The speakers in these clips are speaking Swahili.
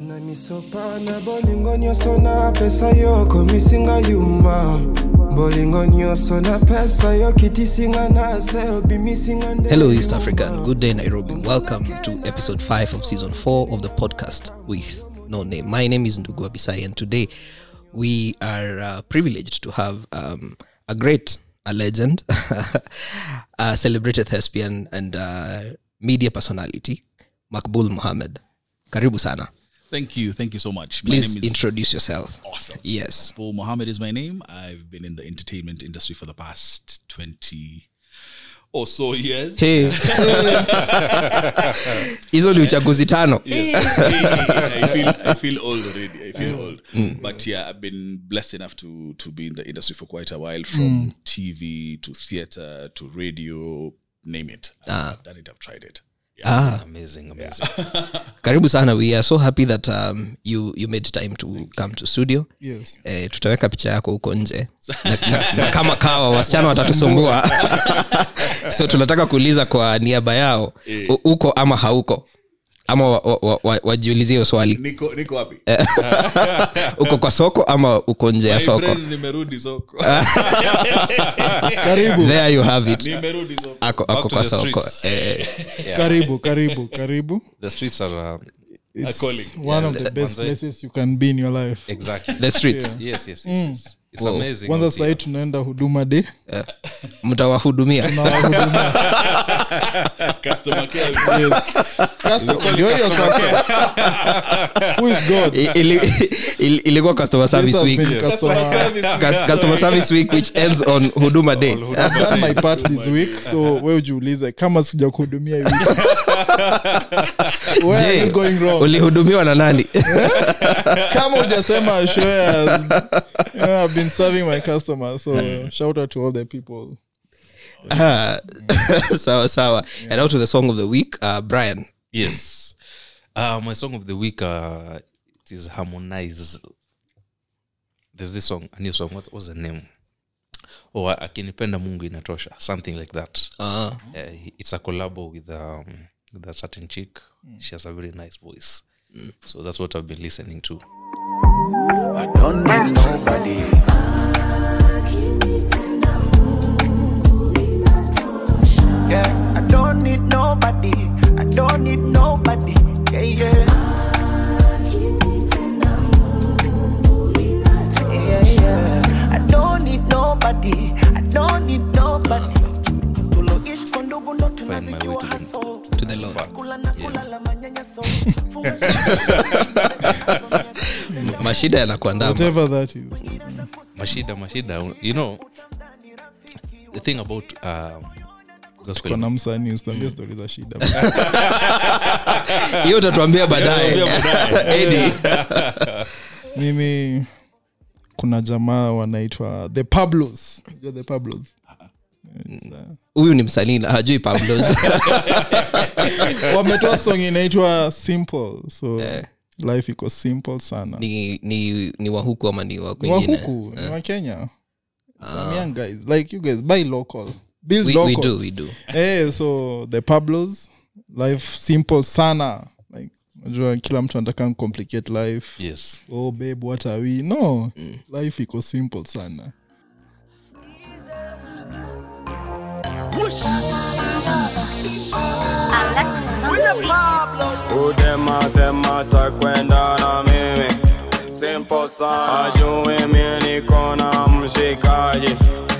na misopana bolingo nyonso na pesa yo komisinga yuma bolingo nyonso na pesa yo kitisinga na se obimisinga nde Hello, East yuma. African. Good day, Nairobi. Welcome to episode 5 of season 4 of the podcast with No Name. My name is Ndugua Bisai, and today we are uh, privileged to have um, a great, a legend, a celebrated thespian and uh, media personality, Makbul Mohammed. Karibu sana. Thank you. Thank you so much. My Please name is introduce yourself. Awesome. Yes. Paul Mohammed is my name. I've been in the entertainment industry for the past 20 or so years. Hey. hizo ni uchaguzi tano Yes. I feel I feel old already. I feel Mm. old. But yeah, I've been blessed enough to to be in the industry for quite a while Mm. from TV to theater to radio, name it. Ah. I've done it, I've tried it. Yeah. amazing amazing karibu sana we are so happy that um, you, you made time to come to studio yes. eh, tutaweka picha yako huko nje na, na, na kama kawa wasichana watatusumbua so tunataka kuuliza kwa niaba yao u- uko ama hauko ama wa- wa- wa- wa- wajiulizie hiyo swali Niko niko wapi? uko kwa soko ama uko nje ya My Eh, soko Ah. friend nimerudi soko. karibu there you have it Nimerudi soko. ako, Back ako to kwa the soko streets. eh, karibu karibu karibu the streets are uh, it's calling. one of the best Manze. places you can be in your life exactly the streets yes yes yes, yes. it's Wow. amazing kwanza out sahii here. tunaenda huduma Ah, de mtawahudumia na wahuduma Customer care. Custom- ndio hiyo sasa who is god I- ili- ili- ilikuwa customer This service has week been customer Cus- customer service week which ends on huduma day I've done my part this week so we ujiulize kama sija kuhudumia hii wiki. Where are Je, you going wrong ulihudumiwa na nani kama hujasema sure as- you know, I've been serving my customers so Mm. shout out to all the people Ah, sawa sawa and now to the song of the week uh, brian yes uh, my song of the week uh, it is harmonize there's this song a new song what was the name oh akinipenda mungu inatosha something like that Ah, uh, it's a collabo with um, with a certain chick she has a very nice voice so that's what i've been listening to I don't need nobody. Yeah, I don't need nobody. I don't need nobody. Yeah, yeah. Yeah, yeah. I don't need nobody. I don't need nobody. Tuloishi kwa ndugu ndo tunazijua haso. to the lord Kula na kulala manyanyaso. M- mashida yanakuandama whatever that is mashida mashida you know the thing about um, gospel kuna msanii Mm. usitambie stori za shida hiyo utatuambia baadaye Eddie. mimi kuna jamaa wanaitwa the pablos Unajua the pablos It's, uh, huyu ni msanii na hajui pablos wametoa song inaitwa simple so life iko simple sana Eh. ni, ni, ni wahuku ama ni wa ni wa kwingine Eh. Ah. huku ni wa kenya samian guys like you guys buy local build we, we local do, we do. Eh, so the pablos life simple sana like unajua kila mtu anataka complicate life yes oh babe what are we no Mm. life iko simple sana Udema sema takwenda na mimi Simple sana Ajue mimi niko na mshikaji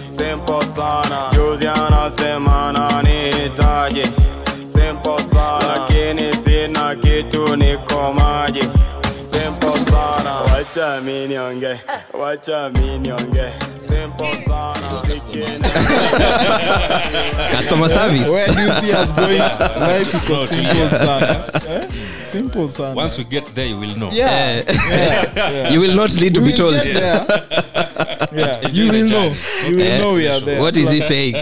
Simple sana Juzi anasema nanihitaji Simple sana Lakini sina kitu niko maji Simple sana Wacha mimi nionge Wacha mimi nionge Simple sana Nikienda customer service Where do you see us going? Life iko simple sana. Eh? Simple sana. once we get there you will know yeah. Eh. you will not need to be We'll told get there. Yeah. You will know. You will Yes. know we are there. what is he saying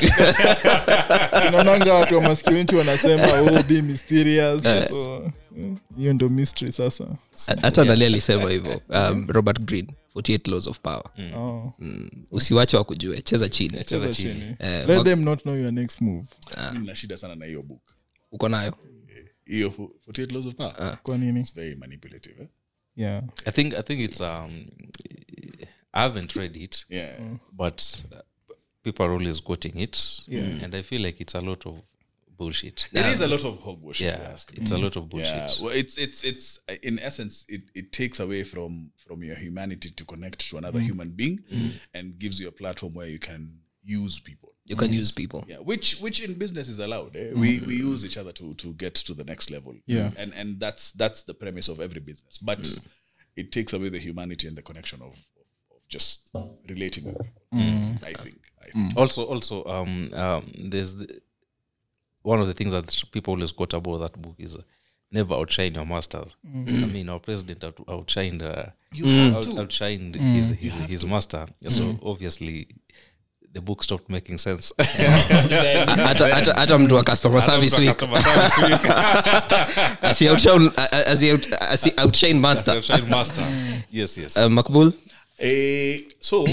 Tunaonanga watu wa masculinity wanasema oh, be mysterious. So, eh, hiyo ndo mystery sasa. hata nali alisema hivyo um, robert green 48 laws of power Oh, usiwache wakujue cheza chini cheza chini. Eh, Let wak- them not know your next move. Ah. Mimi nina shida sana na hiyo book. uko nayo hiyo 48 laws of power Kwa nini? It's very manipulative eh? yeah I think I think it's um I haven't read it, yeah but uh, people are always quoting it, yeah. and I feel like it's a lot of bullshit. It is a lot of hogwash if you Yeah, ask me. it's a lot of bullshit. yeah well it's it's it's in essence it, it takes away from from your humanity to connect to another human being and gives you a platform where you can use people You can use people. yeah which which in business is allowed eh? we we use each other to to get to the next level Yeah. and and that's that's the premise of every business but it takes away the humanity and the connection of of just relating with people i think i think also also um um there's the, one of the things that people always quote about that book is uh, never outshine your masters i mean our president out, outshined uh, out, outshined his his, his master so obviously the book stopped making sense Eh, Hata- hata- hata mtu wa customer service week Customer service week, asi outshine asi out- asi outshine master outshined master yes yes Uh, makbul Eh, so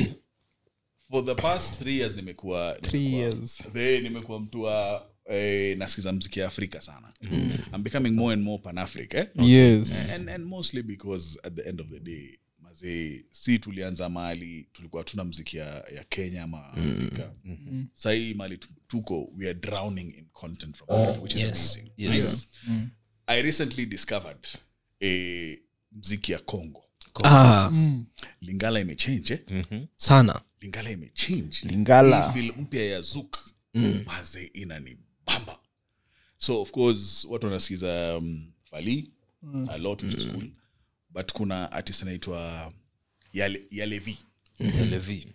for the past three years nimekuwa Three nimekuwa- years. the nimekuwa mtu wa eh, nasikiza mziki ya afrika sana Mm. i'm becoming more and more panafric eh? yes and, and mostly because at the end of the day mazee si tulianza mali tulikuwa tuna mziki ya, ya kenya ama Mm. afrika Mm-hmm. sahii mali tu- tuko we are drowning in content from africa which is Oh, yes. amazing yes Mm. i recently discovered eh, mziki ya congo ah, lingala imechange eh? Mm-hmm. sana lingala imechange Lingala. Hii feel mpya ya zuk mm. maze inani bamba so of course watu wanasikiza um, fali mm. a lot which is cool but kuna artist anaitwa yale, yalevi Levi. yalevi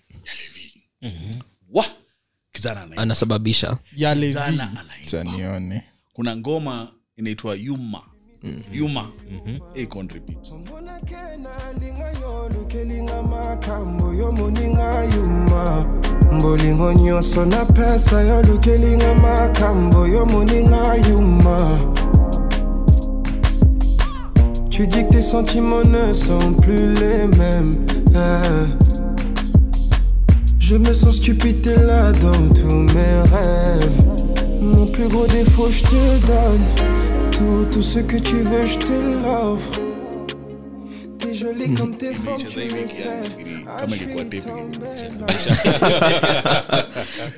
mm-hmm. wa kizana anaimba anasababisha yale vi- kizana anaimba chanione kuna ngoma inaitwa yuma yuma iko on repeat Mona kena linga yo lukelinga makambo yo moninga yuma mbolingo nyonso na pesa yo lukelinga makambo yo moninga yuma Tu dis que tes sentiments ne sont plus les mêmes Eh. hein. Je me sens stupide t'es là dans tous mes rêves Mon plus gros défaut je te donne Tout, tout ce que tu veux je te l'offre T'es jolie comme tes formes, tu Imeicheza hii le wiki sais. ya- ili- Ah, kama je ilikuwa suis tape tombé ingekuwa là.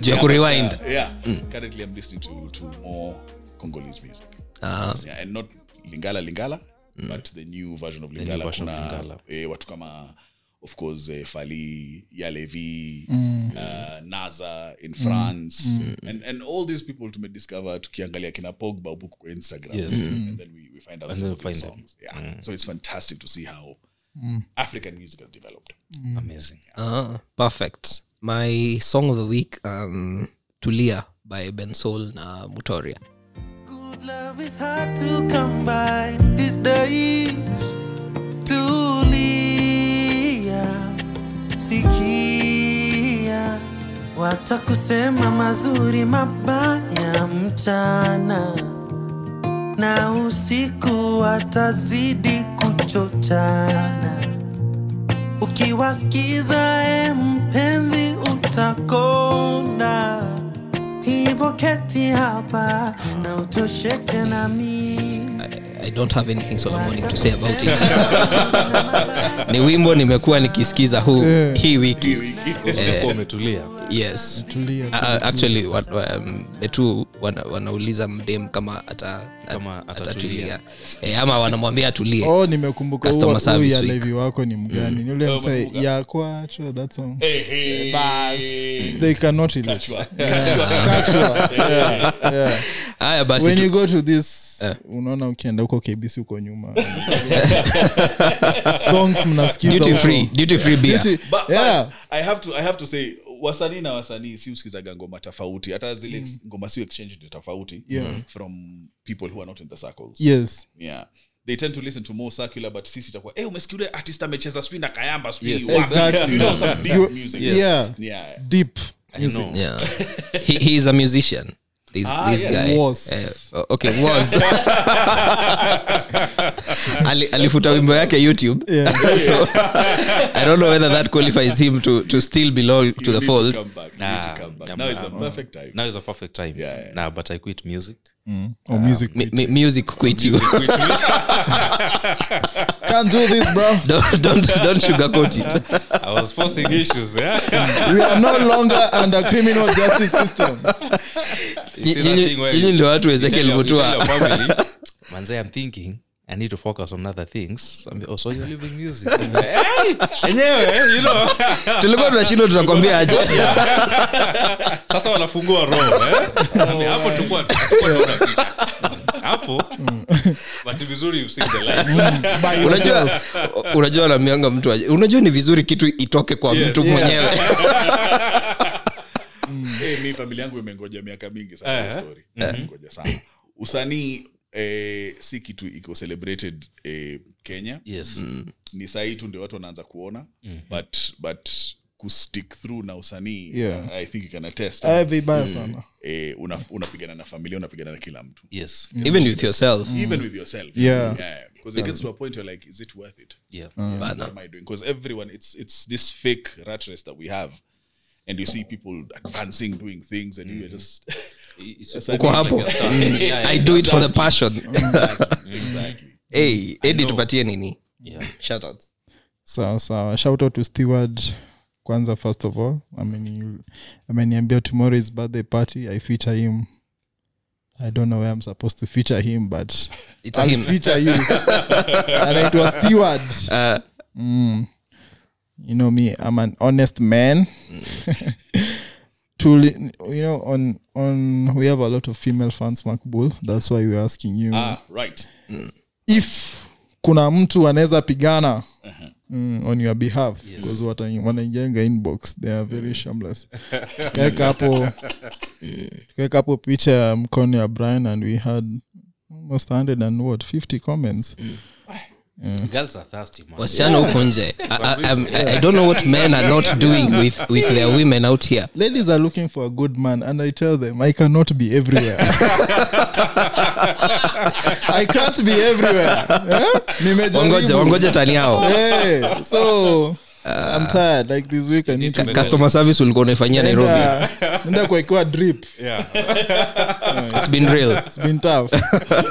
juu ya kurewind yeah currently i'm listening to, to more congolese music Ah. yeah, and not lingala lingala but the new version of lingala, Mm. version of kuna, Lingala. Eh, watu kama of course eh, fali yalevi uh, naza in france And, and all these people tumediscover tukiangalia kina pogba huku kwa instagram Yes. Mm. and then we, we find out And some then of we these find Mm. them. songs yeah so it's fantastic to see how african music has developed amazing Ah, perfect my song of the week um, tulia by bensol na mutoria Good love is hard to come by these days. Tulia, sikia, watakusema mazuri, mabaya mchana na usiku, watazidi kuchochana. Ukiwasikiza e mpenzi, utakonda hivyo keti hapa na utosheke na mimi I don't have anything solomonic to say about it ni wimbo nimekuwa nikisikiza huu hii wiki Ulikuwa uh, umetulia yes Tulia, Ah, ah, actually wa- wa- um, tu wana- wanauliza mdem kama ata- Kama at- atatulia. atatulia Eh, ama wanamwambia atulie oh nimekumbuka Customer huwa- huyu service week. ya Mm. levi wako ni mgani ni ule msa ya kwacho that song they cannot relate haya basi when tu- you go to this Eh. unaona ukienda huko kbc huko nyuma songs mnasikiza duty huko. free duty free beer Duty- but, yeah. but I have to I have to say wasanii na wasanii si usikizaga ngoma tofauti hata zile mm. ngoma sio exchange ni tofauti Yeah. from people who are not in the circles yes yeah they tend to listen to more circular but sisi itakuwa eh umesikia yule artist amecheza sijui na kayamba sijui Yes, wapi." exactly. you know some deep You- music Yes. Yeah. yeah deep I know. yeah he, he is a musician this, Ah, this yes. guy Was. Eh, o- okay was Ali, alifuta wimbo yake youtube Yeah. so i don't know whether that qualifies him to, to still belong to the You need fold come back. You Nah, need to come back. come now is the on. perfect time now is a perfect time Yeah, yeah. nah but i quit music or Oh, music M- m- music quit you can't do this, bro. don't don't, don't sugarcoat it. I was forcing issues. Yeah? We are no longer under criminal justice system. You see that thing where Nyinyi you- ndio watu Ezekiel you tell your Mutua. family, manze, I'm thinking I need to focus on other things. I'm also you're leaving music. hey, enyewe, eh, you know. Tulikuwa tunashindwa tunakwambia aje. Sasa wanafungua roho, eh? Yaani, Oh, Hapo tukua hapo Mm. but ni vizuri you've seen the light. Unajua unajua anamianga mtu aje. Unajua ni vizuri kitu itoke kwa Yes. mtu Yeah. mwenyewe. Eh, mi familia yangu imengoja miaka mingi sana hiyo Eh. story. Imengoja sana usanii eh, si kitu iko celebrated eh, kenya Yes. ni sahii tu ndio watu wanaanza kuona but but kustick through na usanii Yeah. i think you can attest Eh, vibaya sana. eh, una- unapigana na familia unapigana na kila mtu Yes. Even with yourself. even with yourself Yeah. because it gets to a point you're like is it worth it Yeah. Bana. what am I doing? Because everyone, it's it's this fake rat race that we have, and you see people advancing, doing things, and you're just It's- Yes, it's I Uko do. hapo. Yeah, yeah, Mm. I yeah. do it for the passion. exactly. Hey, Eddie know. tupatie nini? Yeah. Shoutouts. sawa sawa shout out to steward kwanza first of all ameni- ameniambia tomorrow is birthday party i feature him i don't know where i'm supposed to feature him but It's a i'll hymn. feature you anaitwa steward mm. you know me i'm an honest man Truly, you know on on we have a lot of female fans makbul that's why we're asking you Ah, right. if kuna mtu anaweza pigana mm, on your behalf yes. Mm. wanaingianga inbox they are very shamless tukaweka hapo tukaweka hapo picha ya mkono ya brian and we had almost 100 and what 50 comments Girls are thirsty, man. wasichana huko nje I- I, I'm- I, I don't know what men are not doing with, with their women out here ladies are looking for a good man and i tell them i cannot be everywhere i can't be everywhere eh? Nimejaribu. wangoje wangoje tani yao Eh, so i'm tired like this week i need to customer service ulikuwa unaifanyia nairobi Nenda- nenda kuwekewa drip it's been real it's been tough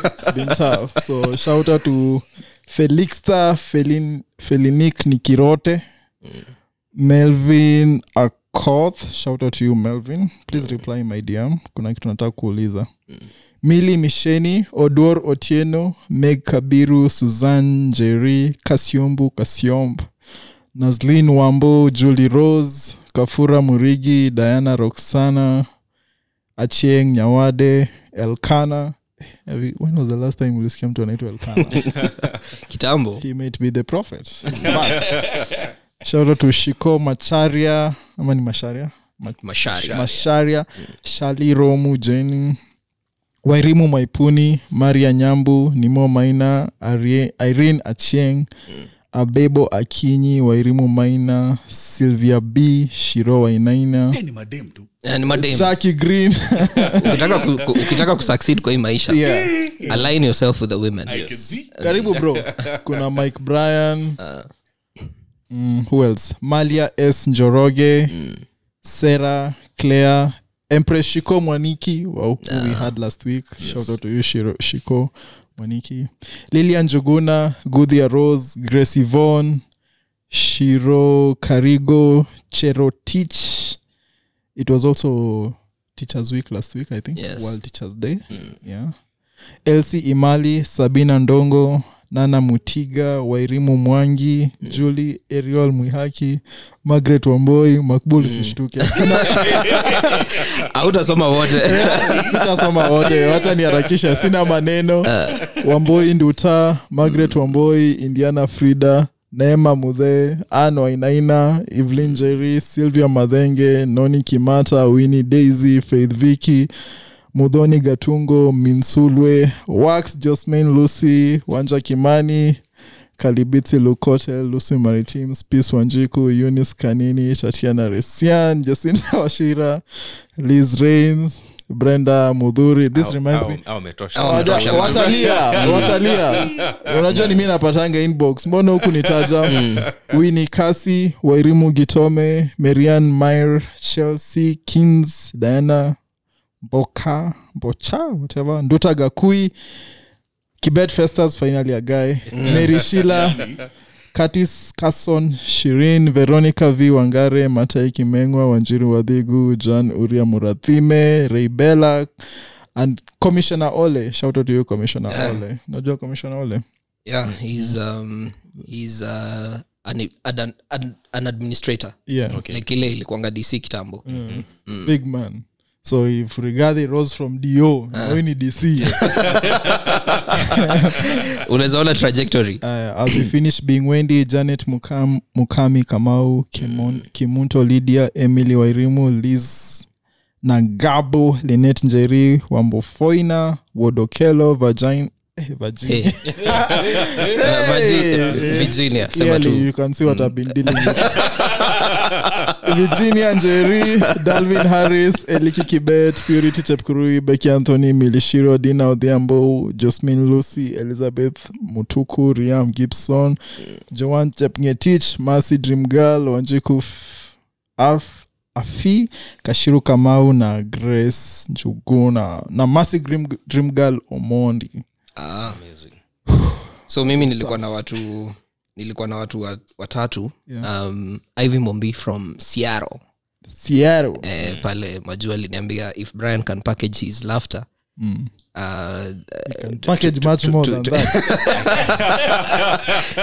it's been tough so shout out to felixta Felin, felinic nikirote melvin akoth shout out to you melvin please reply my dm kuna kitu nataka kuuliza Mm. mili misheni odor otieno meg kabiru suzan jeri kasiombu kasiomb naslin wambo juli rose kafura murigi diana roxana achieng nyawade elkana Have you- when was the last time ulisikia mtu anaitwa elkana kitambo he might be the prophet He's back. shout out to shiko macharia ama ni masharia Ma- mashari masharia shali romu jeni wairimu maipuni maria nyambu nimo maina Arie- irene achieng abebo akinyi wairimu maina sylvia b shiro wainaina Hey, ni madem tu. Eh, ni madem jaki green ukitaka, ku, ku, ukitaka kusucceed kwa hii maisha yeah. align yourself with the women I can see. karibu bro kuna mike bryan mm, who else malia s njoroge sarah claire empress shiko mwaniki wow, who we had last week shout out to you Shiro, shiko mwaniki lilian njuguna gudhia rose grace ivon shiro karigo cherotich it was also teachers week last week i think Yes. world teachers day yeah elsi imali sabina ndongo nana mutiga wairimu mwangi mm. juli ariel mwihaki margaret wamboi makbul sishtuke Sina- autasoma wote sitasoma wote wacha niharakisha sina maneno wamboi nduta margaret wamboi indiana frida neema mudhee an wainaina evelyn jeri silvia madhenge noni kimata winnie daisy faith viki mudhoni gatungo minsulwe wax josmain lucy wanja kimani kalibiti lukote lucy maritim spice wanjiku unis kanini tatiana resian jacinta washira liz rains brenda mudhuri this Au- reminds au- me au umetosha. Au- Wata- Tosha, watalia watalia unajua ni mi napatanga inbox mbona huku nitaja wini kasi wairimu gitome marian mir chelsea kins diana boka bocha whatever nduta gakui kibet festas finally a guy nerishila katis cason shirin veronica v wangare matai kimengwa wanjiri wadhigu jan uria murathime reibela and commissioner ole shout out to you commissioner ole unajua commissioner ole yeah he's um he's uh an, an, an, an administrator yeah okay. like ile ilikuanga dc kitambo big man so if rigadhi rose from do na we ni dc unaweza ona trajectory uh, as we finish being wendy janet Mukam, mukami kamau Kimon, kimunto lydia emily wairimu liz nagabo linet njeri wambofoina wodokelo vagin eh, vagin- Hey. Uh, Virgi- virginia sema Clearly, tu you can see what I've been dealing with. Virginia Njeri, Dalvin Harris, Eliki Kibet, Purity Chepkurui, Becky Anthony, Milishiro, Dina Odhiambo, Josmin Lucy, Elizabeth Mutuku, Riam Gibson, Joan Chepngetich, Mercy Dream Girl, Wanjiku F- Alf afi kashiru kamau na grace njuguna na masi dream, dream girl omondi ah. Amazing. so mimi nilikuwa na watu nilikuwa na watu wa- watatu Yeah. um, ivy mombi from siaro siero eh, pale majua aliniambia if brian can package his laughter mm. uh, package much to- more to- than to- that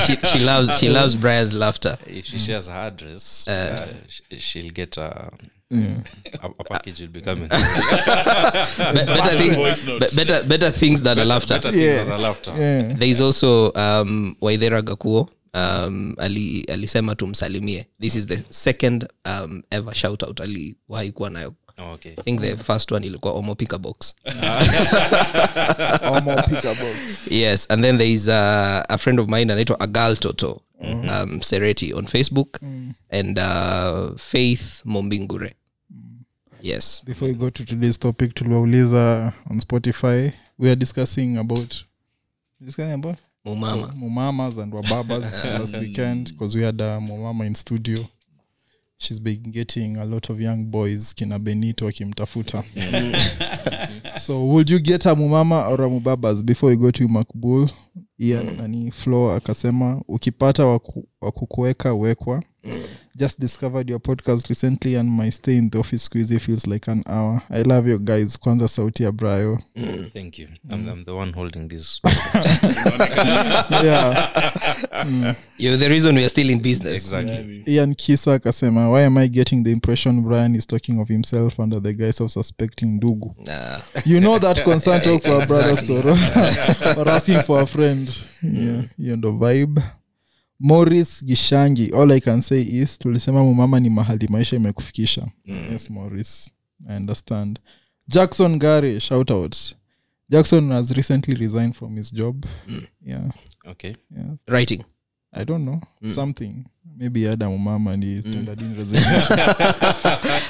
she, she loves she loves brian's laughter If she shares her address, Eh. uh, sh- she'll get a, Mm. Yeah. a, a package. Will be coming. Be- better, thing, be- better, better things than a laughter Better things Yeah. than a laughter. Yeah. thereis also um, waithera gakuo um, ali, alisema tumsalimie this is the second um, ever shout out aliwahi kuwa nayo Oh, okay. i think the first one ilikuwa omo picker box Omo picker box. yes and then there is uh, a friend of mine anaitwa agal toto Mm-hmm. um, sereti on facebook Mm. and uh, faith mombingure Mm. yes Before we go to today's topic, tuliwauliza on Spotify, we are discussing about discussing about mumama mumamas and wababas last weekend because we had a mumama in studio. She's been getting a lot of young boys kina Benito akimtafuta. so would you get a mumama or a mubabas before we go to Makbul? Ian nani Flo akasema ukipata waku- wakukuweka wekwa. just discovered your podcast recently and my stay in the office squeezy feels like an hour i love you guys kwanza sauti ya brayo Thank you. Mm. I'm, I'm the one holding this. yeah. you're the reason we are still in business Exactly. ian kisa akasema why am i getting the impression brian is talking of himself under the guise of suspecting ndugu Nah. you know that concern talk for a brother store or asking for a friend yeah hiyo ndo vibe morris gishangi all i can say is tulisema mumama ni mahali maisha imekufikisha yes morris i understand jackson gary shout out jackson has recently resigned from his job yeah Okay. writing i don't know something maybe ada mumama ni standard in resignation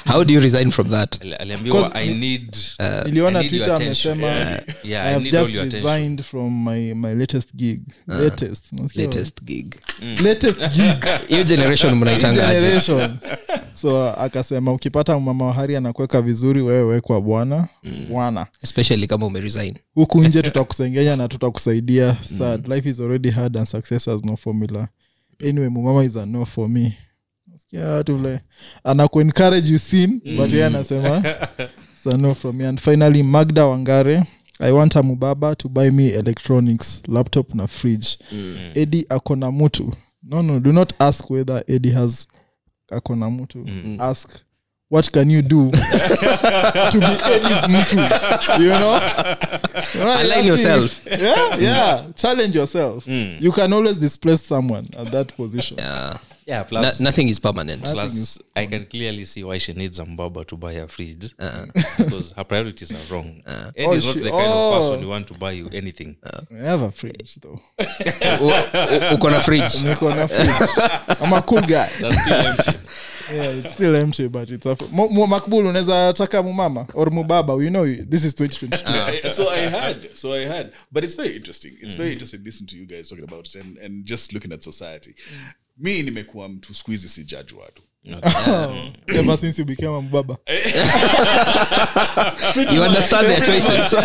how do you resign from that Ali- Aliambiwa Because I need. niliona Uh, I need your twitter attention. amesema yeah, I I have need all just your attention. Ah, resigned from my, my latest gig. latest. Unasikia? Mm. latest gig Latest Mm. gig hiyo generation mnaitanga aje generation. so uh, akasema ukipata mama wa hari anakuweka vizuri wewe wekwa bwana Mm. bwana especially kama umeresign huku nje tutakusengenya na tutakusaidia Mm. sad life is already hard and success has no formula anyway mumama is a no for me Nasikia watu vile anakuencourage you sin but yeye anasema it's a no from me and finally magda wangare i want a mubaba to buy me electronics laptop na fridge edi akona mutu no no do not ask whether edi has akona mutu Mm. ask what can you do to be edis mutu you know Align yourself. yeah, yeah. challenge yourself you can always displace someone at that position Yeah. Na, Plus. nothing is permanent Plus, I can clearly see why she needs a mbaba to buy a fridge because her priorities are wrong. Ed Uh. Oh, is not she- the kind oh. Uh. of person you want to buy you anything. I have a fridge though U- u- uko na fridge Niko na fridge. I'm a cool guy That's still empty. Mm. yeah, it's still empty but it's a Mo- mo- makbul unaweza taka mumama or mubaba you know this is 2022 I- so I had, so I had, but it's very interesting. It's very interesting listening to you guys talking about it and, and just looking at society. mi nimekuwa mtu siku hizi sijaji watu ever since you became a mbaba you understand their choices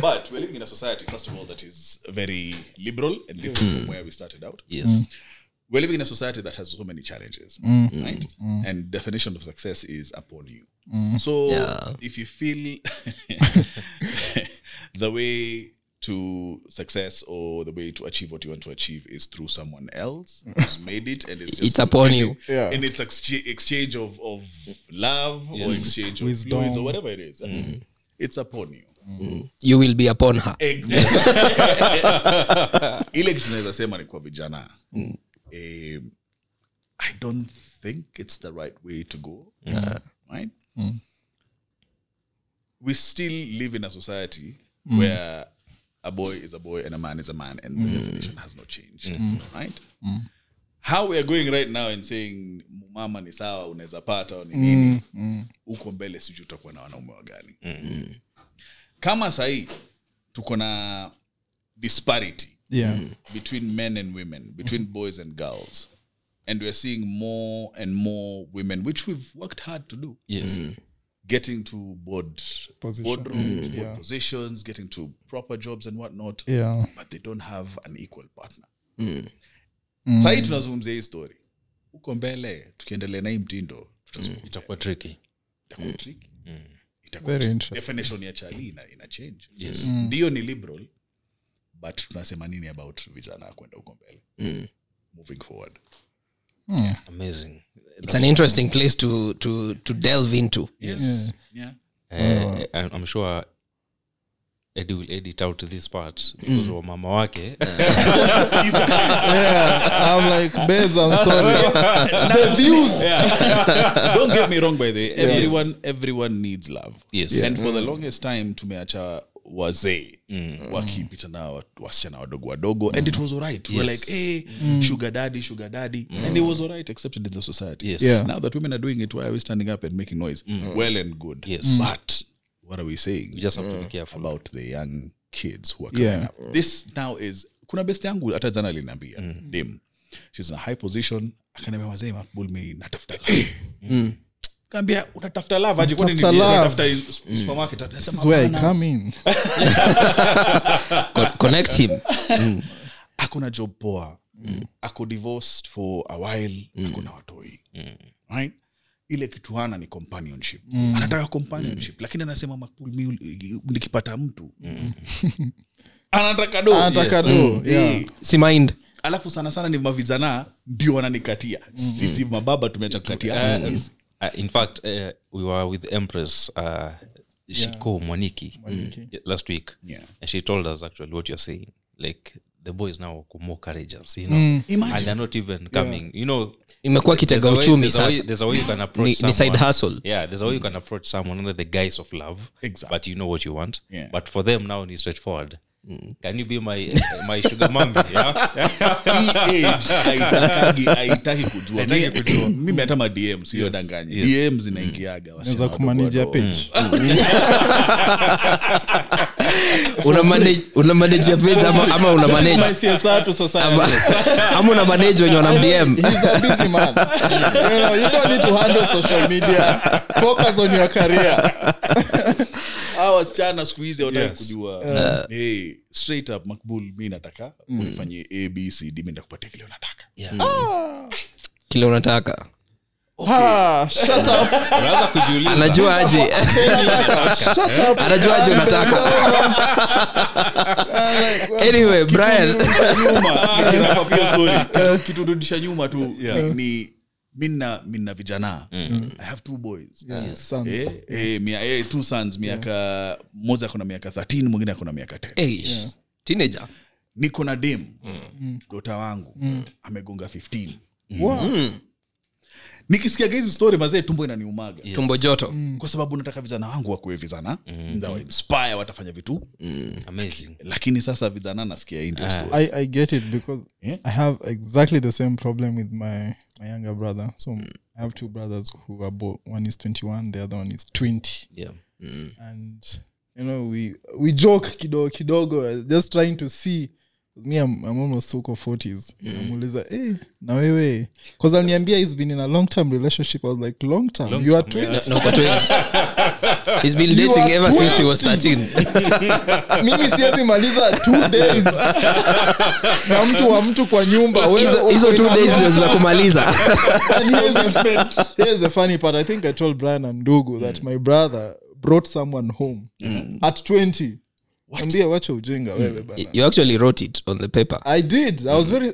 but we're living in a society first of all that is very liberal and different from where we started out yes we're living in a society that has so many challenges Mm. right and definition of success is upon you Mm. so Yeah. if you feel the way to success or the way to achieve what you want to achieve is through someone else who's made it and it's, just it's upon you Yeah. and it's exche- exchange of, of love or Yes. exchange of Wisdom. fluids or whatever it is Mm. it's upon you you will be upon her Exactly. ile kitu naweza sema ni kwa vijana Eh, i don't think it's the right way to go right we still live in a society where a boy is a boy and a man is a man and the definition has not changed right how we are going right now and saying mama ni sawa unaweza pata au ni nini huko mbele sijui utakuwa na wanaume wa gani kama sahii tuko na disparity yeah between men and women between boys and girls and we're seeing more and more women which we've worked hard to do yes getting to board Position. boardrooms board Yeah. positions getting to proper jobs and whatnot yeah but they don't have an equal partner mm. sahii tunazungumzia hii story huko mbele tukiendelea na hii mtindo tutazungumzia itakuwa tricky itakuwa tricky. Itakuwa very tricky. interesting definition ya chali ina, ina change yes Mm. ndio ni liberal but tunasema nini about vijana kwenda huko mbele Mm. moving forward amazing it's an interesting place to to to delve into yes yeah Oh. Eh, eh, I'm sure Eddie will edit out this part because Mm. wa mama wake eh, yeah i'm like babes i'm sorry the views Ah, don't get me wrong by the way everyone Yes. everyone needs love Yes. and for the longest time tumeacha wazee Mm. wakipita na wa- wasichana wadogo wadogo and it was alright We we're Yes. Mm. like hey sugar daddy sugar daddy and it was alright accepted in the society Yes. Mm. Yeah. now that women are doing it why are we standing up and making noise well and good Yes. but what are we saying you just have to be careful Mm. about the young kids who are coming Yeah. up. This now is kuna best yangu hata jana aliniambia dem she's in a high position akaniambia wazee makbul mi natafuta love kaambia unatafuta love aje kwani Mm. Unatafuta ni- love. unatafuta in su- supermarket this Anasema, is where i "Bana, come in Co- connect him ako na job poa Mm. ako divorced for a while ako na watoi right ile kitu hana ni companionship Mm. anataka companionship lakini anasema makbul mi nikipata mtu anataka do Anataka do, yeah. Eh, si mind alafu sana sana ni mavijana ndio wananikatia Mhm. sisi mababa tumeacha kukatia Eh, uh, in fact eh, we were with empress uh, shiko mwaniki, Yeah, last week Yeah. and she told us actually what you're saying like the boys now are more courageous you know and imagine they're not even coming you know imekuwa there's kitega a way- uchumi there's a way- sasa there's a way you can approach ni, ni side someone. hustle yeah there's a way you can approach someone under the guise of love Exactly. but you know what you want Yeah. Mm. but for them now it's straightforward can you be my my sugar mommy yeah? hii age haitaki- haitaki kujua Haitaki Mi- kujua. mimi hata madm siyo Yes, danganye yes. dm zinaingiaga wasichana naweza wadogo kumanejea wadogo. Mm. page una manage una manage ya page ama, ama una manage csr to ama, ama una manage wenye wana mdm He's a busy man. you know, you don't need to handle social media. Focus on your career. hawa wasichana siku hizi hawataki Yes. Uh. kujua hey, straight up makbul mi nataka Mm. unifanyie abcd mi ndakupatia vile unataka kile unataka Ah, shut up. unaweza kujiuliza anajua aje anajua aje unataka anyway brian nyuma pia story kiturudisha nyuma tu ni- ni mina mina vijana Mm. i have two boys Sons. eh, eh, mia, eh, two sons miaka moja akona miaka 13 mwingine akona miaka 10 Hey, teenager niko na dem Mm. dota wangu amegonga 15 Wow. nikisikiaga hizi story mazee tumbo inaniumaga tumbo joto Mm. kwa sababu nataka vijana wangu wakuwe vijana mm. inspire watafanya vitu amazing lakini sasa vijana nasikia hii ndio story I, I get it because Yeah. I have exactly the same problem with my, my younger brother. So I have two brothers who are both one is twenty one, the other one is twenty. yeah and you know we we joke kidogo kidogo uh, just trying to see me I'm, I'm almost uko 40s namuuliza eh, na wewe bcause aliniambia he's been in a long term relationship i was like long term you are 20 No, no, kwa 20. He's been dating are ever since he was 13. mimi siwezi maliza two days na mtu wa mtu kwa nyumba Wewe Hizo- uko Hizo in two a days ndio za kumaliza. And Yaani, here's the, here's the funny part. I think I told Brian and Ndugu that my brother brought someone home at 20. Ambia wacha ujinga wewe bana. You actually wrote it on the paper. I did. I was very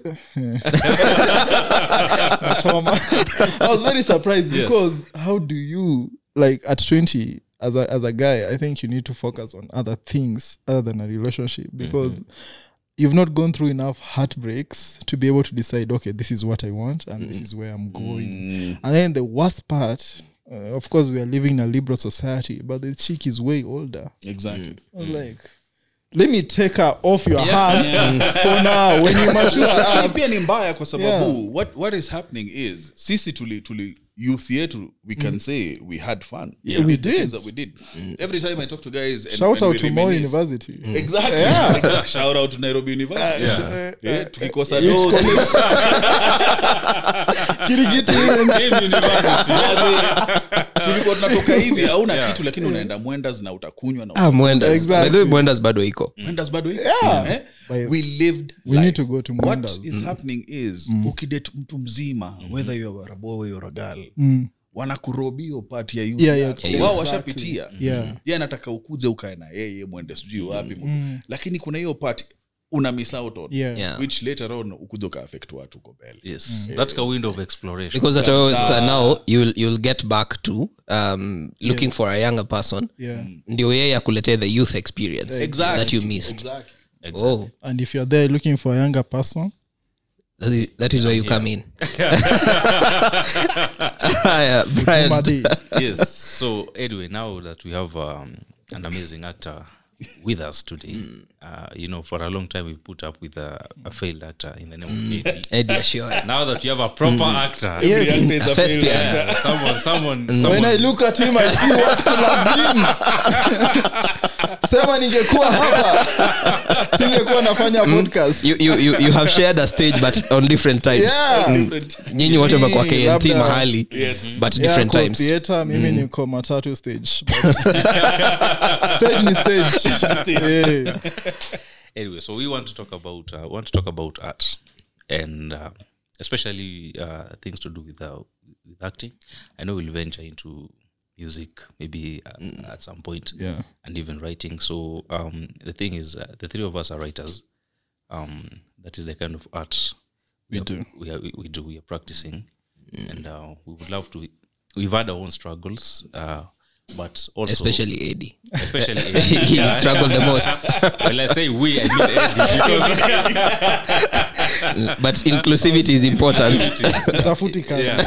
Trauma. I was very surprised because how do you like at 20 as a as a guy, I think you need to focus on other things other than a relationship because you've not gone through enough heartbreaks to be able to decide okay, this is what I want and this is where I'm going. And then the worst part uh, of course, we are living in a liberal society, but the chick is way older. exactly I was like, let me take her off your hands for now. When you mature Lakini up, pia ni mbaya kwa sababu Yeah. what, what is happening is sisi tuli, tuli youth yetu we can say we had fun Mm. Yeah, we did the did. things that we did every time i talk to guys and, shout and out we to Moi reminisce- University. exactly Exact- shout out to nairobi university Mm. yeah. Yeah, tukikosa Which those- college? Kirigiti Women's. Same university. As in, tulikuwa tunatoka hivi hauna kitu lakini unaenda mwendas na utakunywa na Ah, mwendas. Exactly. Mm. By the way, mwendas bado iko. mwendas bado hivi. Yeah. eh? By- we lived We life. Mm. need to go to Mm. Mwendas. what is happening is ukidate mtu mzima whether you're a boy or a girl wanakurobi hiyo part ya youth Mm. Yeah, yeah, yako. yeah, wao exactly. washapitia Yeah. ye anataka ukuje ukae na yeye mwende sijui wapi lakini kuna hiyo part una miss out on Mm. Yeah. Yeah. which later on ukuje ukaaffect watu uko mbele yes that's a window of exploration Because at all, sasa now you'll, you'll get back to um, looking for a younger person. Yeah. Ndio yeye akuletee the youth experience Exactly. that you missed. Exactly. Oh, And if you're there looking for a younger person, that is, that is where you come in. Haya, Brian. Madi, yes so anyway now that we have um, an amazing actor with us today uh, you know for a long time we put up with a, a failed actor in the name of Eddie. Eddie Ashoy. now that you have a proper actor Yes. Every actor is A a first failure. player. yeah, someone someone when someone I look at him, I see what could have been. Sema ningekuwa hapa singekuwa nafanya Mm. podcast. You, you, you, you have shared a stage but on different times. Mm. Yeah. Different. nyinyi wote mko kwa knt Labda- mahali but different Yeah, times Mm. theater mimi niko matatu stage But- stage ni stage, Yeah. anyway so we want to talk about uh, want to talk about art and uh, especially uh, things to do with, uh, with acting i know we'll venture into music maybe uh, at some point Yeah. and even writing so um, the thing is uh, the three of us are writers um, that is the kind of art we, do we, are, we do we are practicing and uh, we would love to we've had our own struggles uh, but also especially edi especially he struggled the most well, I say we, I mean Eddie, Mm, but inclusivity is important because tafuti kazi yeah,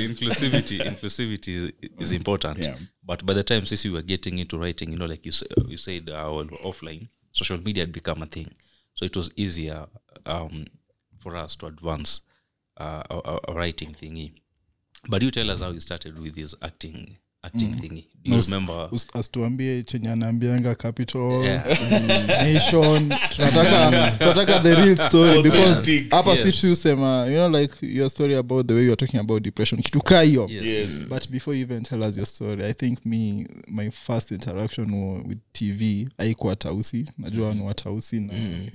inclusivity, inclusivity is, is important. Yeah. But by the time since we were getting into writing, you know, like you sa- you said, uh, while we were offline, social media had become a thing, so it was easier um, for us to advance uh, our, our- our writing thingy. But you tell us how you started with this acting acting thingy. Do you Us- remember? us- asituambie chenye anaambianga capital Yeah. nation tunataka tunataka the real story because Authentic, hapa yes. si tusema you know like your story about the way you are talking about depression kitu kaa hiyo Yes. but before you even tell us your story i think me my first interaction wa- with tv haikuwa tausi najua ni watausi na Mm.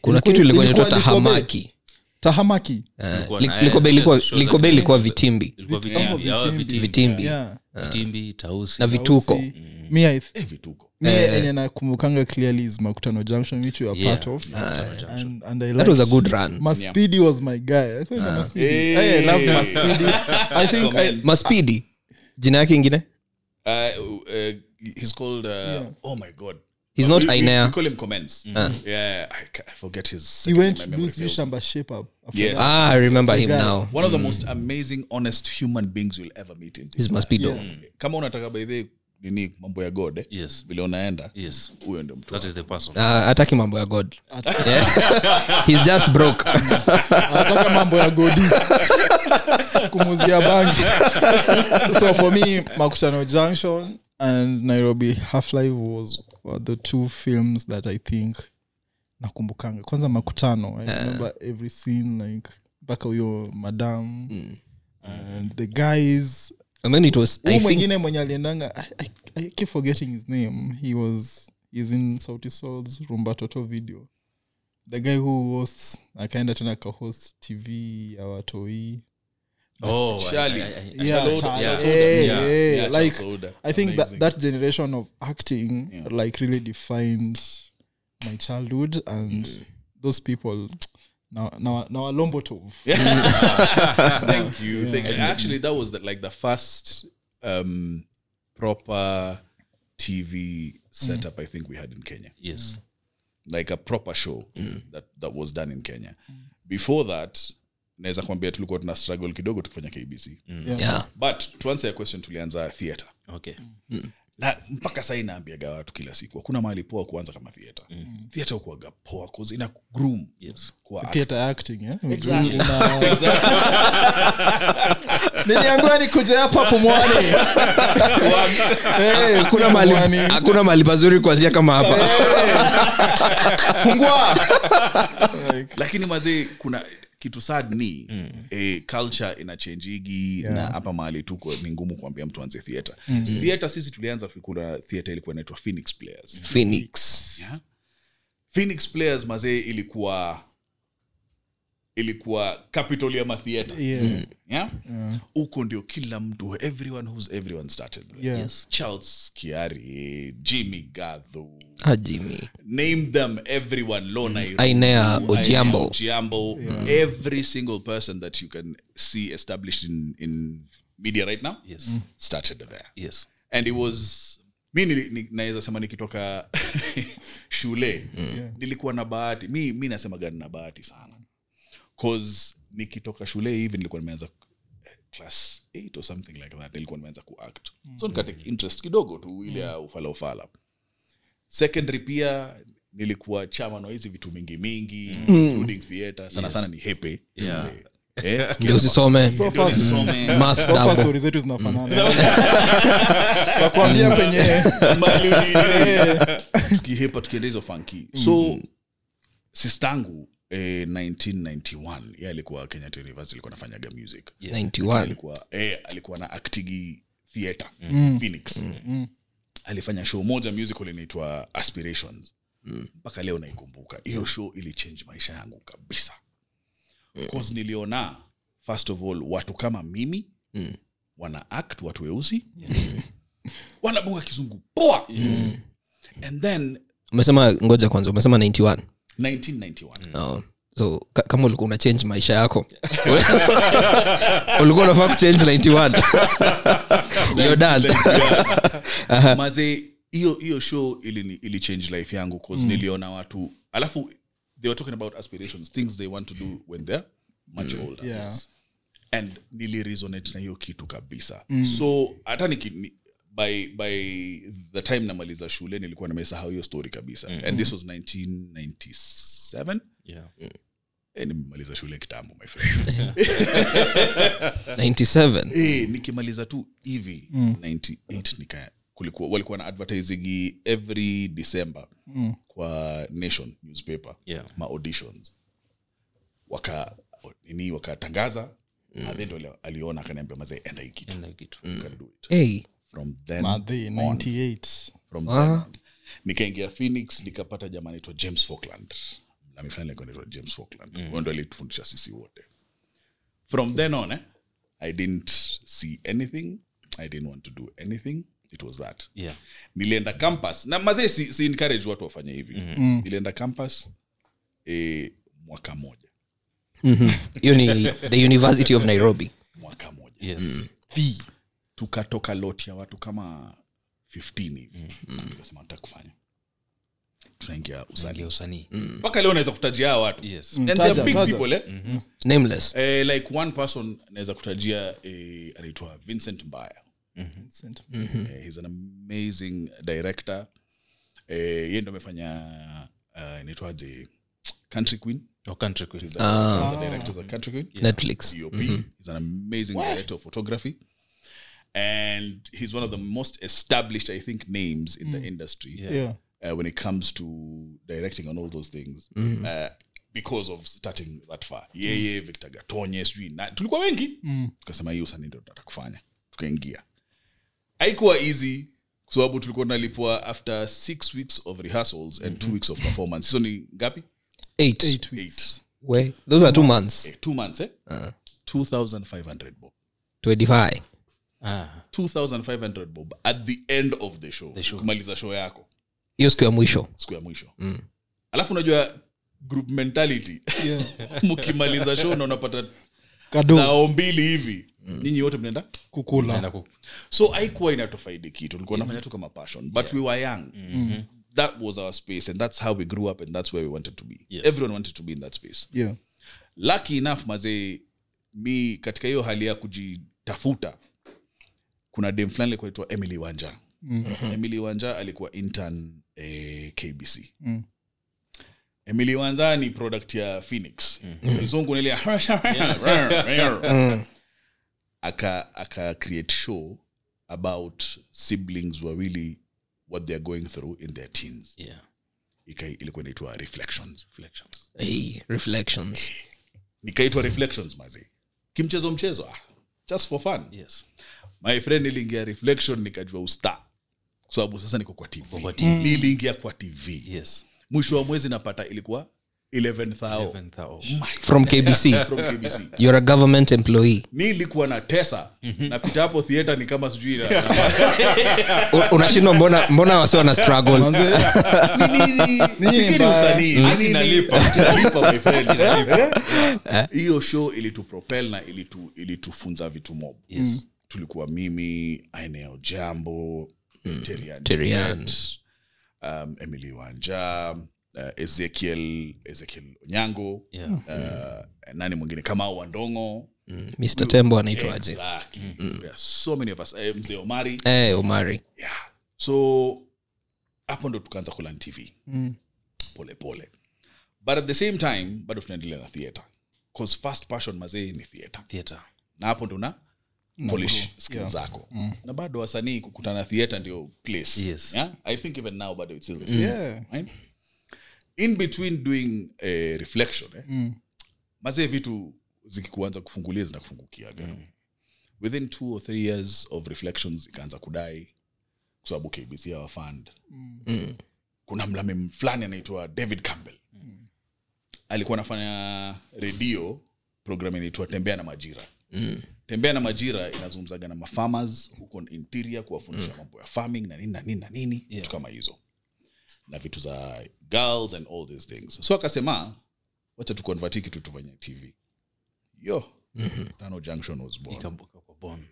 kuna kitu ilikuwa inaitwa Ilikuwa Likombe. tahamaki tahamaki Eh, Ilikuwa li- na- Likombe ilikuwa- shows like- Likombe ilikuwa vitimbi Ilikuwa Oh, vitimbi, ah, vitimbi. vitimbi yeah vitimbi, tausi. na vituko Tausi. me i th- vituko me enye nakumbukanga clearly is makutano junction which you are Yeah. part of Makutano Junction. and, and i that was a liked- good run Maspidi was my guy. I called him Maspidi. Eh. Hey, I loved Maspidi. I think I, maspidi jina yake ingine uh, uh, he's called uh, oh my god He's Uh, not we- we, Ainea. Mm. we call him commence yeah I, ca- I forget his he second went name, to my do memory fails. Shamba Shape Up. after Yes. that. ah i remember him guy. now one of the most amazing honest human beings you'll ever meet in this He's maspido kama unataka baidhe nini mambo ya god eh? Yes. vile unaenda Yes. huyo ndio mtu That is the person. Ah, hataki mambo ya god Yeah. he's just broke Anataka mambo ya godi kumuzia bangi so for me makutano junction and nairobi half life was were the two films that i think nakumbukanga kwanza makutano i remember every scene like mpaka huyo madam and the guys and then it was i huu think mwingine mwenye aliendanga I, I, i keep forgetting his name he was he's in sauti souls rumba toto video the guy who hosts akaenda tena akahost tv ya watoi Oh, I- Charlie. I- I- I- Yeah, Chaloda- Chal- Chalsoda. hey, Yeah, hey, yeah, like, Chalsoda. I think that, Amazing. that generation of acting Yeah. like really defined my childhood and those people now now now a lombotov. thank you thank you. actually that was the, like the first um proper tv setup i think we had in kenya yes like a proper show that, that was done in kenya before that naweza kwambia tulikuwa tuna struggle kidogo tukifanya kbc Yeah. yeah but to answer your question tulianza theatre okay Mm. na mpaka saa inaambiaga watu kila siku hakuna mahali poa kuanza kama theatre theatre ukuaga poa 'cause ina groom yes kuwa Theater acting, eh? Exactly. Na- Niliambiwa nikuje hapa Pumwani. Eh, hakuna si mahali Pumwani. hakuna mahali pazuri kuanzia kama hapa Fungua. lakini mazee kuna kitu sad ni mm. eh, culture inachengigi yeah. na hapa mahali tuko ni ngumu kuambia mtu anze theatre mm. theatre sisi tulianza kuna theatre ilikuwa inaitwa phoenix players phoenix yeah. phoenix players mazee ilikuwa ilikuwa capital ya matheater Yeah. yeah? huko ndio kila mtu everyone who's everyone started Yeah. Yes. charles kiari jimmy gadho ah, jimmy name them everyone lona ainea Ojiambo, ojiambo every single person that you can see established in, in media right now yes started there yes and it was mi nili- ni- naweza sema nikitoka shule Mm. nilikuwa na bahati mi, mi nasema gani na bahati sana cause nikitoka shule hivi nilikuwa nimeanza eh, class 8 or something like that nilikuwa nimeanza kuact so Mm. nikatake interest kidogo tu ile ya ufala ufala secondary pia nilikuwa chama na hizi vitu mingi mingi Mm. including theatre sana sana ni hepe Yeah. eh, ndio usisome So ndio far nisome. mas so far double story zetu zinafanana. Takwambia penye Mahali uliendelea. tukihepa tukienda hizo fanki so sistangu eh, 1991 ye alikuwa kenyatta university alikuwa anafanyaga music 91 alikuwa, eh, alikuwa na aktigi theatre phoenix alifanya show moja musical inaitwa aspirations mpaka leo naikumbuka hiyo show ilichange maisha yangu kabisa cause niliona first of all watu kama mimi wana act watu weusi wanabuga kizungu poa and then umesema ngoja kwanza umesema 91 1991 oh. so ka- kama ulikuwa una change maisha yako ulikuwa unafaa kuchange 91 You're done. maze hiyo hiyo show ili, ili change life yangu cause niliona watu alafu they were talking about aspirations things they want to do when they're much older Yeah. and niliresonate na hiyo kitu kabisa so hata niki- ni- by, by the time namaliza shule nilikuwa nimesahau hiyo story kabisa and this was 1997 yeah Eh, nimemaliza shule kitambo my friend 97 Eh, nikimaliza tu hivi 98 nika kulikuwa walikuwa na advertising every december kwa nation newspaper Yeah. ma auditions waka nini wakatangaza mm. and then ndo ali- aliona akaniambia mazee enda hii kitu and like it you can do it hey. from then Madhe, 98. from then on. nikaingia phoenix nikapata jamaa anaitwa james falkland Mlami fulani alikuwa anaitwa james falkland mm. ndo alitufundisha sisi wote from then on eh, i didn't see anything i didn't want to do anything it was that yeah nilienda campus na mazee si, si encourage watu wafanye hivi mm. nilienda campus eh, mwaka moja hiyo ni the university of nairobi mwaka moja yes tukatoka lot ya watu kama 15 hivi mm. tukasema tuta kufanya tunaingia usanii Ingia usanii mpaka leo naweza kutajia hawa watu yes and they are taja, big taja. people eh? nameless eh, like one person naweza kutajia eh, anaitwa vincent mbaya Vincent. eh, he's an amazing director eh, ye ndo amefanya uh, inaitwaje country queen oh country queen He's the, one of the directors of country queen netflix COP. He's an amazing director of photography. And he's one of the most established, I think, names in the industry. Yeah. uh, when it comes to directing and all those things uh, because of starting that far yeye victor gatonye sijui na- tulikuwa wengi tukasema hii usanii ndio tunataka kufanya tukaingia haikuwa easy kwa sababu tulikuwa tunalipwa after six weeks of rehearsals and two weeks of performance hizo ni ngapi Eight. Eight. We, those are two months. Eh, two months eh? 2500 bob Twenty-five. Ah, 2500 bob at the end of the show kumaliza show yako hiyo siku ya mwisho siku ya mwisho mm. alafu unajua group mentality mkimaliza show na unapata kado lao mbili hivi nyinyi wote mnaenda kukula so haikuwa inatufaidi kitu tulikuwa nafanya tu kama passion but we were young mm-hmm. that was our space and that's how we grew up and that's where we wanted to be yes. everyone wanted to be in that space Yeah. lucky enough mazee mi katika hiyo hali ya kujitafuta kuna dem fulani alikuwa naitwa emily wanja mm-hmm. emily wanja alikuwa intern eh, kbc Mm. emily wanja ni product ya phoenix mzungu nile aka aka create show about siblings wawili what they're going through in their teens Yeah. Ika, ilikuwa inaitwa reflections Reflections. hey, reflections nikaitwa reflections mazi kimchezo mchezo ah, just for fun Yes. my friend niliingia reflection nikajua usta Kwa sababu sasa niko kwa tv Kwa TV. niliingia kwa tv Yes. mwisho wa mwezi napata ilikuwa 11000 Even though- Mm. from kbc from kbc you're a government employee nilikuwa na tesa napita hapo theater ni kama sijui na- U- unashindwa mbona mbona wasi wana struggle Manze, Pigeni mbaya. usanii. Nini- Ati nalipa, my friend. hiyo show ilitupropel na ilitu- ilitufunza vitu mob yes. tulikuwa mimi aineo jambo Terian Terian. Juliet, um, emily wanja uh, ezekiel ezekiel onyango Yeah. uh, nani mwingine kama wandongo mr tembo anaitwaje exactly. There are so many of us Eh, mzee omari hey, omari yeah. so hapo ndo tukaanza kulan tv pole pole but at the same time bado tunaendelea na theatre cause first passion mazee ni theatre Theatre. na hapo ndo na polish skill zako na bado wasanii kukutana theatre ndio place Yes. yeah? i think even now bado it's still the same. Yeah. Right? in between doing eh, reflection eh? mazee vitu zikikuanza kufungulia zinakufungukiaga within two or three years of reflections ikaanza kudai kwa sababu kbc hawafund kuna mlame fulani anaitwa david campbell alikuwa anafanya redio program inaitwa tembea na majira tembea na majira inazungumzaga na mafarmers huko interior kuwafundisha mambo ya farming na nini na nini na nini vitu kama hizo na vitu za girls and all these things so akasema wacha tukonvati kitu tufanye tv yo tano junction was born Ikabuka kwa Bonn.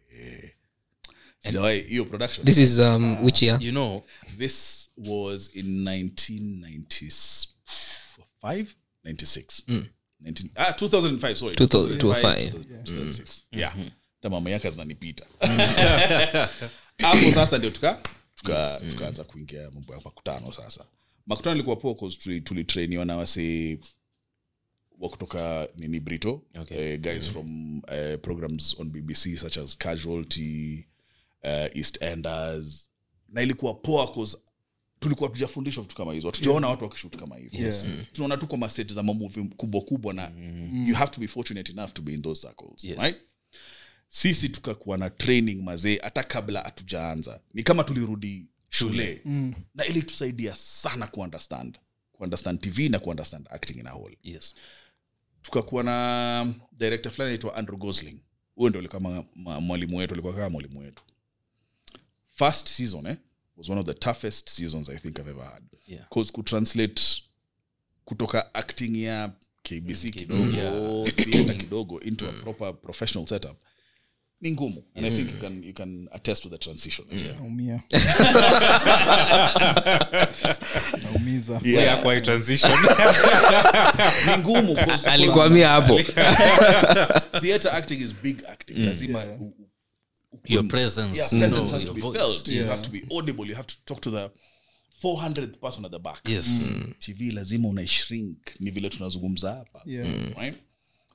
Sijawahi- hiyo production this is um, which year you know this was in 1995 96 19 ah, 2005 sorry 2005. 2006 yeah ta mama yake zinanipita hapo sasa ndio tuka tuka tukaanza kuingia mambo ya makutano sasa makutano ilikuwa poa cause tuli- tulitrainiwa na wase wa kutoka nini brito Okay. eh, guys from eh, programs on bbc such as casualty eh, east enders na ilikuwa poa cause tulikuwa tujafundishwa vitu kama hizo hatujaona watu wakishut kama hivyo Yeah. tunaona tu kwa maset za mamuvi kubwa kubwa na you have to be fortunate enough to be in those circles Yes. right? sisi tukakuwa na training mazee hata kabla hatujaanza ni kama tulirudi shule mm. na ilitusaidia sana kuunderstand kuunderstand tv na kuunderstand acting in a whole yes tukakuwa na director fulani anaitwa andrew gosling huyo ndio alikuwa ma- ma- mwalimu wetu alikuwa kama mwalimu wetu first season eh, was one of the toughest seasons i think i've ever had Yeah. cause kutranslate kutoka acting ya kbc kidogo Mm, yeah. theatre kidogo into a proper professional setup ni ngumu and Mm. i think you can, you can attest to the transition naumia naumiza Yeah. yeah. kwa hii transition ni ngumu 'cause- alikwamia hapo theatre acting is big acting lazima u- u- Mm. your presence, Mm. yeah, presence Mm. no, has to your be voice. felt. You Yeah. have to be audible. You have to talk to the 400th person at the back. yes TV lazima una shrink. Ni vile tunazungumza hapa. Yeah. Mm. Right?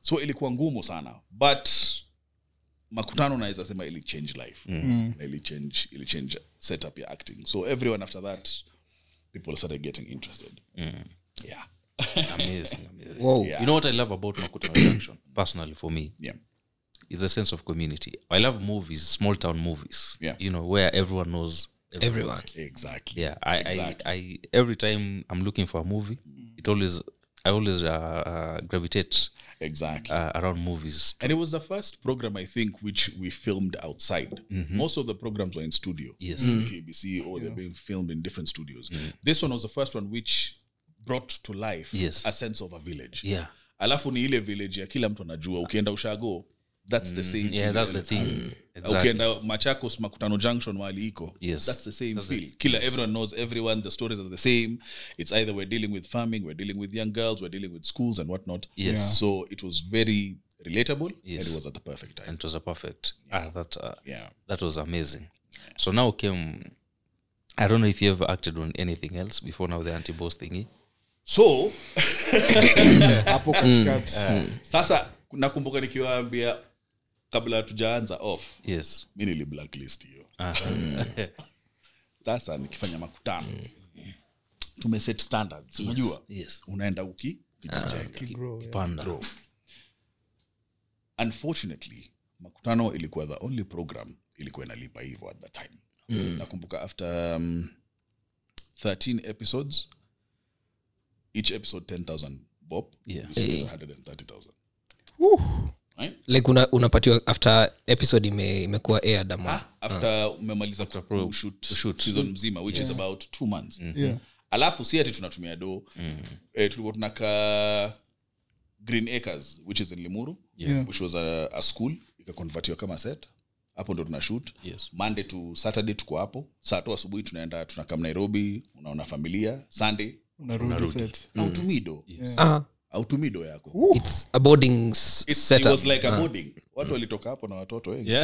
So ilikuwa ngumu sana. But makutano naweza sema ili Mm. change life. Na ili change ili change setup ya acting. So everyone after that people started getting interested Mm. yeah amazing, amazing. Whoa. you know what i love about makuta junction personally for me yeah is a sense of community i love movies small town movies Yeah. you know where everyone knows everyone. Everyone. exactly yeah I, Exactly. I i every time i'm looking for a movie it always i always uh, uh, gravitate exactly uh, around movies and it was the first program I think which we filmed outside. Mm-hmm. Most of the programs were in studio, Yes. KBC, or they're being filmed in different studios. Mm. This one was the first one which brought to life Yes. a sense of a village. yeah Ah. alafu ni ile village ya kila mtu anajua ukienda ushago that's the same Mm-hmm. feel yeah that's the every thing time. exactly ukienda machakos makutano junction wali iko Yes. that's the same That's feel it. kila Yes. everyone knows everyone the stories are the same it's either we're dealing with farming we're dealing with young girls we're dealing with schools and whatnot Yes. Yeah. so it was very relatable Yes. and it was at the perfect time and it was a perfect ah that uh, yeah that was amazing so now came i don't know if you ever acted on anything else before now the anti-boss thingy so hapo katikati sasa nakumbuka nikiwaambia kabla tujaanza off yes Ah. mi nili blacklist hiyo Mm. sasa nikifanya makutano tumeset standards unajua yes Ah, unaenda uki panda unfortunately makutano ilikuwa the only program ilikuwa inalipa hivyo at the time Mm. nakumbuka after um, 13 episodes each episode 10000 bob Yeah. This was 130000 Right? like una, unapatiwa after episode ime, imekuwa aired ama after umemaliza pro- kushoot kushoot. season mzima which is about two months Yeah. alafu si ati tunatumia do Mm. eh, tulikuwa tunakaa green acres which is in limuru Yeah. which was a, a school ikakonvertiwa kama set hapo ndo tuna shoot Yes. monday to saturday tuko hapo saa tu asubuhi tunaenda tunakam nairobi unaona familia sunday Mm. unarudi set autumii do Ah, autumii do yako it's a boarding s- It's- it setup was like a boarding watu walitoka hapo na watoto wengi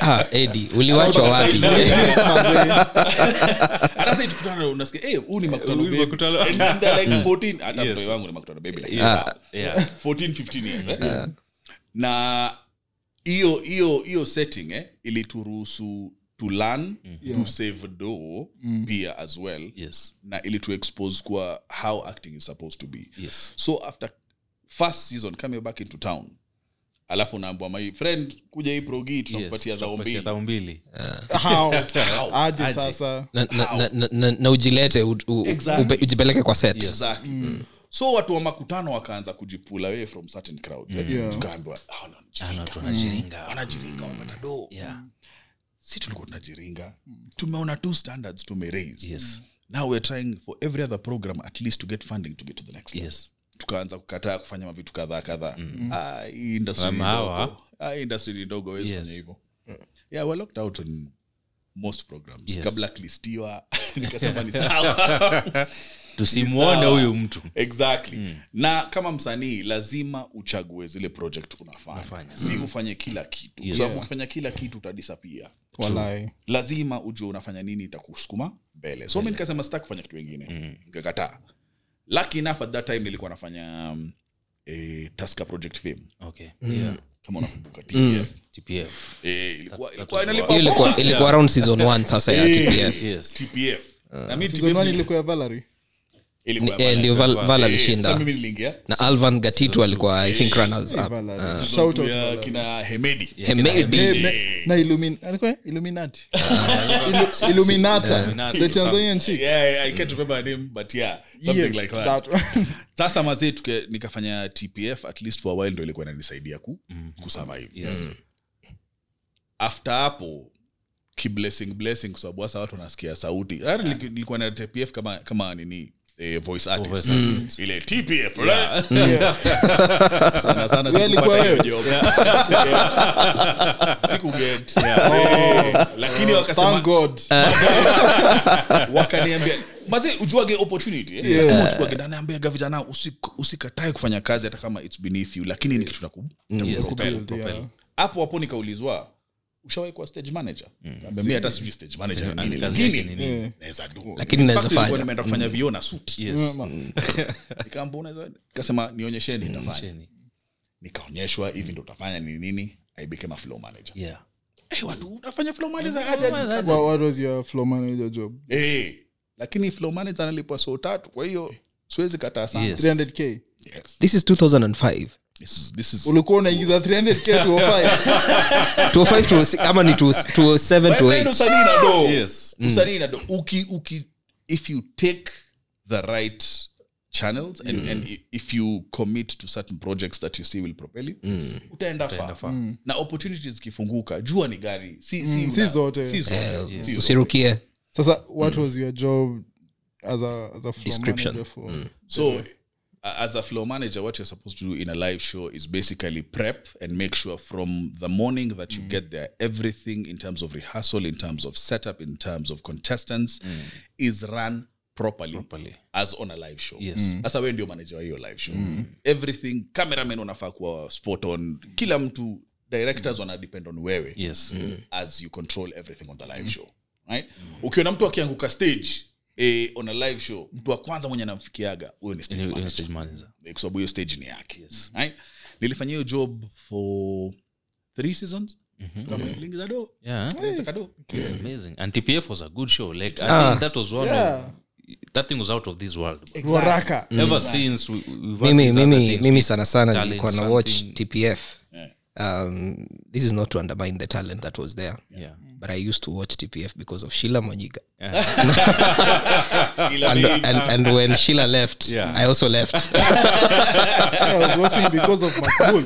ah, Eddie, uliwachwa wapi hata sasa tukutana unasikia eh huu ni makutano Huyu ni baby makutano. and then they're like 14 hata Yes. mtoto wangu ni makutano baby like Yes. Ah, that. yeah 14 15 years eh? na hiyo hiyo hiyo setting eh, ilituruhusu to learn Mm-hmm. to save do pia as well yes na ili to expose kwa how acting is supposed to be yes so after first season coming back into town alafu unaambwa my friend kuja hii progi tunakupatia Yes, dhao mbili dhao mbili How? aje sasa na, na, na, na, na, na ujilete u, u, Exactly. ube- ujipeleke kwa set exactly Mm. so watu wa makutano wakaanza kujipula away from certain crowds eh? Yeah. Mm. tukaambiwa "Ah, wanajiringa." Ana tunajiringa wanajiringa wamepata do yeah si tulikuwa tunajiringa tumeona two standards tumeraise yes now we're trying for every other program at least to get funding to get to the next level. yes tukaanza kukataa kufanya mavitu kadhaa kadhaa Mm. Ah, hii industry Kama ni Mm. hawa. ndogo. Ah, hii industry ni ndogo wezi Yes. fanya hivyo Mm. yeah we're locked out on most programs Yes. kabla klistiwa nikasema ni sawa tusimuone sawa. huyu mtu exactly Mm. na kama msanii lazima uchague zile project unafanya Unafanya. si ufanye kila kitu Yes. kwa sababu ukifanya kila kitu utadisapia walai lazima ujue unafanya nini itakusukuma mbele so mi nikasema sitaki kufanya kitu ingine Mm. nikakataa lucky enough at that time nilikuwa nafanya um, eh, taska project fame okay Mm. yeah kama unakumbuka TPS. tpf Eh, ilikuwa- ilikuwa hiyo inalipa ilikuwa, ilikuwa around season 1 sasa ya tpf yes tpf na mi TPF zoni nili- ilikuwa ya valerie ilikuwa Ni- Ah. eh, ya ndio val, Val- val Eh, sasa alishinda mimi niliingia na alvan gatitu alikuwa i think runners Ya up Uh, Valerie. Season Shout two out ya Valerie. kina hemedi Hemedi. Eh, na- na Illumin- alikuwa illuminati Illu- Uh, illuminata Illuminati. the tanzanian chick yeah, yeah, i can't remember her name but yeah something Yes, like that, that one. sasa mazee tuke- nikafanya tpf at least for a while ndo ilikuwa inanisaidia ku, kusurvive yes Mm. after hapo kiblessing blessing kwa sababu hasa watu wanasikia sauti Tayari niliki- nilikuwa na tpf kama kama nini eh, voice artist, Mm. voice ile tpf right? Oh, Yeah. sana sana sikupata Wewe ulikuwa hiyo wewe? job. Sikuget. Sikuget. Eh, lakini wakasema Oh. Thank God. wakaniambia mazi ujuage opportunity eh? Yeah. Lazima uchukuage. Na naambiaga vijana usik- usikatae kufanya kazi hata kama its beneath you lakini ni kitu na ku- yes Kubuild, Mm. yeah. hapo hapo nikaulizwa ushawahi kuwa stage manager Nikamwambia, mi hata sijui stage manager ni nini, Kazi yake lakini ni nini? Yeah. naweza do. Lakini In naweza fact, nilikuwa fanya. nimeenda kufanya vio na suti yes Mm. Nikaambiwa, unaweza- nikasema nionyesheni nitafanya Sheni. nikaonyeshwa hivi ndo utafanya ni nini i became a flow manager yeah hey, watu unafanya flow manager aje, aje. What, what was your floor manager job? Eh, lakini flow manager analipwa so tatu kwa hiyo siwezi kataa sana Yes. 300k. this is 2005 this is, this is, Ulikuwa unaingiza 300k to offer. 205 206 ama ni 207 Wewe 208 usanii na do. Yes. Usanii na do. Uki- uki- if you take the right channels and, and i- if you commit to certain projects that you see will propel you Mm. utaenda far Mm. na opportunities zikifunguka jua ni gani si, si, si una- zote. si zote. Si zote. usirukie Sasa what was your job as a as a floor Description. manager for? So, uh, as a floor manager, what you're supposed to do in a live show is basically prep and make sure from the morning that Mm. you get there, everything in terms of rehearsal, in terms of setup, in terms of contestants is run properly, Mm. Properly. as on a live show. Yes. Mm. Sasa wewe ndio manager wa hiyo live show. Everything, cameraman unafaa kuwa spot on. Kila mtu Mm. directors wana depend on wewe yes Mm. as you control everything on the live show right ukiona mtu akianguka stage eh, on a live show mtu wa kwanza mwenye anamfikiaga huyo ni stage Any- any manager. stage manager. Eh, kwa sababu hiyo stage ni yake right? nilifanya hiyo job for three seasons kama lingi za do Yeah. Nataka do. It's amazing. And TPF was a good show. Like I Ah. Mm. think that was one Yeah. of that thing was out of this world. bro. Waraka. Ever since we, we've had mimi these other mimi things, mimi sana sana talent, nilikuwa na watch something. tpf Yeah. um, this is not to undermine the talent that was there Yeah. but i used to watch tpf because of shila mojiga Ila and, mi- and, and when shila left Yeah. i also left I was watching because of Makbul.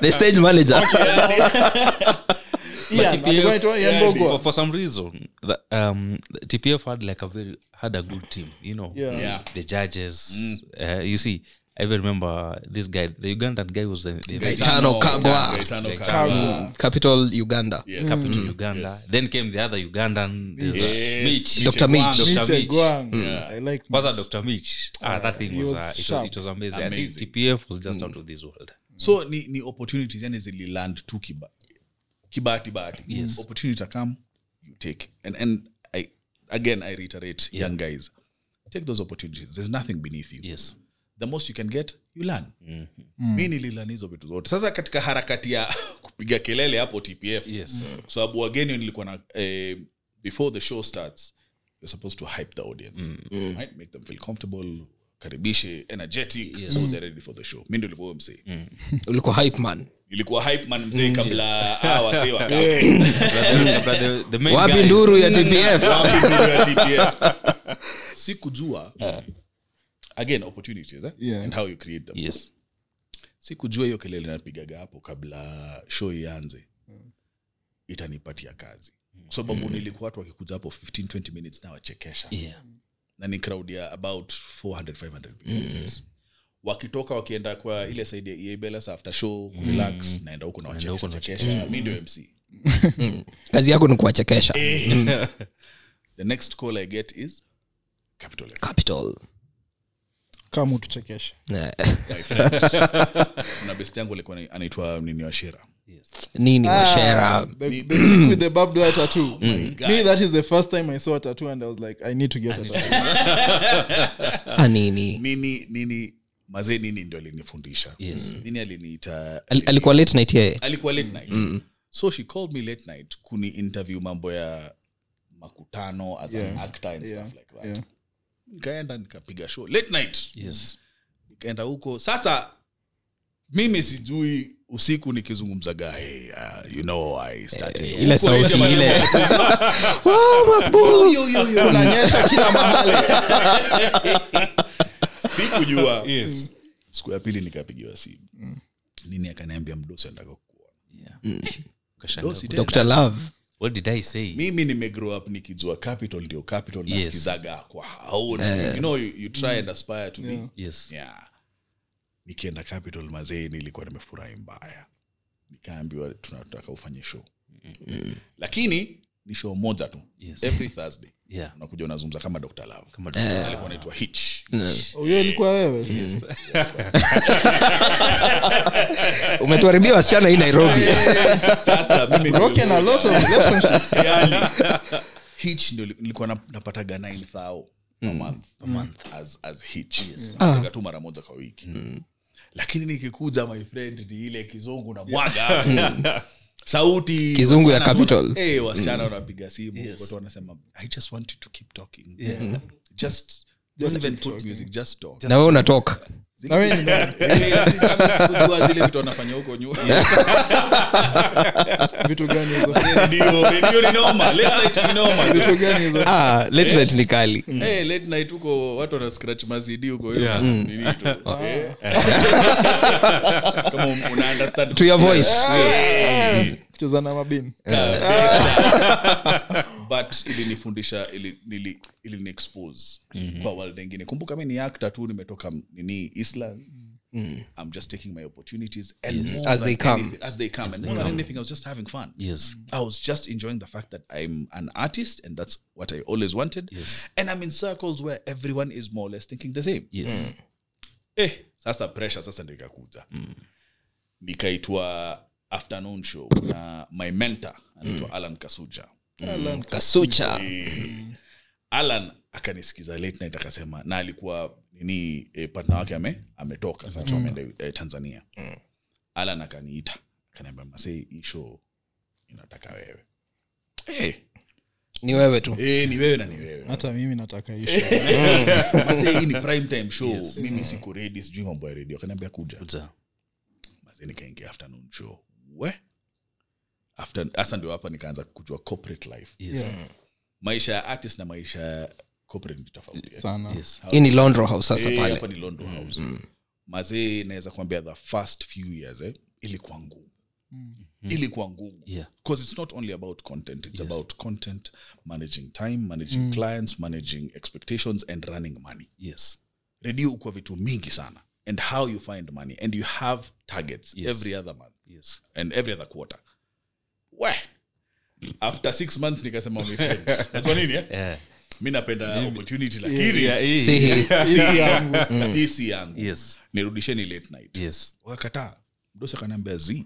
the stage manager Ian, TPF alikuwa anaitwa Ian Bogwa. For, for some reason, the, um, the TPF had like a very had a good team. You know, Yeah. Yeah. the judges. Uh, you see, I even remember this guy, the Ugandan guy, was the, the Gaetano Kagwa. Gaetano Gaetano. Kagwa. capital uganda Yes. capital Uganda. Then came the other Ugandan, there's, uh, Yes. Mitch. Dr. Mitch. Dr. Mitch Mitch. Egwang. Yeah. I like Was that Mitch. Dr. Mitch? Ah, that thing he was, was uh, it, sharp. was, it was amazing. Amazing. I think TPF was just out of this world. so ni, ni opportunities yani zililand tu kiba, kibahati bahati yes. opportunity come you take and, and I, again i reiterate yeah. young guys take those opportunities there's nothing beneath you Yes. the most you can get you learn mm-hmm. mi nililan hizo vitu zote sasa katika harakati ya kupiga kelele hapo tpf Yes. kwa sababu wageni nilikuwa na eh, before the show starts you're supposed to hype the audience right? make them feel comfortable karibishe energetic so they're ready for the show mi ndo ilikuwa msee ulikuwa hype man ilikuwa hype man mzee Mm, kabla awasee But the, the main wapi guys- nduru ya tpf si kujua Eh. again opportunities eh? Yeah. and how you create them Yes. si kujua hiyo kelele napigaga hapo kabla show ianze itanipatia kazi kwa sababu Mm. nilikuwa watu wakikuja hapo 15 20 minutes na wachekesha Yeah. na ni crowd ya about 400 500 people. Mm. wakitoka wakienda kwa ile side ya Ibelas after show kurelax naenda huko na Mm. huko na Mm. wachekesha mi ndio mc kazi yako ni kuwachekesha the next call i get is capital F. capital Come utuchekeshe. Eh, kuna best yangu alikuwa ana- anaitwa nini washira nini washera The, the chick with the barbed wire tattoo. God. Me, that is the first time I saw a tattoo and I was like, I need to get a tattoo. Ah, nini nini nini mazee nini ndio alinifundisha Yes. nini aliniita Al- alikuwa late night yeye alikuwa late night so she called me late night kuni interview mambo ya makutano as an Yeah. actor and Yeah. stuff like that Yeah. nikaenda nikapiga show late night Yes. nikaenda huko sasa mimi sijui usiku nikizungumzaga hey, uh, you know I started Eh, ile Huko nje sauti maneno ile Tunanyesha kila mahali. sikujua yes. siku ya pili nikapigiwa simu Mm. nini akaniambia mdosi anataka kukuona Yeah. Ukashangaa, Dosi what- tena. dr love What did I say? mimi nimegrow up nikijua capital ndio capital Yes. Eh. Mm. nasikizaga kwa hao you know you, you try and aspire to be Yes. yeah. nikienda capital mazee nilikuwa nimefurahi mbaya nikaambiwa tunataka ufanye show lakini ni show moja tu Mm. Yes. every thursday Yeah. unakuja unazungumza kama dr love Kama alikuwa anaitwa hitch Huyo ilikuwa wewe? umetuharibia wasichana hii nairobi sasa mimi Broken a lot of relationships. Yani, hitch ndio li- nilikuwa nap- napataga 9000 a month, as, as hitch napataga tu mara moja kwa wiki lakini nikikuja my friend ni ile kizungu na mwaga sauti Kizungu ya wasichana- Capital. Eh, wasichana wanapiga simu watu wanasema i just want you to keep talking Mm. just don't even put music just talk na we unatoka Na we ni nani? Zile- at least hata sikujua zile vitu wanafanya huko nyuma vitu gani hizo Ndio, ndio ni noma late night ni noma vitu gani hizo ah, late night ni kali Eh, late night huko watu wana scratch mazidi huko hiyo Yeah. nini tu. Eh. kama un- una understand to your voice kucheza na mabini but ilinifundisha ili- nili- iliniexpose kwa world ingine kumbuka mi ni actor tu nimetoka m- nini isla i'm just taking my opportunities and more Mm. As than they come. anything- as they come and more than anything i was just having fun Yes. i was just enjoying the fact that i'm an artist and that's what i always wanted and i'm in circles where everyone is more or less thinking the same yes eh, sasa pressure sasa ndio ikakuja nikaitwa afternoon show na my mentor anaitwa alan kasuja kasucha alan akanisikiza late night akasema na alikuwa nini eh, partner wake ame, ametoka sasa ameenda eh, tanzania alan akaniita akaniambia masei hii show inataka wewe eh, ni wewe tu eh, ni wewe na ni wewe hata mimi nataka ishu Mazee, hii ni prime time show mimi siku redi sijui mambo ya redio akaniambia kuja Kuja. Mazee, nikaingia afternoon show we After- hasa ndio hapa nikaanza kujua corporate life yes maisha ya artist na maisha ya corporate ni tofauti sana yes hii ni Londro house sasa Eh, hapa pale ni London house mazee naweza kuambia the first few years eh, ilikuwa ngumu ilikuwa ngumu Yeah. because it's not only about content it's about content managing time managing clients managing expectations and running money yes redio ukuwa vitu mingi sana and how you find money and you have targets Yes. every other month yes and every other quarter we after six months nikasema mifrnajua nini eh? Eh, mi napenda opportunity lakini si hii hisi yangu this yangu yes nirudisheni late night yes wakakataa mdosi akaniambia z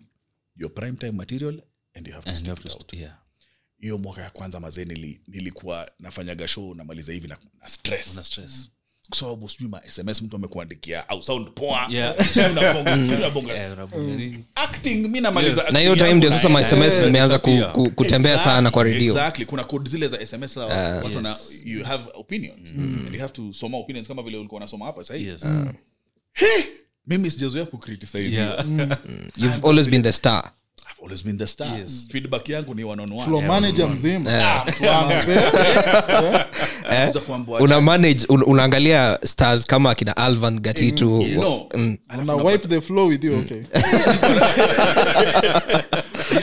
your prime time material and you have to and you stick have it to out." st- yeah hiyo mwaka ya kwanza mazee nili, nilikuwa nafanyaga show namaliza hivi na, na una stress stress kwa sababu sijui ma sms mtu amekuandikia au sound poa Yeah. sijui unabonga- sijui unabonga- Eh, unabonga nini? acting mi namaliza na hiyo acting time ndio yangu sasa na- ma sms zimeanza ku, ku, kutembea Exactly, sana kwa Ah, redio exactly. kuna code zile za sms za watu wana- you have opinions Mm. and you have to soma opinions kama vile ulikuwa unasoma hapa sahii yes mimi sijazoea kucriticize yeah you've always been the star I've always been the star Yes. feedback yangu ni one on one. flow manager mzima Ah, Nakuza kuambia watu- Eh? una manage un, unaangalia stars kama akina alvan gatitu Mm. no una wipe the flow with you okay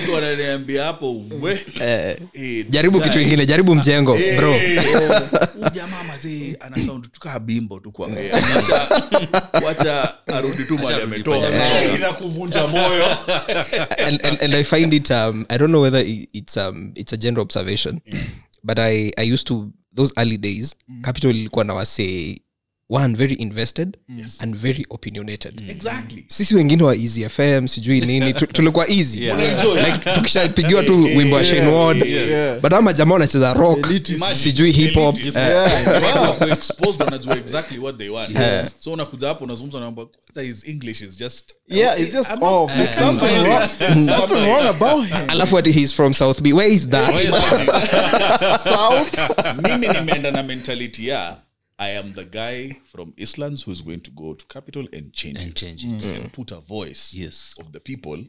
Mtu wananiambia hapo we eh, jaribu this kitu guy, ingine jaribu mjengo bro eh, huyu jamaa mazee ana sound tu kaa bimbo tu kwa eh, wacha- wacha arudi tu mali ametoka inakuvunja moyo and, and, and I find it. Um, I don't know whether i- it's um, it's a general observation, but I I used to those early days. Capital ilikuwa na wase one very invested and very opinionated. exactly sisi wengine wa easy fm sijui nini tu- tulikuwa easy Unaenjoy. like tukishapigiwa tu wimbo wa Shane Ward. yeah. but ama jamaa wanacheza rock Imagine, sijui hip hop elitist. eh, Watu wako exposed wanajua exactly what they want so unakuja hapo unazungumza naamba his english is just yeah it's just I'm not- off there's something wrong something wrong about him alafu ati he's from south b where is that south mimi nimeenda na mentality ya i am the guy from islands who is going to go to capital and change and it change it and put a voice Mm. yes Mm. of the people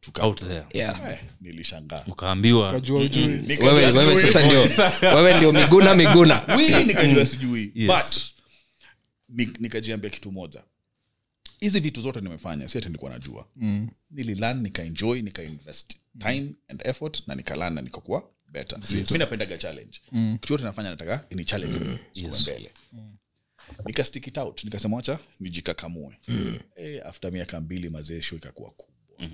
to out capital. there yeah. Eh, nilishangaa ukaambiwa kajua ujui Nikajua wewe wewe sijui. sasa ndio wewe ndio miguna miguna Wii, nikajua sijui Mm. Yes. but ni- nikajiambia kitu moja hizi vitu zote nimefanya si ati nilikuwa najua mm. nililan nikaenjoy nikainvest Mm. time and effort na nikalan na nikakuwa better mi napendaga challenge mm. kitu yote nafanya nataka ini challenge Mm. yes. mbele nika stick it out nikasema wacha nijikakamue mm. e, after miaka mbili mazee show ikakuwa kubwa mm.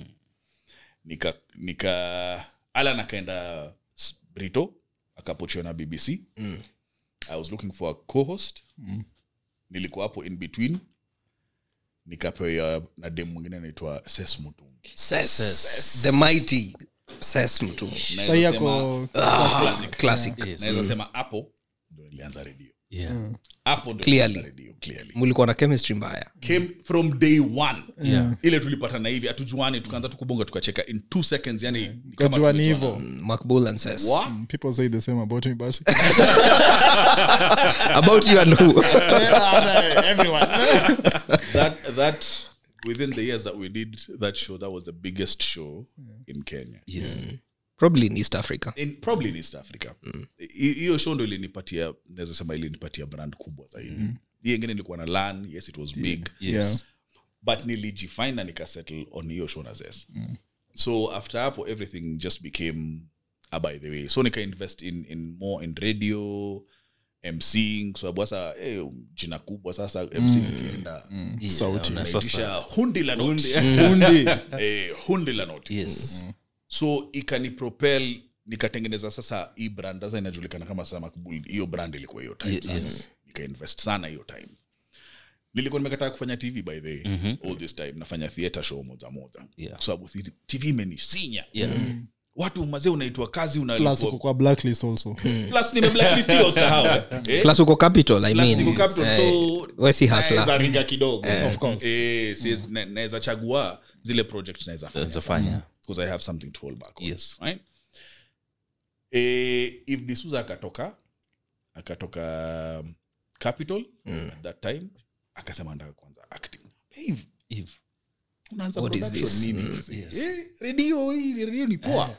nika nika alan akaenda s- brito akapochiwa na bbc mm. i was looking for a co-host mm. nilikuwa hapo in between nikapewa na dem mwingine anaitwa ses mutungi Ses. the mighty ses mtu Naweza sahi sema- Ah, yako classic yes Mm. naweza sema hapo ndo nilianza redio yeah. hapo ndio Clearly. tulipata radio, clearly mlikuwa na chemistry mbaya came from day one Mm. Yeah. ile tulipatana hivi hatujuani tukaanza tukubonga tukacheka in two seconds yani ni kama kajuani tumejuana. hivo macbull Mm, and ses What? Mm, people say the same about me but about you and who that that within the years that we did that show that was the biggest show in kenya Yes. probably in east africa in, probably in east africa Mm. Hi- hiyo show ndo ilinipatia naweza sema ilinipatia brand kubwa zaidi mm. ingine nilikuwa na lan yes it was big yeah. Yes. but nilijifine na nikasettle on hiyo show na zes mm. so after hapo everything just became ah, by the way so nikainvest in, in more in radio mcing kwa sababu sasa eh, jina kubwa sasa mc nikienda mm. Yeah, Sauti. na kisha sasa- hundi la noti undi eh, hundi la noti Yes. Mm. so ikanipropel nikatengeneza sasa hii brand sasa inajulikana kama sasa makbul hiyo brand ilikuwa hiyo time Ye- sasa yes. nikainvest sana hiyo time nilikuwa nimekataa kufanya tv by the way Mhm. mm-hmm. all this time nafanya theater show moja moja Yeah. kwa sababu thi- tv imenisinya Yeah. watu mazee unaitwa kazi plus uko kwa blacklist also unaariga plus uko capital i Eh? Plus niko mean capital, eh, so- we si hasla kidogo Of course. Eh, Mm. siwezi- na- naweza chagua zile project naweza fanya Naweza fanya. because i have something to fall back on, Yes. right? eh, if disuza akatoka akatoka um, capital Mm. at that time akasema nataka kuanza acting Hey, Eve. unaanza What is production this? nini Mm, Eh. mzee? yes. Eh, redio hii redio ni poa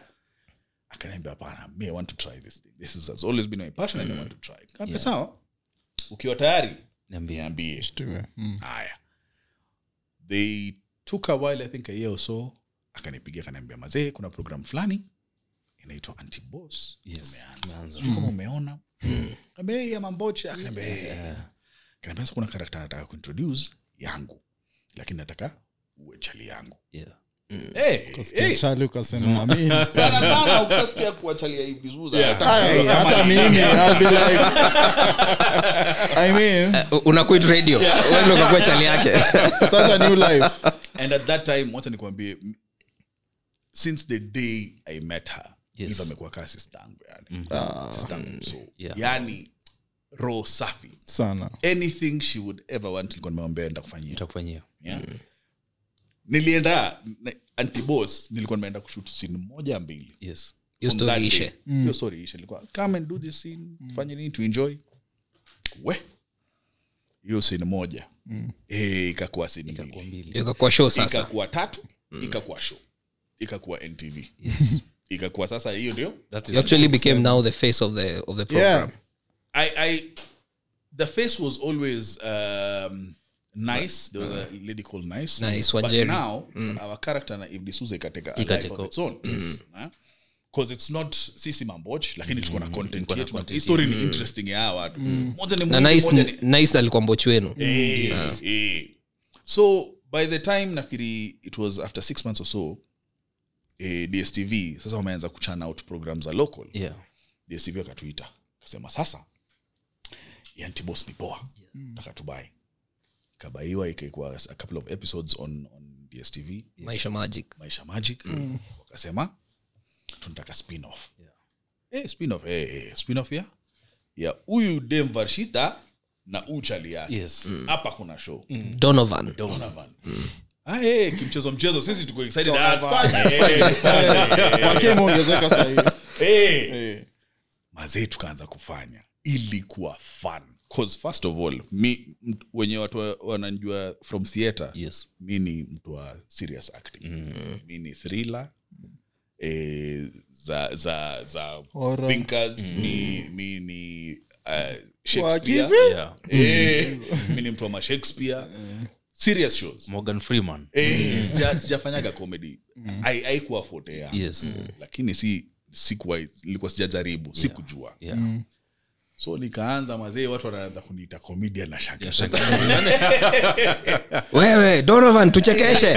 akaniambia hapana me i want to try this thing this is, has always been my passion Mm. and i want to try it Kaambia, sawa ukiwa tayari Niambie. niambie Mm. haya they took a while i think a year or so akanipigia akaniambia mazee kuna program fulani inaitwa antibos Yes, tumeanza tumeanza. sijui kama umeona kaambia ya mamboche akaniambia yeah. kaniambia "Sasa kuna karakta nataka kuintroduce yangu lakini nataka uwe chali yangu Yeah. hey, Ukasikia hey. Charlie ukasema "Amin." sana sana ukishasikia kuwachalia hii vizuri Hey, hata mimi I'll be like I mean unaquit radio wewe ukakuwa chali yake start a new life and at that time wacha nikwambie m- since the day i met her Yes. Mhm. yes. amekuwa kaa sister yangu yani sister Ah. yangu so Yeah. yani roho safi sana anything she would ever want nilikuwa nimeombea enda kufanyia Nitakufanyia. yeah. nilienda antibos nilikuwa nimeenda kushoot scene moja mbili Yes. Hiyo On story that day. ishe. Hiyo story ishe ilikuwa come and do this scene fanye nini to enjoy we hiyo scene moja Eh, ikakuwa scene Itakuwa mbili mbili. ukakuwa show sasa ikakuwa tatu ikakuwa show ikakuwa ntv ikakuwa sasa hiyo ndio That you is actually became now the face of the of the program I, I the face was always um, nice. There was a lady called Nice. Nice, But Wanjeri. now our character na Ibn Suze kateka a Ika life take of o- its own. Because it's not sisi mamboch lakini tuko na content Tuko na yetu na content history ni interesting ya hawa watu. Moja ni na Mungu, moja nice ni- nice alikuwa mbochi wenu Eh, eh. So by the time nafikiri it was after six months or so eh, DSTV sasa wameanza kuchana out programs za local Yeah. dstv akatuita akasema sasa yantibos ni poa takatubai kabaiwa ikaikuwa a couple of episodes on, on dstv maisha magic maisha magic wakasema tunataka spinoff Yeah. eh, spinoff eh, eh, spinoff ya ya huyu demvarshita na uchali yake Yes. hapa kuna show Mm. donovan Donovan. Ah, eh, kimchezo mchezo sisi tuko excited Ah, tufanye, eh, tufanye, eh. Wakenya wameongezeka Eh. sahii hey. mazee tukaanza kufanya ilikuwa fun cause first of all mi mt- wenye watu wa- wananjua from theatre Yes. mi ni mtu wa serious acting mm. mi ni thriller eh, za za za Horror. thinkers mi, mi ni uh, Wagizi? shakespeare Yeah. eh, Mm-hmm. mi ni mtu wa mashakespeare serious shows Morgan Freeman. Eh, sija- sijafanyaga comedy Hai- haikuwa forte yangu Mm-hmm. Yes. lakini si sikuwa ilikuwa sijajaribu sikujua Yeah. so nikaanza mazee watu wanaanza kuniita comedian na shanga Sasa, wewe donovan tuchekeshe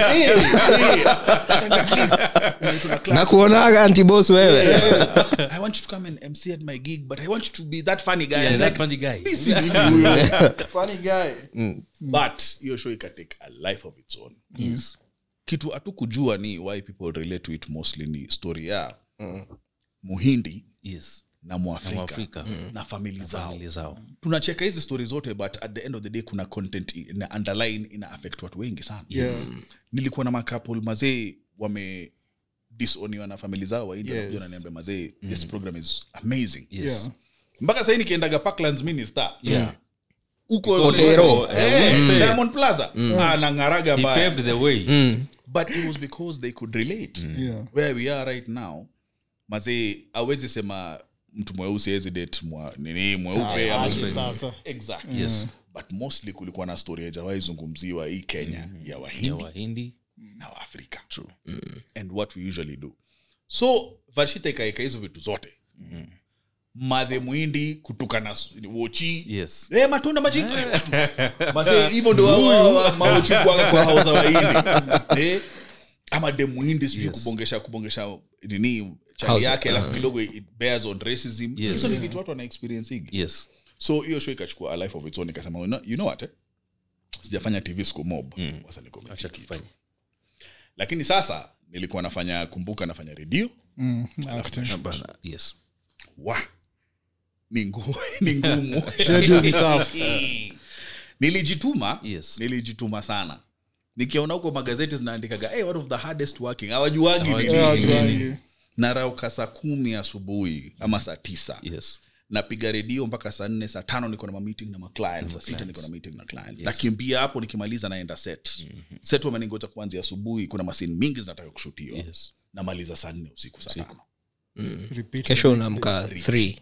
na kuonaga antibos wewe i want you to come and mc at my gig but i want you to be that funny guy Yeah, I'm that like, funny guy. "Mi si mimi huyo." but hiyo show ikatake a life of its own Yes. kitu hatukujua ni why people relate to it mostly ni story ya muhindi Yes. na mwafrika Mwafrika. Mm. na famili zao familia zao tunacheka hizi stori zote but at the end of the day kuna content ina underline ina affect watu wengi sana Yes. nilikuwa na makapul mazee wame disoniwa na famili zao Yes. wainaniambia mazee this program is amazing yes Yeah. mpaka sahii nikiendaga parklands minister Yeah. uko Uko Thero. Eh, Mm. diamond plaza anangaraga he paved Mm. the way but it was because they could relate Yeah. where we are right now mazee awezi sema mtu mweusi awezi date mwa nini mweupe ama Asli. Sasa. exactly Yes. but mostly kulikuwa na story hajawaizungumziwa hii kenya ya Mm. ya wahindi wahindi na waafrika Mm. and what we usually do so varshita ikaeka hizo vitu zote Mm. madhe mwindi kutukana s- wochi yes Eh, matunda majinga Eh, watu. Mazee, hivyo ndo hao- hao- hao mawochi kuanga kwa hao za wahindi Eh, ama de muhindi sijui Yes. Ah. kubongesha kubongesha nini chali House- yake alafu uh. kidogo it bears on racism Yes. hizo ni vitu watu wana experience higi yes so hiyo show ikachukua a life of its own ikasema you know, you know what eh? sijafanya tv siku mob Sasa niko kwenye Mm. acha kitu. tufanye lakini sasa nilikuwa nafanya kumbuka nafanya redio Mm. Ah, bana yes wa ni ngu- ni ngumu Schedule ni tough. nilijituma Yes. nilijituma sana nikiona huko magazeti zinaandikaga hey, one of the hardest working hawajuagi ni Hawajui. Yeah, nini." yeah. narauka saa kumi asubuhi ama saa tisa yes napiga redio mpaka saa nne saa tano niko na mameeting na maclient saa sita niko na meeting na client nakimbia hapo nikimaliza naenda set Mhm. set wameningoja kuanzia asubuhi kuna masini mingi zinataka kushutiwa yes namaliza saa nne usiku saa tano Repeat. kesho unamka 3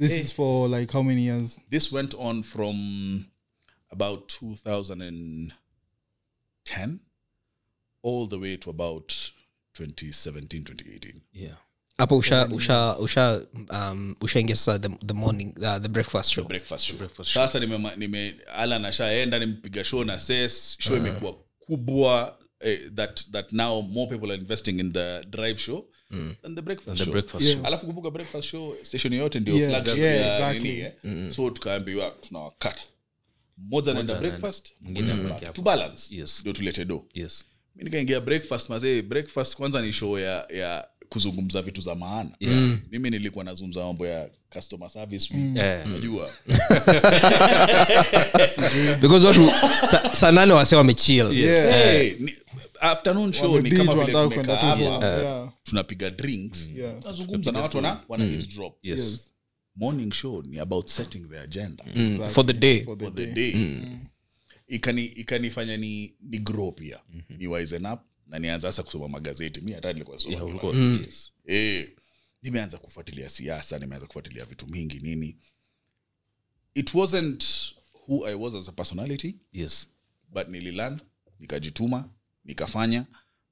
This is for like how many years? this went on from about 2010 all the way to about 2017 2018 yeah hapo usha usha usha um, ushaingia sasa the, the morning uh, the breakfast show breakfast show Breakfast show. sasa nime, nime alan ashaenda nimpiga show na ses Uh-huh. show imekuwa kubwa eh, that, that now more people are investing in the drive show than the breakfast Mm. the show breakfast Yeah. show alafu kumbuka breakfast show station yote ndio Yeah, flagship yeah, ya exactly. nini, eh? so tukaambiwa tunawakata mmoja anaenda anaenda, breakfast mwingine mwingine abaki black. hapo. to balance Yes. ndio tulete do yes mi nikaingia breakfast mazee breakfast kwanza ni show ya ya kuzungumza vitu za maana mimi nilikuwa nazungumza mambo ya customer service Mm. week. Eh, unajua because watu sa, saa nane wase wamechill Eh. Hey, ni- afternoon show ni Wamebinge kama vile Ah, wanataka tumekaa kwenda tu. hapa Eh. Yeah. tunapiga drinks Mm. Yeah. tunazungumza na watu wana wana hit drop yes morning show ni about setting the agenda Mm, for the day For the for the day. day Mm. ikani ikanifanya ni ni grow pia Mm-hmm. ni wisen up na nianza sasa kusoma magazeti mi hata nilikuwa soma yeah of magazeti. course yes eh, nimeanza kufuatilia siasa nimeanza kufuatilia vitu mingi nini it wasn't who i was as a personality yes but nililan nikajituma nikafanya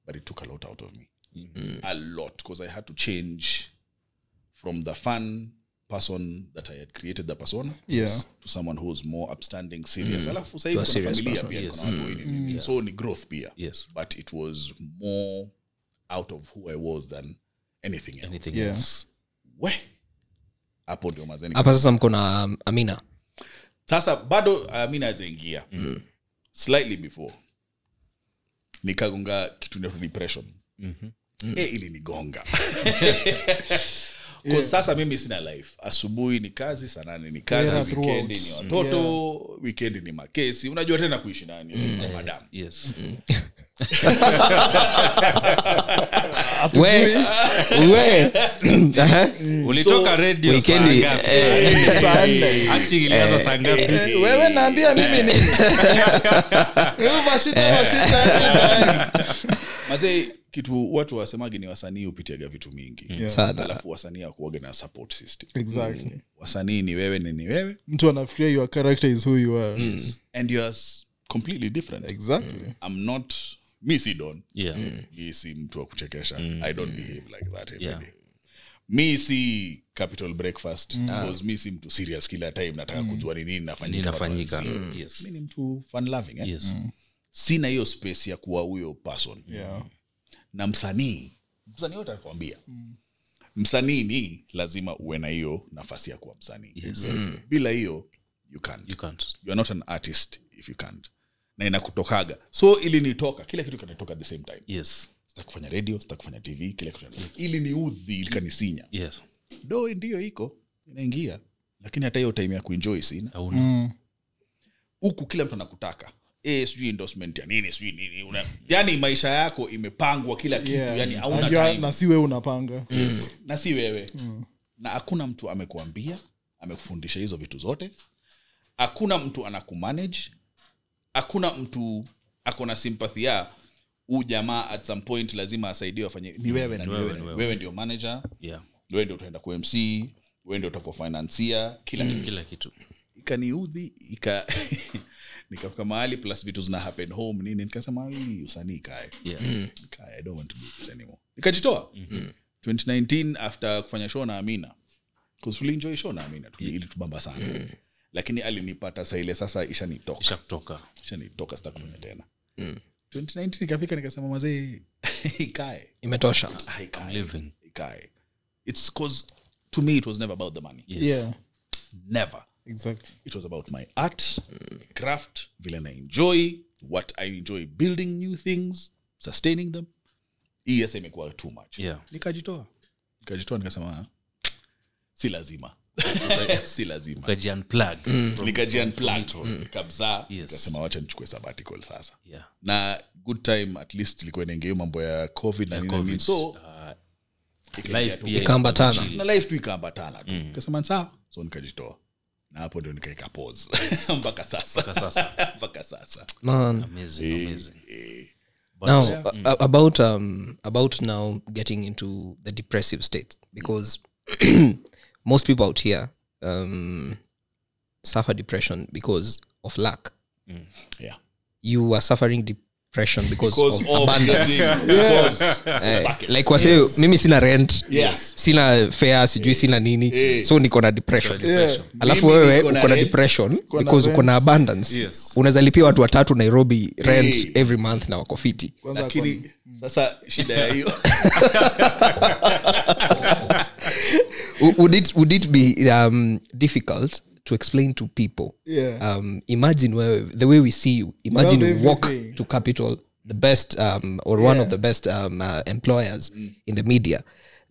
but it took a lot out of me a lot because i had to change from the fun person that i had created the persona Yeah. to someone who's more upstanding serious alafu sahii To a kuna serious familia person, pia yes. kuna watu wengi nini. so ni growth pia yes but it was more out of who i was than anything else anything Yeah. else we hapo ndio mazeni hapa sasa mko na um, amina sasa bado amina hajaingia slightly before nikagonga kitu inaitwa depression e ilinigonga 'Cause sasa mimi sina life asubuhi ni kazi saa nane ni Yeah, kazi wikendi ni throughout. watoto wikendi ni makesi unajua tena kuishi nani na madamu yes we we Aha. ulitoka radio Weekendi, saa ngapi? Saa nne. Actually, ilianza saa ngapi? Wewe naambia mimi ni. Wewe mashita, mashita. mazee kitu watu wasemagi ni wasanii hupitiaga vitu mingi sana alafu wasanii akuaga na support system Exactly. wasanii ni wewe ni ni wewe Mtu anafikiria your character is who you are. and you are s- completely different Exactly. i'm not mi si don Yeah. mi si mtu wa kuchekesha i don't behave like that every Mm. Yeah. day. mi si capital breakfast Mm. because mi si mtu serious kila time nataka kujua ni nini nafanyika watu inafanyika wanisi. yes mi ni mtu fun loving eh? Mm. yes sina hiyo space ya kuwa huyo person Yeah. na msanii msanii yote atakwambia msanii ni lazima uwe na hiyo nafasi ya kuwa msanii Yes. Mm. bila hiyo you can't you can't you are not an artist if you can't na inakutokaga so ilinitoka kila kitu kinatoka at the same time yes sita kufanya radio sita kufanya tv kila kitu kinatoka. ili niudhi ikanisinya yes do ndiyo iko inaingia lakini hata hiyo time ya kuenjoy sina Hauna. huku kila mtu anakutaka Eh, sijui endorsement ya nini sijui nini una, yani maisha yako imepangwa kila kitu Yeah. yani hauna Najua time na si we unapanga na si wewe mm. na hakuna mtu amekuambia amekufundisha hizo vitu zote hakuna mtu anakumanage hakuna mtu ako na sympathy ya huu jamaa at some point lazima asaidiwe afanye ni wewe na ni wewe, na- wewe ndio manager yeah. wewe ndio utaenda ku mc wewe ndio utakuwa financia kila kitu kila kitu ikaniudhi ika nikafika mahali plus vitu zina happen home nini nikasema hii usanii ikae yeah. Mm. Ikae, I don't want to do this anymore nikajitoa Mhm. 2019 after kufanya show na amina 'Cause tulienjoy show na amina Tuli- ilitubamba sana lakini alinipata saa ile sasa ishanitoka Mm. isha Mm. kutoka ishanitoka sita kufanya tena 2019 ikafika nikasema mazee ikae imetosha Ah, ikae living ikae it's cause to me it was never about the money yes. yeah never exactly it was about my art craft vile na enjoy what i enjoy building new things sustaining them hii sasa imekuwa too much Yeah. nikajitoa nikajitoa nikasema si lazima si lazima Ukaji unplug Mm. from- nikajianplant kabisa Yes. nikasema wacha nichukue sabbatical sasa yeah. na good time at least ilikuwa inaingia mambo ya covid na nini na nini. COVID. so Uh, ikaingia life tu pia Mm. Ikaambatana. inabadilika. na life tu ikaambatana tu kasema saa so nikajitoa na hapo ndio nikaeka pause mpaka sasa Mpaka sasa mpaka sasa man amazing amazing now a- about um about now getting into the depressive state because most people out here um suffer depression because of lack Mm, yeah you are suffering depression because, because of, of abundance the- because- Eh, like wasee mimi sina rent Yes. sina fare sijui sina nini so niko na depression alafu Mimi wewe niko na uko na rent, depression because rent. uko na abundance Yes. unaweza lipia watu watatu nairobi rent Eh. every month na wako fiti Kwanza kwa- lakini sasa shida ya hiyo W- would it would it be um, difficult to explain to people Yeah. um, imagine where, the way we see you imagine Love you walk everything. to capital the best um, or one of the best um, uh, employers Mm. in the media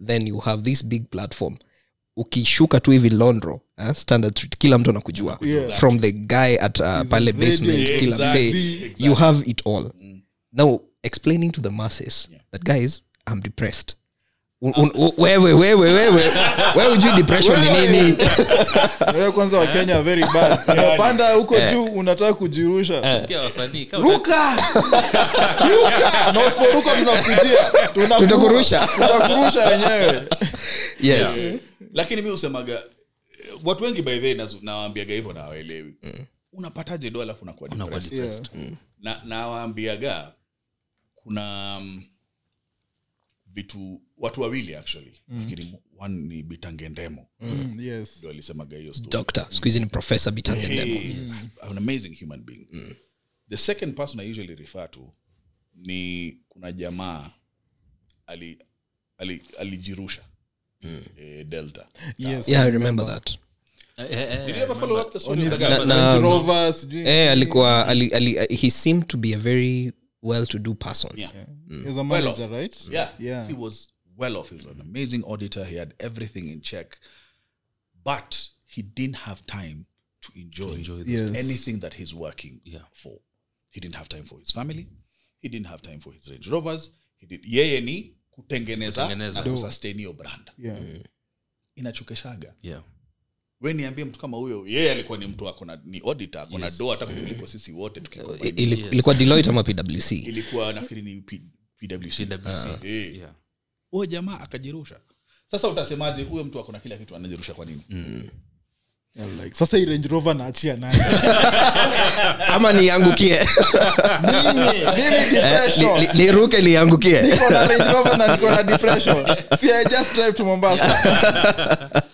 then you have this big platform ukishuka tu hivi londro eh, standard street kila mtu anakujua Yeah. from the guy at uh, pale basement radio, kila msee exactly. Mm. you have it all now explaining to the masses that guys i'm depressed Ah. Un- un- u- wewe wewe wewe wewe ujui depression ni nini wewe kwanza wakenya very bad unapanda huko juu unataka kujirusha Sikia wasanii kama na usiporuka tunakujia Tunaku- Tutakurusha. tutakurusha wenyewe yes lakini mi husemaga eh, watu wengi by the way nazu- nawaambiaga hivyo na waelewi unapataje do alafu unakuwa Unakuwa depressed? na nawaambiaga kuna um, vitu watu wawili actually nafikiri mu- one ni bitangendemo Mm, yes. ndio alisemaga hiyo story. doctor siku hizi ni professor bitange He ndemo is an amazing human being the second person i usually refer to ni kuna jamaa ali- ali- alijirusha eh, delta Yes. yeah i remember that Eh, eh, eh, Did you ever follow up the story of the guy? na, na, Range Rover, sijui- eh alikuwa ali, ali, eh, he seemed to be a very well to do person Yeah. He was a manager, right? Yeah. Yeah. He was well off. He was an amazing auditor. He had everything in check. But he didn't have time to enjoy, enjoy the- Yes. anything that he's working Yeah. for. He didn't have time for his family. He didn't have time for his Range Rovers. He did yeye ni kutengeneza, Kutengeneza. na kusustain hiyo brand. Yeah. Inachokeshaga. yeah. We niambie mtu kama huyo yeye alikuwa ni mtu ako na ni auditor, ako na Yes. Eh, doa hata kuliko sisi wote I- tukikombine. ili, ilikuwa deloitte ama pwc Ilikuwa nafikiri ni P- PwC. CWC. Eh. Yeah. huyo jamaa akajirusha sasa utasemaje huyo mtu akona kila kitu anajirusha kwa nini Mm. Yeah, like, sasa hii Range Rover naachia nani? ama niangukie Eh, Mimi Ni- depression. ni- niruke niangukie Niko na Range Rover na niko na depression. See, I just drive to Mombasa.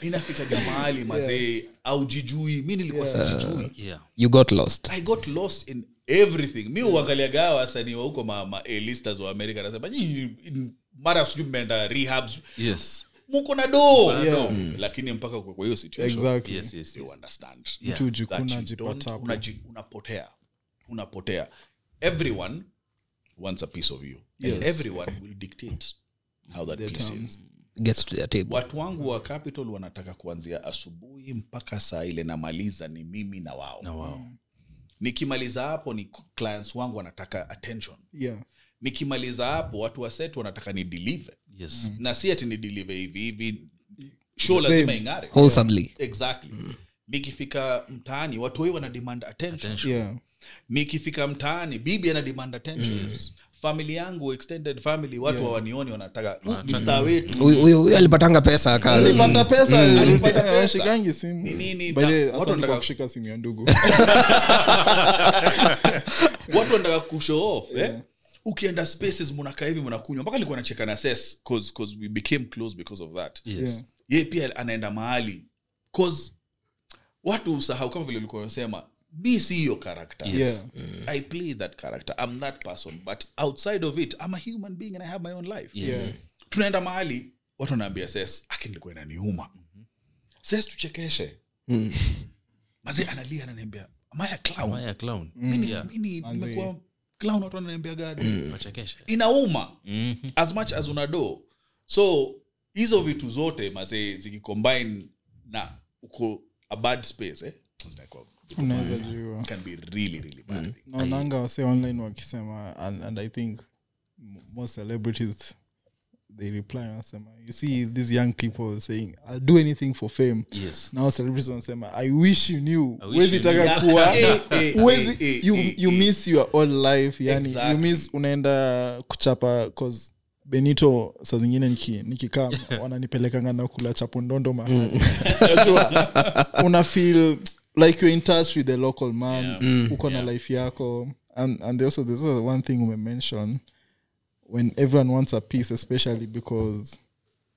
inafikaga mahali mazee aujijui mi nilikuwa sijijui Yeah. you got lost i got lost in everything mi uangaliaga hawa wasanii wa huko ma, ma A-listers wa america nasema "Nyi, in- mara sijui mmeenda rehabs Yes. muko na doo Yeah. Mm. lakini mpaka kwa kwa hiyo situation Exactly. Yes, yes, you yes. understand Yeah. Mtu hujikuna, that you jipata don't- hapo. unaji- unapotea unapotea everyone wants a piece of you and Yes. everyone will dictate how that piece is gets to their table watu wangu wa capital wanataka kuanzia asubuhi mpaka saa ile namaliza ni mimi na wao na wao Mm. nikimaliza hapo ni clients wangu wanataka attention yeah. nikimaliza hapo watu wasetu wanataka ni deliver yes Mm. na si ati ni deliver hivi hivi show Same. lazima ing'are wholesomely exactly nikifika mtaani watu wei wana demand attention, Yeah. nikifika mtaani bibi ana demand attention family yangu extended family watu hawanioni wanataka "Uh, ni Mm. star Mm. wetu Huyu- huyu huyu alipatanga pesa aka alipata Mm. pesa Alipata alipata pesa. ashikangi simu Ni nini? By the way, Na- watu asante wanataka- kwa kushika simu ya ndugu watu wanataka kushow off eh? ukienda spaces munakaa hivi munakunywa mpaka alikuwa nacheka na ses cause, cause we became close because of that Yeah. yes ye pia anaenda mahali cause watu usahau kama vile ulikuwa unasema mi si hiyo karakta Yes. Yeah. i play that character i'm that person but outside of it i'm a human being and i have my own life yes tunaenda mahali watu wanaambia ses aki nilikuwa inaniuma ses tuchekeshe mazee analia ananiambia am I a clown Am I a clown Mm. mimi, Yeah. Mm. mimi nimekuwa clown watu wananiambia gani Wachekeshe. inauma Mhm. as much as unado so hizo vitu zote mazee zikicombine na uko a bad space eh? zinakuwa- unaweza jua can be really really bad thing. naonanga wase online wakisema and, and i think m- most celebrities they reply wanasema you see these young people saying i'll do anything for fame Yes. now celebrities wanasema i wish you knew I wish Huwezi you knew. taka kuwa Eh, eh, huwezi- eh, eh, you- eh, you eh. miss your whole life yani Exactly. you miss unaenda kuchapa cause benito saa zingine niki- nikikaa wananipelekanga na kula chapo ndondo mahali Unajua, una feel like you're in touch with the local man uko na life yako and, and also there's also one thing umemention when everyone wants a piece especially because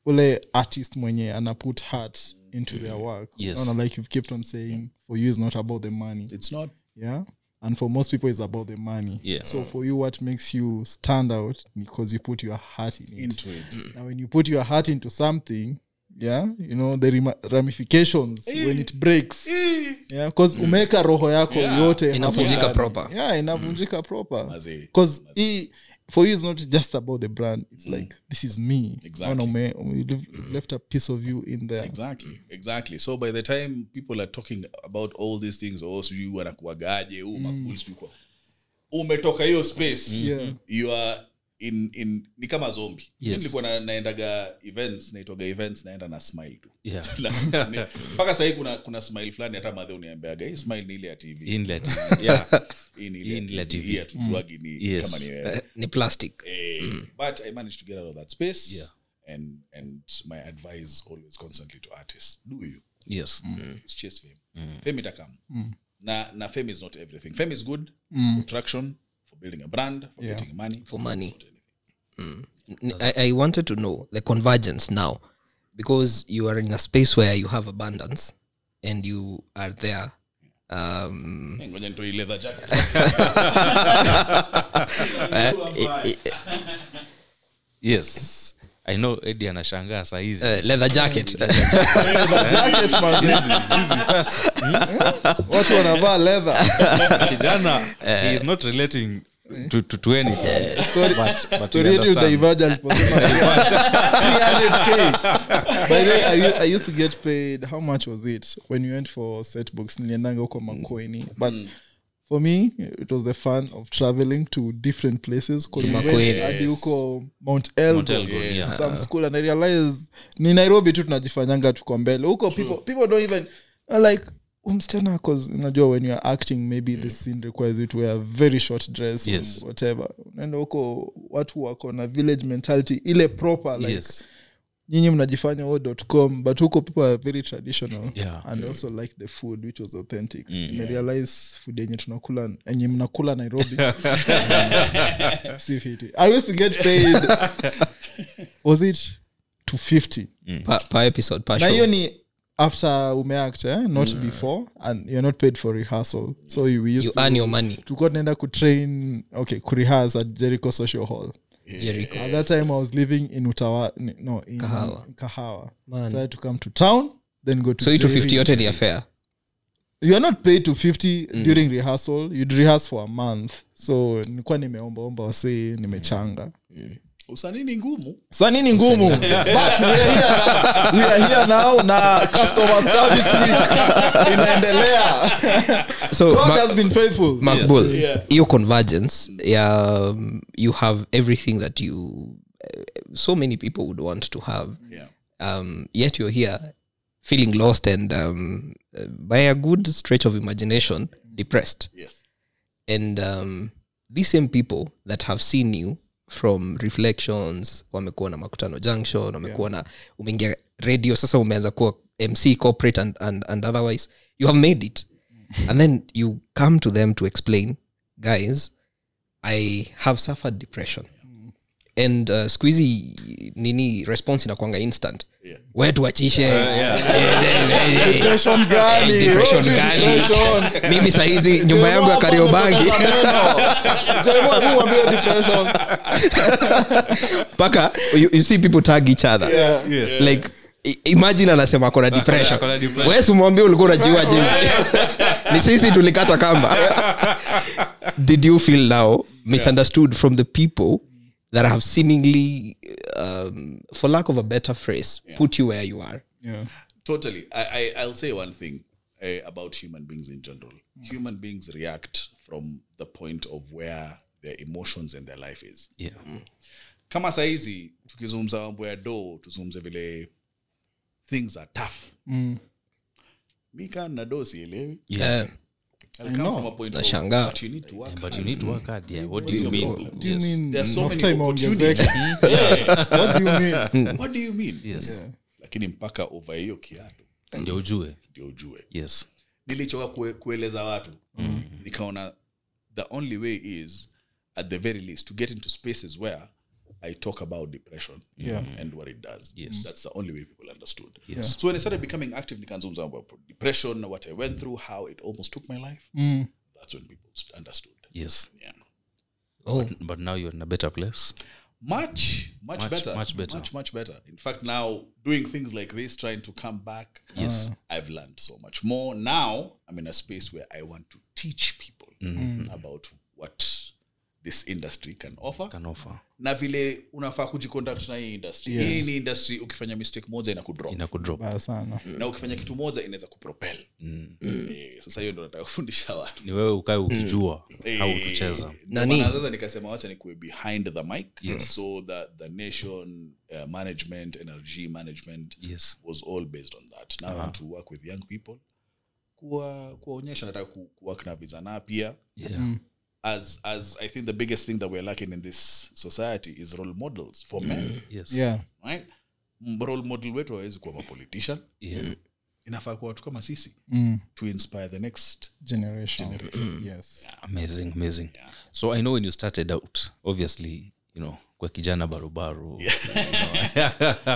ule artist mwenye ana put heart into their work Yes. Unaona, like you've kept on saying for you is not about the money it's not yeah and for most people it's about the money Yeah. so for you what makes you stand out because you put your heart in it into it now when you put your heart into something yeah you know the rima- ramifications when it breaks Eh. yeah because umeka roho yako yote Mm. Inavunjika hapo ndani. proper. yeah inavunjika proper Mazee. because he for you it's not just about the brand it's like this is me Mm. Exactly. Naona ume, ume, you've left a piece of you in there exactly exactly so by the time people are talking about all these things oh sijui wanakuagaje huu makuli sijui kwa umetoka hiyo space Yeah. you are in in ni kama zombi Mimi Yes. nilikuwa na, naendaga events naitwaga events naenda na smile tu Yeah. Lazima ni- mpaka sahii kuna kuna smile fulani hata madhe uniambeaga hii smile ni ile ya tv Inlet. Yeah. Hii ni ile Hii ni ya ile TV. TV. Hii hatujuagi ni Yes. kama ni wewe. ni plastic Eh, but i managed to get out of that space Yeah. and and my advice always constantly to artists do you Yes. Mm. it's just fame fame itakam na na fame is not everything fame is good for traction for building a brand for Yeah. getting money for money N- I, I wanted to know the convergence now because you are in a space where you have abundance and you are there um, Eh, ngoja nitoe hii leather jacket i- i- yes i know edi anashangaa saa hizi Eh. uh, leather jacket jacket mazee. Hizi pesa. watu wanavaa leather kijana he is not relating to, to, to anything but, but Eh. story yetu utaivaja aliposema 300k by the way I, u- i used to get paid how much was it when you went for set books niliendanga huko makoeni but for me it was the fun of traveling to different places 'cause we went Makueni. hadi huko mount elgon Elgon, yeah. yeah. some school and i realize ni nairobi tu tunajifanyanga tuko mbele huko people, people don't even are like "Huyu msichana cause unajua when youare acting maybe the scene requires you to wear a very short dress Mm. Yes. whatever unaenda huko watu wako na village mentality ile proper like yes nyinyi mnajifanya o com but huko people are very traditional Yeah. and also like the food which was Mm, authentic nimerealize food yenye tunakula yenye mnakula nairobi si fiti i used to get paid was it 250 Eh, per, per episode per na hiyo show ni after umeact eh? not before and you're not paid for rehearsal so you, we used Mm. you to, earn your money tulikuwa tunaenda kutrain okay kurehas at jericho social hall Jericho at that time i was living in utawa ni- no in Kahawa. kahawa Man. so i had to come to town then go to so hii Jericho. 250 yote ni affair you are not paid to 50 Mm. during rehearsal you'd rehearse for a month so nilikuwa nimeombaomba wasee nimechanga usanii ni ngumu sani ni ngumu but we are here, we are here now na customer service week inaendelea so god Ma- has been faithful Macbull, hiyo convergence ya um, you have everything that you uh, so many people would want to have Yeah. um, yet you're here feeling lost and um, uh, by a good stretch of imagination depressed yes and um, these same people that have seen you from reflections wamekuwa na makutano junction wamekuwa na umeingia radio sasa umeanza kuwa mc corporate and, and, and otherwise you have made it and then you come to them to explain guys i have suffered depression and uh, squeezy nini response inakwanga instant Yeah. we tuachishe Depression gani? depression What gani? depression? mimi sahizi nyumba yangu ya kariobangi mpaka you, you see people tag each other Yeah. Yes. like i- imagine anasema ako na depression ako na depression. wes umwambia ulikuwa unajiua james ni sisi tulikata kamba did you feel now misunderstood from the people that have seemingly um, for lack of a better phrase put you where you are totally I, I i'll say one thing uh, about human beings in general human beings react from the point of where their emotions and their life is Mm. Yeah. kama saizi tukizungumza mambo ya do tuzungumze vile things are tough mi kaa na do sielewi yeah. Eh. I'll come from a point of, Nashangaa. but you need to work But you need to work hard. Yeah. What do you mean? Do you Yes. mean There are so mafuta many imeongezeka? What do you mean? Mm. what do you mean Yes. lakini mpaka over hiyo kiatu Ndio ujue. ndio ujue Yes. nilichoka kue, kueleza watu mm. nikaona the only way is at the very least to get into spaces where i talk about depression Yeah. and what it does Yes. that's the only way people understood Yes. Yeah. so when i started becoming active nikanzungumza about depression what i went through how it almost took my life Mm. that's when people st- understood Yes. yeah oh But now you're in a better place. much, much Much, better much better. much much better in fact now doing things like this trying to come back uh, Yes. I've learned so much more. Now I'm in a space where I want to teach people Mm-hmm. about what this industry can offer Can offer. na vile unafaa kujiconduct na hii industry Yes. hii ni industry ukifanya mistake moja ina kudrop Ina kudrop. Baya sana. Mm. na ukifanya kitu moja inaweza kupropel Eh, sasa hiyo ndo nataka kufundisha watu Ni wewe ukae ukijua au Eh, kucheza. ndo Nani? maana sasa nikasema wacha nikuwe behind the mic so that the nation uh, management energy management Yes. was all based on that now I want to work with young people kuwa kuwaonyesha nataka ku- kuwork na vijana pia Yeah. as as i think the biggest thing that we're lacking in this society is role models for men Yes. Yeah. right M- role model wetu hawezi kuwa mapolitician Yeah. inafaa kuwa watu kama sisi Mm. to inspire the next Generation. Mm. Yes. amazing amazing so i know when you started out obviously you know kwa kijana barubaru you know,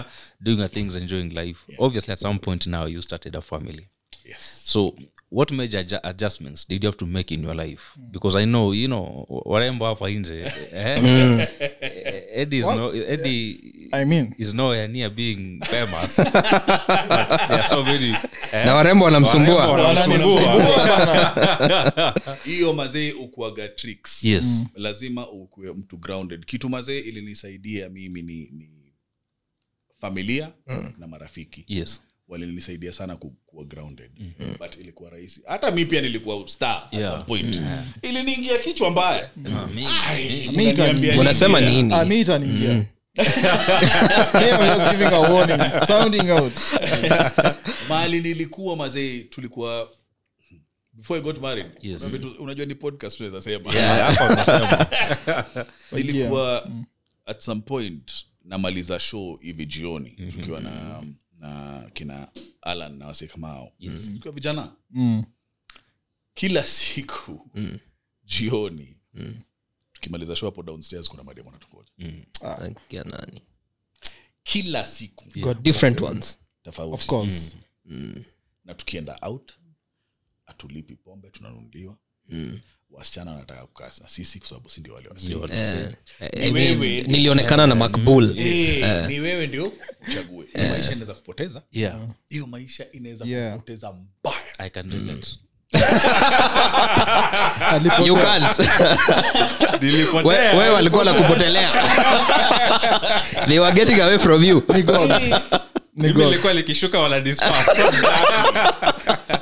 doing your things enjoying life obviously at some point now you started a family yes so what major adja- adjustments did you have to make in your life because i know you know warembo hapa nje eh? eddie is no, eddie I mean, is nowhere near being famous but there are so many eh? na warembo Warembo wanamsumbua hiyo mazee ukuaga tricks yes lazima ukue mtu grounded kitu mazee ilinisaidia mimi ni, ni familia na marafiki yes walinisaidia sana ku- kuwa grounded mm-hmm. but ilikuwa rahisi hata mi pia nilikuwa star yeah. at some Yeah. Mm. point yeah. iliniingia kichwa mbaya Ah, Me- Ai, Mi mnaniambia unasema nini? nini ah, mi itaniingia Mm-hmm. Me, I'm just giving a warning, sounding out. mahali nilikuwa mazee tulikuwa before I got married Yes. kuna vitu- unajua ni podcast tunaweza sema hapa unasema. nilikuwa Mm. at some point namaliza show hivi jioni tukiwa na na kina alan na wase kama hao tukiwa vijana Mm. kila siku jioni tukimaliza show hapo downstairs kuna mademo natukoja Angia nani? kila siku God, different ones tofauti of Mm-hmm. course. na tukienda out atulipi pombe tunanunuliwa mm. wasichana wanataka kukaa na sisi kwa sababu si ndio wale wasi Eh, I wewe, mean, ni nilionekana na macbull Eh, ni wewe ndio uchague Hiyo maisha inaweza kupoteza yeah hiyo maisha inaweza Yeah. kupoteza mbaya Mm. i can relate Alipo- you can't We- nilipotea wewe walikuwa nakupotelea they were getting away from you Eh, Mimi nilikuwa likishuka wala disperse.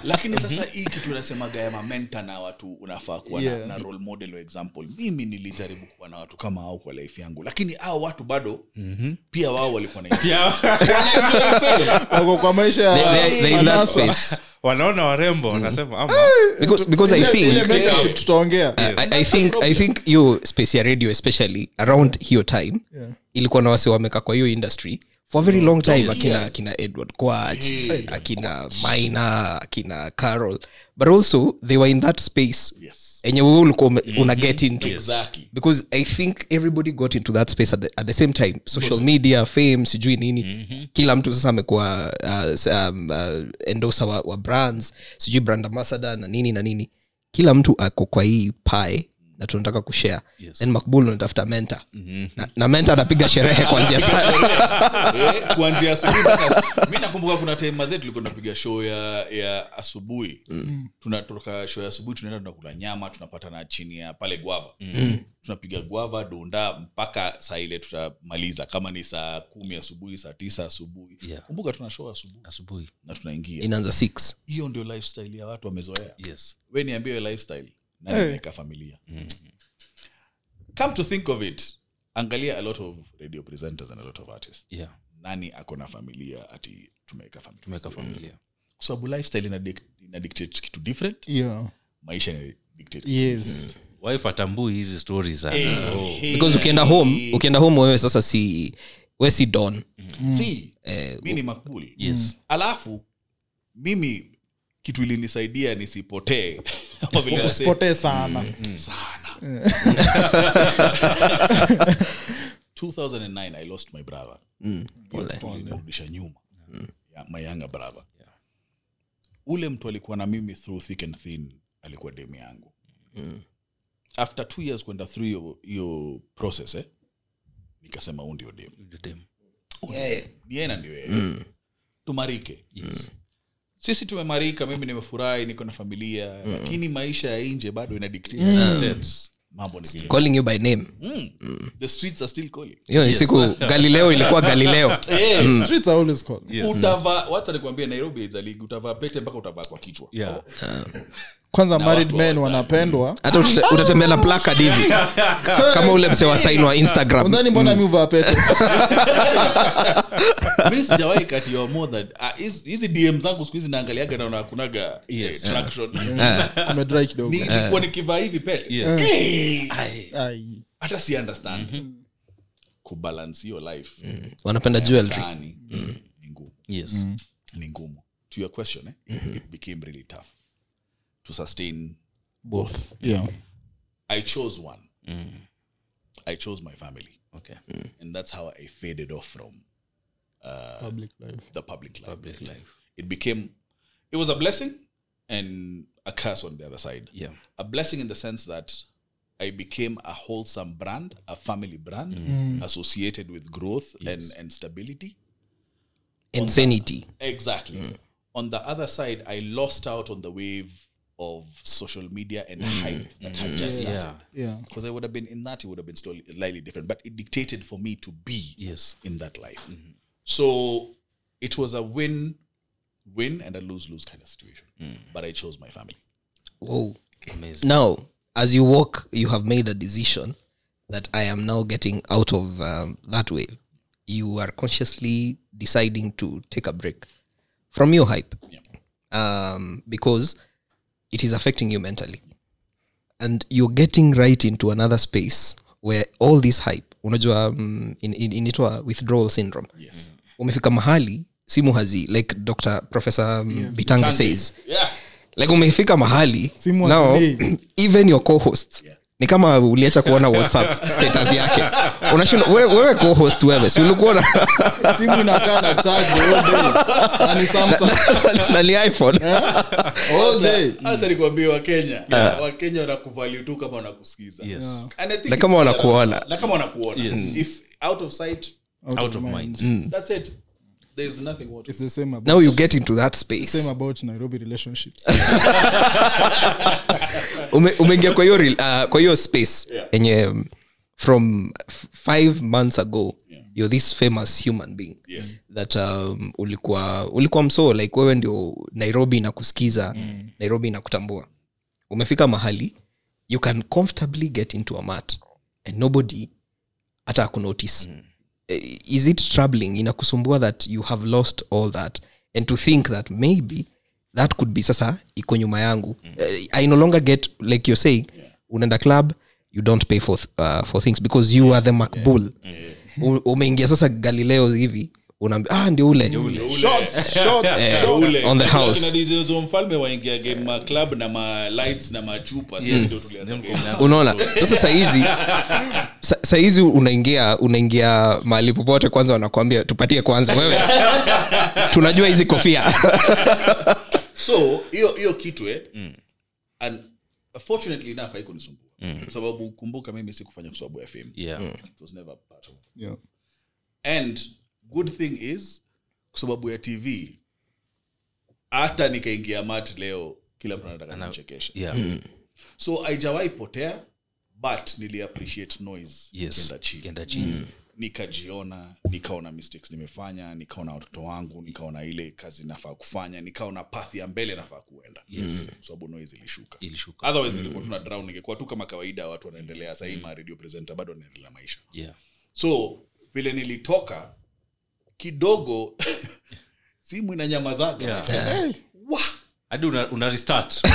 lakini sasa hii kitu inasemaga ya mamenta na watu unafaa kuwa yeah. na, na role model or example mimi nilijaribu kuwa na watu kama hao kwa life yangu lakini hao watu bado mm-hmm. pia wao walikuwa na Ya, wako kwa maisha They- ya they- they in that space wanaona warembo wanasema ama because, because i Ile- ile think mentorship tutaongea I, I think i think hiyo space ya radio especially around hiyo time yeah. ilikuwa na wase wameka kwa hiyo industry for a very long time akina, akina edward quach akina mina akina carol but also they were in that space Yes. enye wewe ulikuwa ume- una get into Exactly. because i think everybody got into that space at the, at the same time social media fame sijui nini kila mtu sasa amekuwa uh, s- um, uh, endosa wa, wa brands sijui brand ambassador na nini na nini kila mtu ako kwa hii pae na tunataka kushare yes. then makbul unatafuta menta mm-hmm. na, na menta anapiga sherehe kwanzia sana Eh, kuanzia asubuhi mpaka mi nakumbuka kuna time zetu tulikuwa tunapiga show ya, ya asubuhi mm. tunatoka show ya asubuhi tunaenda tunakula nyama tunapatana chini ya pale guava mm. tunapiga guava dunda mpaka saa ile tutamaliza kama ni saa kumi asubuhi saa tisa asubuhi Yeah. kumbuka tuna show asubuhi asubuhi na tunaingia inaanza 6 hiyo ndio lifestyle ya watu wamezoea yes we niambie hiyo lifestyle nani ameweka familia come to think of it angalia a lot of radio presenters and a lot of artists yeah nani ako na familia ati tumeweka familia tumeweka familia kwa sababu lifestyle ina, dic- ina dictate kitu different Yeah. maisha ina dictate yes Mm-hmm. wife atambui hizi oh, stori za because ukienda home ukienda home wewe sasa si we si don See, Eh, mi ni makbul Yes. alafu mimi kitu ilinisaidia nisipotee Kama vile nasema, usipotee Mm-hmm. sana sana 2009 i lost my brother Pole. ilinirudisha nyuma ya my younger brother ule mtu alikuwa na mimi through thick and thin alikuwa demu yangu after two years kwenda through hiyo- hiyo process eh, nikasema huu ndio demu dem ni yeye na ndio yeye tumarike sisi tumemarika mimi nimefurahi niko na familia lakini maisha ya nje bado ina dictate. Tets. mambo ni vile. calling you by name Mm. the streets are still calling hiyo ni siku galileo ilikuwa galileo Eh, Streets are always cold. utavaa wacha nikwambie nairobi is a league utavaa pete mpaka utavaa kwa kichwa yeah kwanza married watu men wa wanapendwa hata uta- utatembea na placard hivi kama ule mse wa sain wa instagram udhani mbona mi uvaa pete mi sijawahi kati ya more than ah, hizi- hizi dm zangu siku hizi naangaliaga naona hakunaga Yes. eh, traction kumedrai kidogo Ni- nilikuwa nikivaa hivi pete Yes. Eh, Ai. hata si understand Mm-hmm. kubalance hiyo life Mm. wanapenda jewelry mtaani Mm. ni ngumu yes ni ngumu to your question eh, Mm-hmm. it became really tough to sustain both yeah i chose one Mm. i chose my family okay and that's how i faded off from public life the public life public life it became it was a blessing and a curse on the other side yeah a blessing in the sense that I became a wholesome brand, a family brand Mm. associated with growth and, and stability. insanity Exactly. Hmm. On the other side, I lost out on the wave of social media and Hmm. hype that had just started. yeah yeah Because I would have been in that, it would have been slowly- slightly different. But it dictated for me to be yes Mm-hmm. in that life. So it was a win win and a lose lose kind of situation. Hmm. But I chose my family. Wow. amazing now as you walk you have made a decision that i am now getting out of um, that wave you are consciously deciding to take a break from your hype um, because it is affecting you mentally and you're getting right into another space where all this hype unajua um, in, in, inaitwa withdrawal syndrome yes. umefika mahali simu hazi like dr professor um, bitange says like umefika mahali Simu now hazilii. even your co-host ni kama uliacha kuona whatsapp status yake unashinda wewe, wewe co-host wewe si ulikuwa na, simu inakaa na charge the whole day na ni samsung na ni iphone all day hata nikuambia wakenya wakenya wanakuvalue tu kama wanakusikiza yes And I think Ah. Na kama Hmm. it's- wanakuona. na kama wanakuona Yes. if out of sight Hmm. out of mind that's it there's nothing more to it's the same about now you get into that space same about nairobi relationships Ume- umeingia kwa hiyo rel- uh, kwa hiyo space yenye um, from f- five months ago you're this famous human being Yes. that um, ulikuwa ulikuwa msoo like wewe ndio nairobi inakusikiza mm. nairobi inakutambua umefika mahali you can comfortably get into a mat and nobody hata akunotice mm. is it troubling inakusumbua that you have lost all that and to think that maybe that could be sasa iko nyuma yangu Eh, i no longer get like you're saying unaenda club you don't pay for, th- uh, for things because you are the macbull U- umeingia sasa galileo hivi unaambia ah ndio ule Shots, shots, Eh, shots. ule. On the Kina- house. kina DJ zo mfalme waingia game ma club na ma lights na machupa sisi ndio tulianza game. Mm. unaona sasa sahizi sa- sahizi unaingia unaingia mahali popote kwanza wanakuambia tupatie kwanza wewe tunajua hizi kofia so hiyo hiyo kitu eh and fortunately enough haikunisumbua sababu kumbuka mimi sikufanya kwa sababu ya fame yeah it was never part of yeah. and good thing is kwa sababu ya tv hata nikaingia mat leo kila mtu anataka kunichekesha yeah so haijawahi potea but niliappreciate noise yes ikienda chini Kenda chini. nikajiona nikaona mistakes nimefanya nikaona watoto wangu nikaona ile kazi nafaa kufanya nikaona path ya mbele nafaa kuenda yes. sababu noise ilishuka ilishuka otherwise ningekuwa tuna drown ningekuwa tu kama kawaida watu wanaendelea sahii ma radio presenter bado wanaendelea na maisha yeah so vile nilitoka kidogo simu inanyamazaga Yeah. Eh, wa, hadi una, una restart I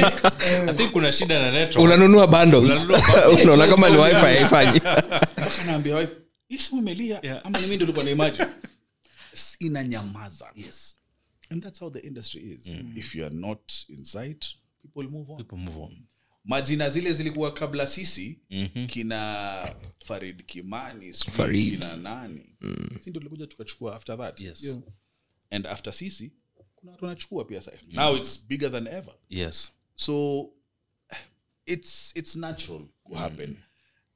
think- Eh, i think kuna shida na network unanunua bundles Unanunua unaona kama ni wifi haifanyi mpaka naambia wife hii simu imelia Yeah. ama ni mimi ndio nilikuwa na imagine S- inanyamaza yes and that's how the industry is if you are not inside people move on People move on. majina zile zilikuwa kabla sisi Mhm. kina farid kimani sijui Farid. kina nani si ndio tulikuja tukachukua after that Yes. and after sisi kuna watu wanachukua pia sasa Mm. now it's bigger than ever yes so it's it's natural to Mm. happen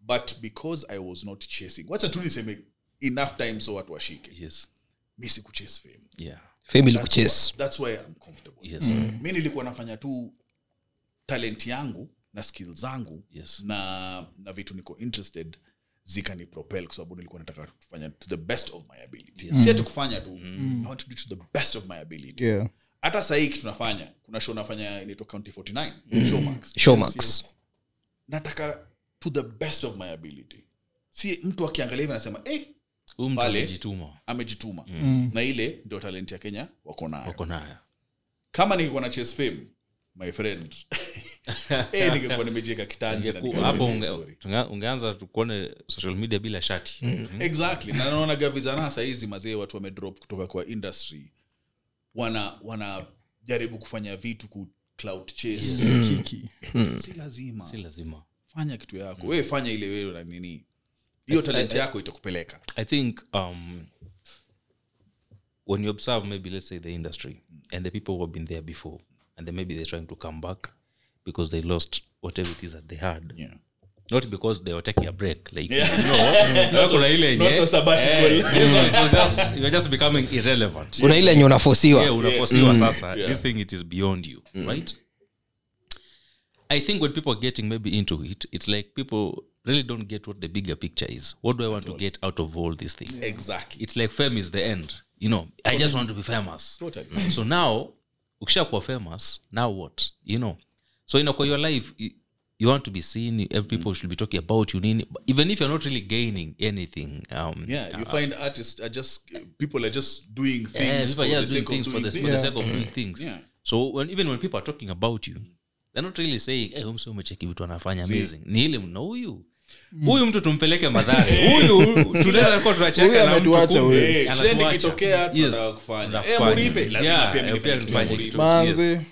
but because i was not chasing wacha tu niseme enough time so watu washike yes mi sikuchase fame yeah family That's kuchase why- that's why i'm comfortable yes Mm. mi nilikuwa nafanya tu talent yangu na skill zangu yes na na vitu niko interested zikani propel kwa sababu nilikuwa nataka kufanya to the best of my ability si ati kufanya tu Mm. i want to do to the best of my ability yeah hata sahii kitu nafanya kuna show nafanya inaitwa county 49 Mm. showmax showmax nataka to the best of my ability si mtu akiangalia hivi anasema eh, huyu mtu Pale. amejituma amejituma Mm. na ile ndio talent ya kenya wako nayo wako nayo kama ningekuwa na chase fame my friend eh, ningekuwa nimejieka kitanzi na Ku- nikaanza hapo kupiga unge- story. tunga- ungeanza tukuone social media bila shati Mm. exactly na naonaga vijana sahizi mazee watu wamedrop kutoka kwa industry wana wanajaribu kufanya vitu ku cloud chase kiki si lazima si Hmm. lazima fanya kitu yako wewe fanya ile wewe na nini Eh, hiyo talent yako itakupeleka I think um, when you observe maybe let's say the industry and the people who have been there before, and then maybe they're trying to come back because they lost whatever it is that they had. Yeah. Not because they were taking a break, like Yeah. you know, not on a ile Not yenye, a sabbatical. eh, this one, it was just you were just becoming irrelevant. una ile yenye unafosiwa Yeah, unafosiwa sasa. Yeah. Mm. This thing it is beyond you, right? I think when people are getting maybe into it, it's like people really don't get what the bigger picture is. What do I want to get out of all this thing? exactly it's like fame is the end you know i just want to be famous totally Mm. so now ukishakuwa famous now what you know so inakuwa your life i- you want to be seen Mm. every people should be talking about you nini But even if you're not really gaining anything um yeah you find artists are just people are just doing things yeah, Eh, people for are just the doing sake things of for doing the, things for the sake of doing things Yeah. so when, even when people are talking about you they're not really saying hey, huyu msee umecheki vitu anafanya amazing ni ile mna huyu huyu mtu tumpeleke madhari huyu tulikuwa tunacheka Huyu na mtu kumbe ametuacha huyu. Eh, Anatuacha. trend ikitokea, Yes. tunataka kufanya. Eh, Tunafanya. Muribe, lazima Yeah, pia mimi pia nifanye tufanye kitu ya kitu. manze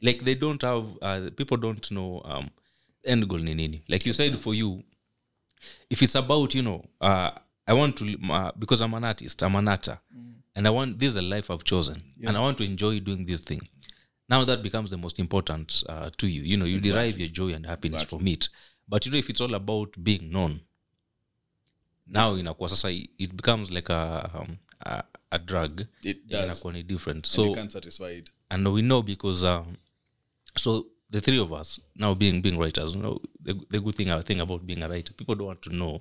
like they don't have uh, people don't know um, end goal ni nini like you said for you if it's about you know uh, i want to uh, because i'm an artist i'm an actor Mm. and i want this is the life i've chosen and i want to enjoy doing this thing now that becomes the most important uh, to you you know you derive your joy and happiness from it but you know if it's all about being known now inakuwa sasa it becomes like a, um, a, a drug It does. inakuwa ni different so, and so you can't satisfy it. and we know because um, so the three of us now being being writers you know the, the good thing i think about being a writer people don't want to know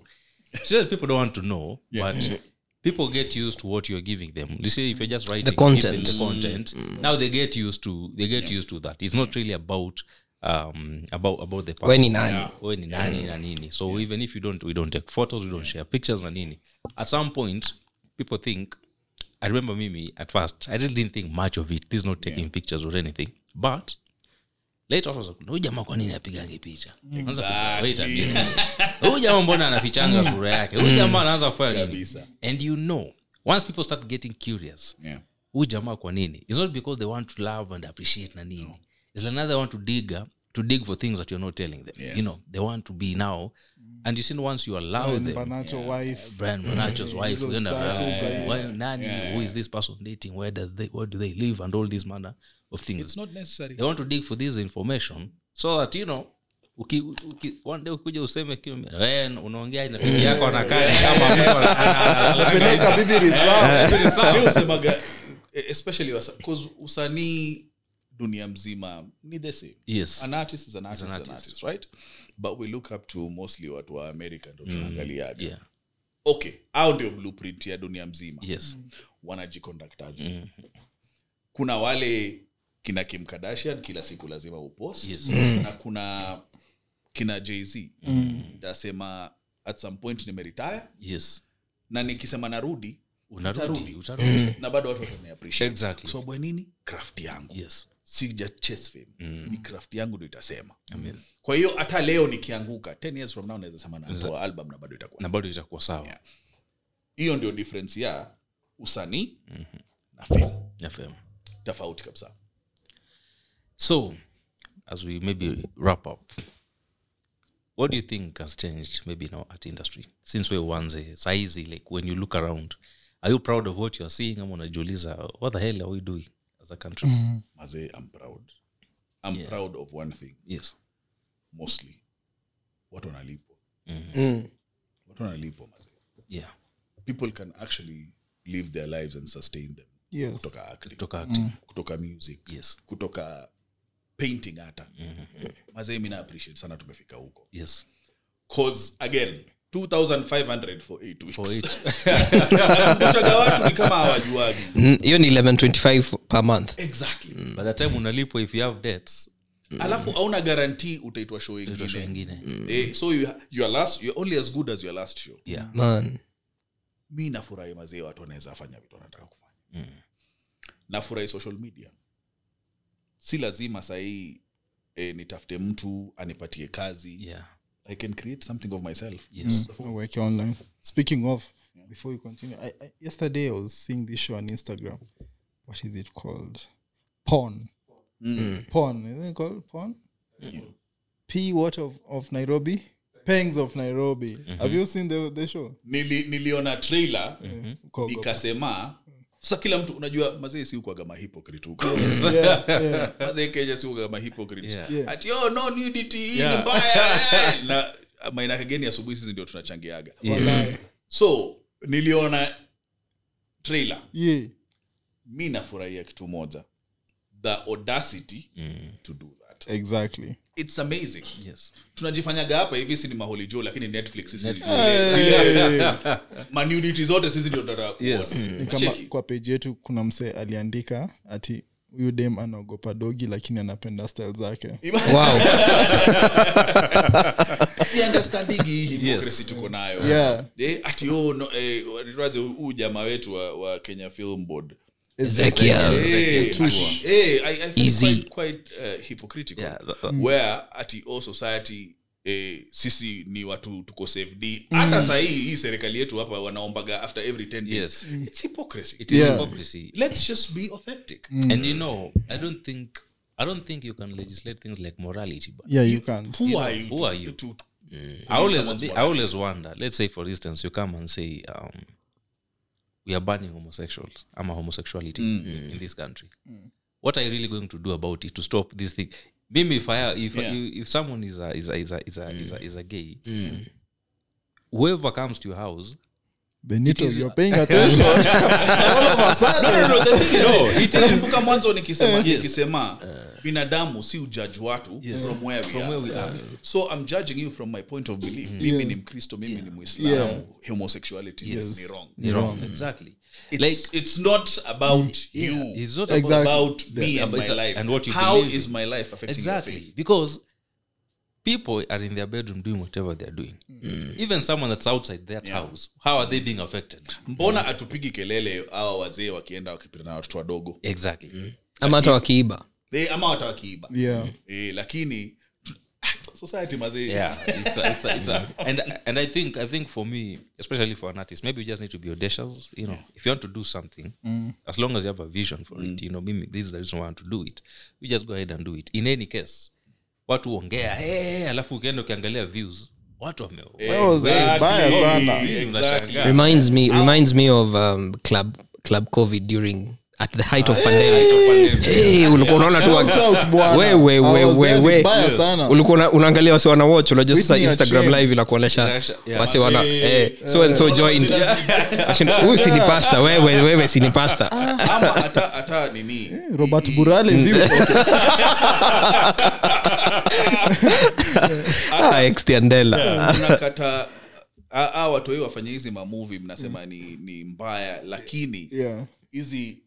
Still, people don't want to know but people get used to what you're giving them you see if you're just writing give them content. the content now they get used to they get used to that it's not really about um about about the person. When ni nani. Yeah. Wewe ni nani na nini so even if you don't we don't take photos we don't share pictures na nini at some point people think I remember Mimi at first, I really didn't think much of it. This is not taking pictures or anything. But later on, I was like, huyu jamaa kwa nini apigangi picha Anza kujiuliza, wait a minute. huyu jamaa mbona anafichanga sura yake huyu jamaa anaanza kufanya nini Kabisa. and you know once people start getting curious Yeah. huyu jamaa kwa nini it's not because they want to love and appreciate na nini it's another they want to dig uh, to dig for things that you're not telling them you know they want to be now and you see once you allow them Banacho wife Brian Manacho's wife, you know, Exactly. why, nani, who is this person dating? Where does they, where do they live, and all these manner of things. It's not necessary. they want to dig for this information so that you know uki, uki, one day ukikuja useme kitu, "Eh, unaongea na bibi yako anakaa ni kama ambaye ana- ana- ana- peleka bibi reserve Mi husemaga, eh, especially wasa- 'cause usanii dunia mzima ni the same Yes. an artist is an artist, is an artist. right but we look up to mostly watu wa america ndo tunaangaliaga Yeah, okay au ndio blueprint ya dunia mzima yes. wanajikondaktaje kuna wale kina kim kardashian kila siku lazima upost Yes. na kuna kina jz ntasema at some point nimeretire Yes. na nikisema narudi Unarudi, Utarudi. utarudi. Mm. na bado watu wataniappreciate Exactly. so bwe nini craft yangu Yes. sija chase fame Mm. ni craft yangu ndo itasema Amen. kwa hiyo hata leo nikianguka 10 years from now naweza sema natoa album na bado itakuwa Na bado itakuwa sawa. Yeah. hiyo ndio difference ya usanii Mm-hmm. na fame Yeah, fam. tofauti kabisa So, as we maybe wrap up, what do you think has changed maybe in our art industry since we once saizi? Like when you look around, are you proud of what you are seeing? I'm gonna Juliza, what the hell are we doing as a country? mazee i'm proud i'm Yeah. proud of one thing Yes, mostly watu wanalipwa Mm-hmm. watu wanalipwa mazee yeah, people can actually live their lives and sustain them Yes. kutoka acting talk acting. kutoka music Yes, kutoka painting hata mazee mi na appreciate sana tumefika huko yes, cause again 2500 for 8 for weeks it. Ushaga watu ni kama hawajuagi Mm, hiyo ni 1125 per month exactly By the time unalipo, if you have debts, alafu hauna guarantee utaitwa show utaitwa show ingine ingine. eh, so you, your last you're only as good as your last show Yeah, man mi nafurahi mazee watu wanaweza fanya vitu wanataka kufanya mm. nafurahi social media si lazima sahii eh, nitafute mtu anipatie kazi yeah, i can create something of myself Mm. yes. work online. Speaking of, before we continue, I, I, yesterday I was seeing this show on Instagram. What is it called? Porn. Porn. Isn't it called porn? P. What of, of Nairobi? Pangs of Nairobi. Have you seen the, the show? Nili, niliona trailer Go, go. nikasema sasa kila mtu unajua mazee si hukuwaga mahypocrite huko Yeah, yeah. mazee kenya si hukuwaga mahypocrite Yeah. Yeah. ati oh, no nudity hii ni Yeah. mbaya eh." na mainakageni asubuhi sisi ndio tunachangiaga Walai. so niliona trailer Yeah. mi nafurahia kitu moja the audacity Mm. to do that Exactly. its amazing Yes. tunajifanyaga hapa hivi si ni maholijo lakini netflix sisi Hey. manudity zote sisi ndio tunataka kuona. Mm. Yes. Ni Mm. kama Cheki. kwa peji yetu kuna msee aliandika ati huyu dem anaogopa dogi lakini anapenda style zake wow si understanding hii hypocrisy tuko nayo Yeah. Eh, ati oh, no, eh, wanaitwaje huyu jamaa wetu wa, wa kenya film board Ezekiel. Eh, ati- eh, I- I feel Easy. quite- quite, uh, hypocritical. Yeah, that- that- Mm. where ati all society eh, sisi ni watu tuko safed Mm. hata sahii hii serikali yetu hapa wanaombaga after every 10 days Yes. it's hypocrisy It is Yeah. hypocrisy. let's just be authentic And you know, I don't think I don't think you can legislate things like morality, Mm. but yeah you can't who, You are know, you who to- are you? Mm. to- I always, someone's I always wonder. Let's say, for instance, you come and say, um, "We are banning homosexuals." I'm a homosexuality Mm. in this country. What are you really going to do about it to stop this thing? Maybe if I, if Yeah. Mm. if someone is a is a is a is a, is, a, is a gay, whoever comes to your house benito you're paying attention No, it is- kumbuka mwanzo nikisema nikisema Uh. binadamu si ujaji watu from where we are. so i'm judging you from my point of belief Mm. mimi ni mkristo mimi ni muislam homosexuality ni wrong You're wrong. Exactly. it's, Like- Mm. it's not about you It's not Exactly. about about me and But my it's a- life and what you How believe is in. my life affecting your exactly faith because people are in their bedroom doing whatever they're doing. Mm. Even someone that's outside that house, how are they being affected? mbona atupigi kelele awa wazee wakienda wakipita na watoto wadogo Exactly. ama hata wakiiba They- ama hata wakiiba yeah eh, lakini tu- ah, society mazee Yeah, it's a, it's a, it's a, and and I think I think for me, especially for an artist, maybe you just need to be audacious. You know, if you want to do something, Mm. as long as you have a vision for it, you know, mimi, this is the reason why I want to do it. You just go ahead and do it. In any case, watu huongea hey, alafu ukienda ukiangalia views, watu wame Eh. Oh, zee, baya sana. Exactly. reminds me reminds me of um, club club covid during at the height of pandemic Hey, ulikuwa unaona tu wa- Shout out, bwana. we, we, we, I was we, there we. vibaya sana. ulikuwa una- unaangalia wasi wana watch unajua sasa Whitney instagram Achebe. live inakuonyesha Yeah. wasi wana eh, so and so joined Ashinda, huyu si ni pasta wewe wewe si ni Ah. pasta ama hata hata nini Eh, robert burale Mm. view ah, extendela unakata a- a watoi wafanye hizi mamuvi mnasema ni ni mbaya lakini yeah hizi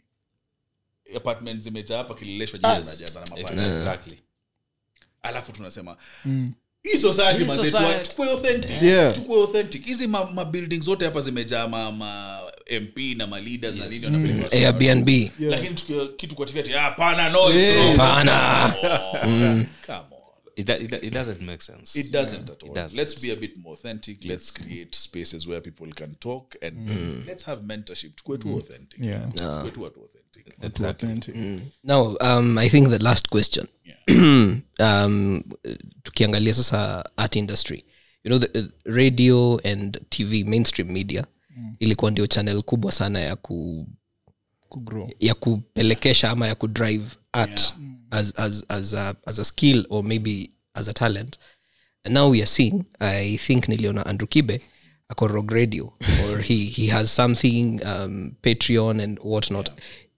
apartment zimejaa hapa kileleshwa juu unajaza na mabaya exactly. alafu tunasema hii society mazee tuwa- society. tukuwe authentic Mm. Yeah. tukuwe authentic hizi ma, ma building zote hapa zimejaa ma, ma mp na ma leaders na nini wanapeleka Eh, watu Mm. wao. airbnb lakini tukiwa- kitu kwa TV ati "Ah, hapana no it's Yeah. Mm. wrong." pana Come on. It, do- it, do- it doesn't make sense. it doesn't at all doesn't. let's be a bit more authentic let's create spaces where people can talk and let's have mentorship tukue tu authentic Mm. Yeah. Tukue tu watu authentic Exactly. now um, i think the last question um, tukiangalia sasa art industry you know the, uh, radio and tv mainstream media ilikuwa ndio channel kubwa sana ya ku kugrow ya kupelekesha ama ya kudrive art as, as, as, a, as a skill or maybe as a talent and now we are seeing i think niliona andrew kibe ako rog radio or he, he has something um, patreon and whatnot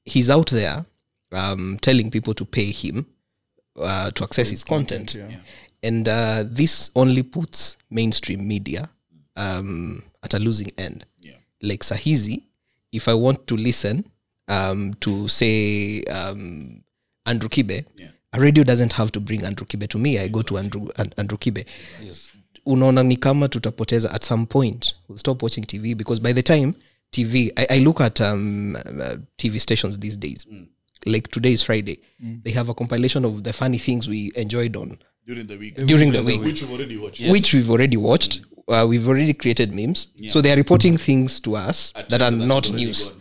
he's out there um, telling people to pay him uh, to access his content, and uh, this only puts mainstream media um, at a losing end like sahizi if i want to listen um, to say um, andrew kibe a radio doesn't have to bring andrew kibe to me i go to andrew, and, andrew kibe unaona ni kama tutapoteza at some point we'll stop watching tv because by the time tv i, I look at um, uh, tv stations these days like today is friday they have a compilation of the funny things we enjoyed on during the week during the week which you've already watched which we've already watched. Uh, we've already created memes. So they are reporting things to us that are not news.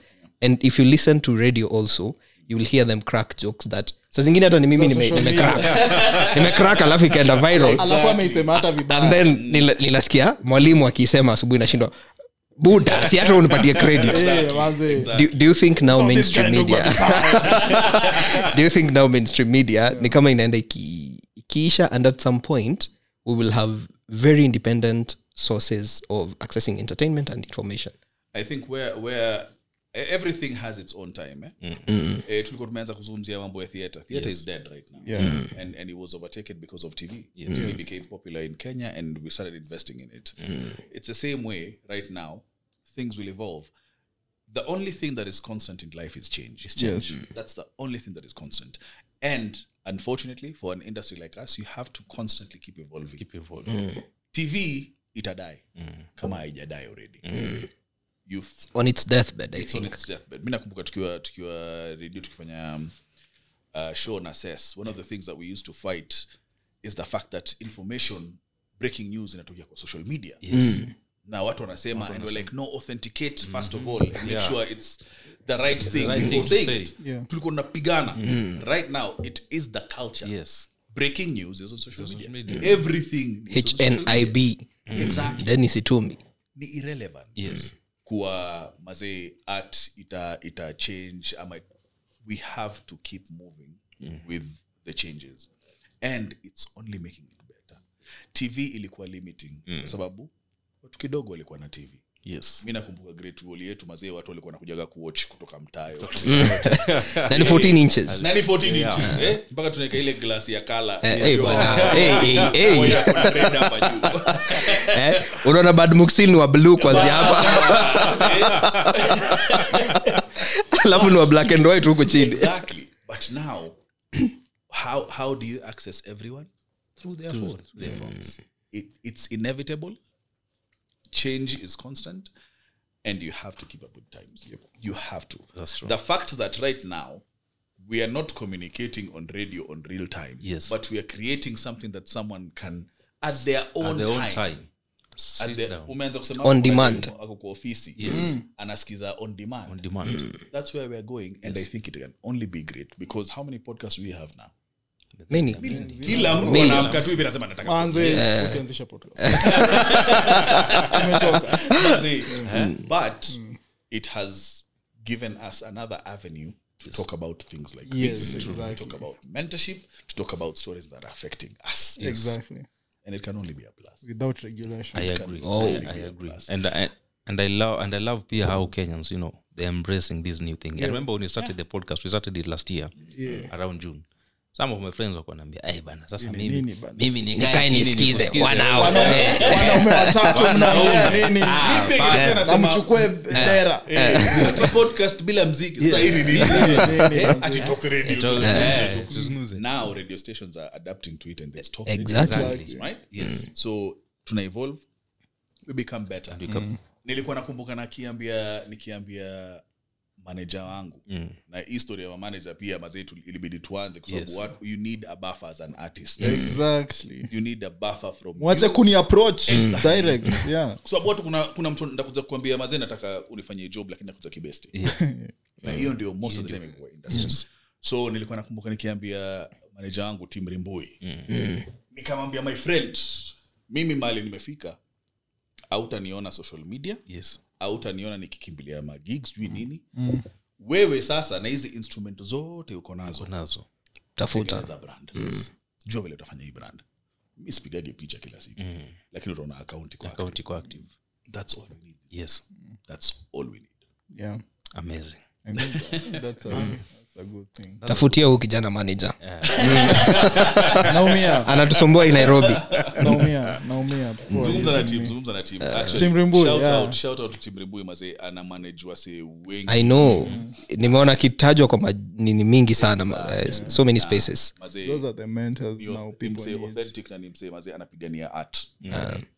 And if you listen to radio also, you will hear them crack jokes that saa zingine hata ni mimi nime- nimecrack nimecrack alafu ikaenda viral alafu ameisema hata and vibaya then nila- ninasikia mwalimu akisema asubuhi nashindwa buda si hata unipatie credit Eh, wazee. do, do you think now So this mainstream guy look media do you think now mainstream media ni kama inaenda iki- ikiisha and at some point we will have very independent sources of accessing entertainment and information i think where where eh, everything has its own time eh? eh, tulikuwa tumeanza kuzungumzia mambo ya theater theater is dead right now Mm. Yeah. and and it was overtaken because of tv tv became popular in kenya and we started investing in it Mm. it's the same way right now things will evolve the only thing that is constant in life is change Yes. That's the only thing that is constant. And unfortunately, for an industry like us, you have to constantly keep evolving. Keep it forward. Mm. TV, itadai. Kama haijadai already. Mm. You've on its deathbed i it's on think its deathbed. Mi nakumbuka tukiwa tukiwa radio tukifanya um, uh, show na assess. One of the things that we used to fight is the fact that information breaking news inatokea kwa social media. Yes. Mm. Na watu wanasema and we're like no authenticate first of all and make sure it's the right thing Mm-hmm. right before thing to saying say. Mm. it. Yeah. Tulikuwa tunapigana. Right now it is the culture. Yes. Breaking news is on social media. media. Everything is on social media. hnib Exactly. denis itumbi Ni irrelevant Yes. kuwa mazee art ita, ita change ama we have to keep moving with the changes and it's only making it better tv ilikuwa limiting kwa sababu watu kidogo walikuwa na tv yes mi nakumbuka great wall yetu mazee watu walikuwa nakujaga kuwatch kutoka mtaa yote na ni 14 inches nani 14 inches eh? mpaka tunaweka ile glasi ya kala Eh, eh, bwana. Eh, eh, eh. hapa juu Eh, unaona bad muksil ni wa bluu kwanzia hapa alafu ni wa black and white huku chini exactly but now how how do you access everyone through their phone their phones it, it's inevitable change is constant and you have to keep up with times you have to That's true. the fact that right now we are not communicating on radio on real time Yes. but we are creating something that someone can at their Mm. own at their time, own time At sit their- down umeanza kusema On ako- demand. ako kwa ofisi Yes. anasikiza on demand on Mm. demand that's where we're going and i think it can only be great because how many podcasts we have now Mini. kila mtu Millions. anaamka tu hivi anasema nataka manze usianzishe podcast Eh. kuanzia. Hmm. Hmm. but it has given us another avenue to talk about things like Yes, this exactly. to talk about mentorship to talk about stories that are affecting us exactly and it can only be a plus without regulation i agree Oh. I, I agree and I, and i love and i love pia how kenyans you know they're embracing this new thing i remember when we started the podcast we started it last year Yeah. around june some of my friends wako naambia hey bana sasa Ni mimi nini bana?" mimi Nikae nikae chini nisikize nikusikize. wanao wanaume watatu mnaongea nini Ah, na mchukue bendera Eh. Sasa podcast bila mziki sasa hizi ni Eh, ati talk radio, It talk was- radio, eh, talk- it was music. now radio stations are adapting to it and it's talking exactly Exactly. right yes so tuna evolve we become better Mm. And we come- nilikuwa nakumbuka nakiambia nikiambia maneja wangu mm. na hii story ya manager pia mazetu ilibidi tuanze kwa sababu Yes. what- you need a buffer as an artist exactly you need a buffer from mwache you. kuni approach Mm. direct yeah kwa sababu watu kuna, kuna mtu ndakuja kuambia mazee nataka unifanyie job lakini nakuza kibesti na hiyo ndio most of the time imekuwa industry so nilikuwa nakumbuka nikiambia maneja wangu tim rimbui Mm-hmm. nikamwambia my friend mimi mali nimefika autaniona social media yes autaniona nikikimbilia magigs sijui nini mm. wewe sasa na hizi instrument zote uko Mm. nazo nazo tafuta za brand yes. jua vile utafanya hii brand mi sipigage picha kila siku mm. lakini utaona akaunti kwa account iko active that's all we need yes that's all we need yeah amazing I think that- that's a that's a good thing tafutia huu kijana manager naumia anatusumbua hii nairobi naumia naumia Poor. zungumza na team zungumza na team Actually, Tim Rimbui, shout yeah. out shout out to team rimbui mazee ana manage wase wengi i know nimeona akitajwa kwa manini mingi sana ma- eh, so many spaces mazee those are the mentors ni- now ni people mzee need authentic na ni mzee mazee anapigania art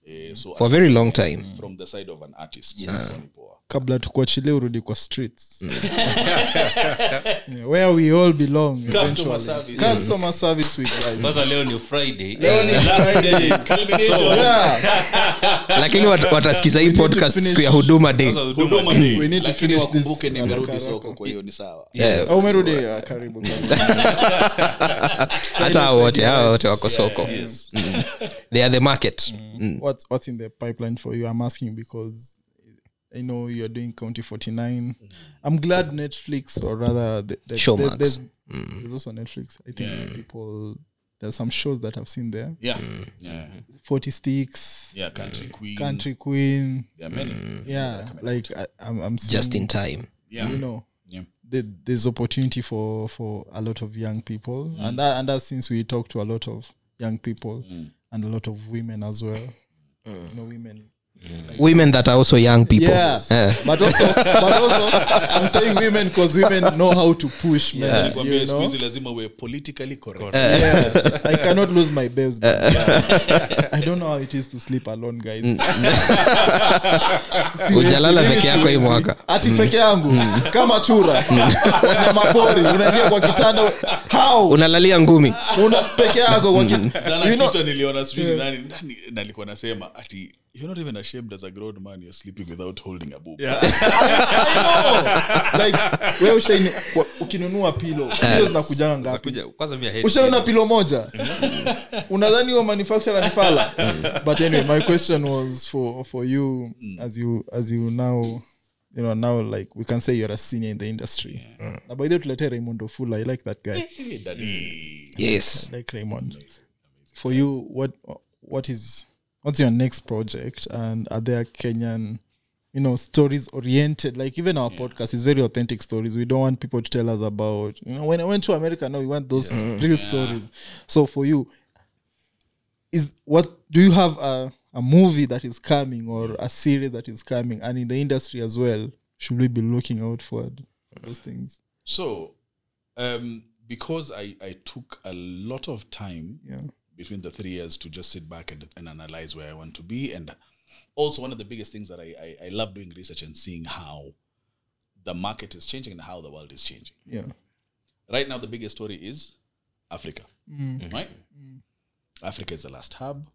eh, so for a very long time from the side of an artist ni poa kabla tukuachilie urudi kwa streets Mm. yeah, where we all belong customer eventually. service customer service we guys sasa leo ni friday yeah lakini wat- watasikiza hii podcast siku ya huduma day huduma we need to lakini finish this wakumbuke nimerudi haraka soko haraka. kwa hiyo ni sawa Yes. Ah, umerudi ah, karibu hata hao wote hao wote wako soko Mm. they are the market Mm. what's what's in the pipeline for you i'm asking because i know you're doing county 49 Mm. i'm glad netflix or rather the, the, Showmax. there's, Mm. there's also netflix i think people there's some shows that i've seen there Yeah. Yeah. 40 sticks Yeah, country queen. country queen There are many. yeah like I, i'm, I'm seeing, just in time Yeah. you know Yeah. the, there's opportunity for for a lot of young people Mm. and that, and that since we talk to a lot of young people Mm. and a lot of women as well you know women women that are also young people Yeah. Eh. but also, but also, I'm saying women because women know how to push, man. Nikwambie You siku hizi know? lazima uwe politically correct. Yes. I cannot lose my babes. Uh, man. I don't know how it is to sleep alone, guys. Seriously, Mm, Hujalala really peke yako hii seriously. mwaka. Mm. Ati peke yangu kama chura wanyamapori unaingia kwa kitanda how unalalia ngumi una peke yako kwa kitanda Jana You know- Twitter niliona sijui ni nani- nani- na alikuwa anasema ati you're not even ashamed as a grown man you're sleeping without holding a boob. like wewe ushaini kwa- ukinunua pilo pilo zinakujanga ngapi Kuja- kwanza mi I hate ushaona pilo moja unadhani huo manufacturer ni fala but anyway my question was for for you as you as you now you know now like we can say you're a senior in the industry na by the way tuletee raymond ofula i like that guy Hey, Mm. daddy. yes I like raymond for you what what is what's your next project and are there kenyan you know stories oriented like even our podcast is very authentic stories we don't want people to tell us about you know when i went to america no we want those real stories so for you is what do you have a, a movie that is coming or a series that is coming and in the industry as well should we be looking out for those things So, um, because I, I took a lot of time yeah between the three years to just sit back and, and analyze where I want to be. And also, one of the biggest things that I, I, I love doing research and seeing how the market is changing and how the world is changing. yeah Right now, the biggest story is Africa, right? Mm. Africa is the last hub.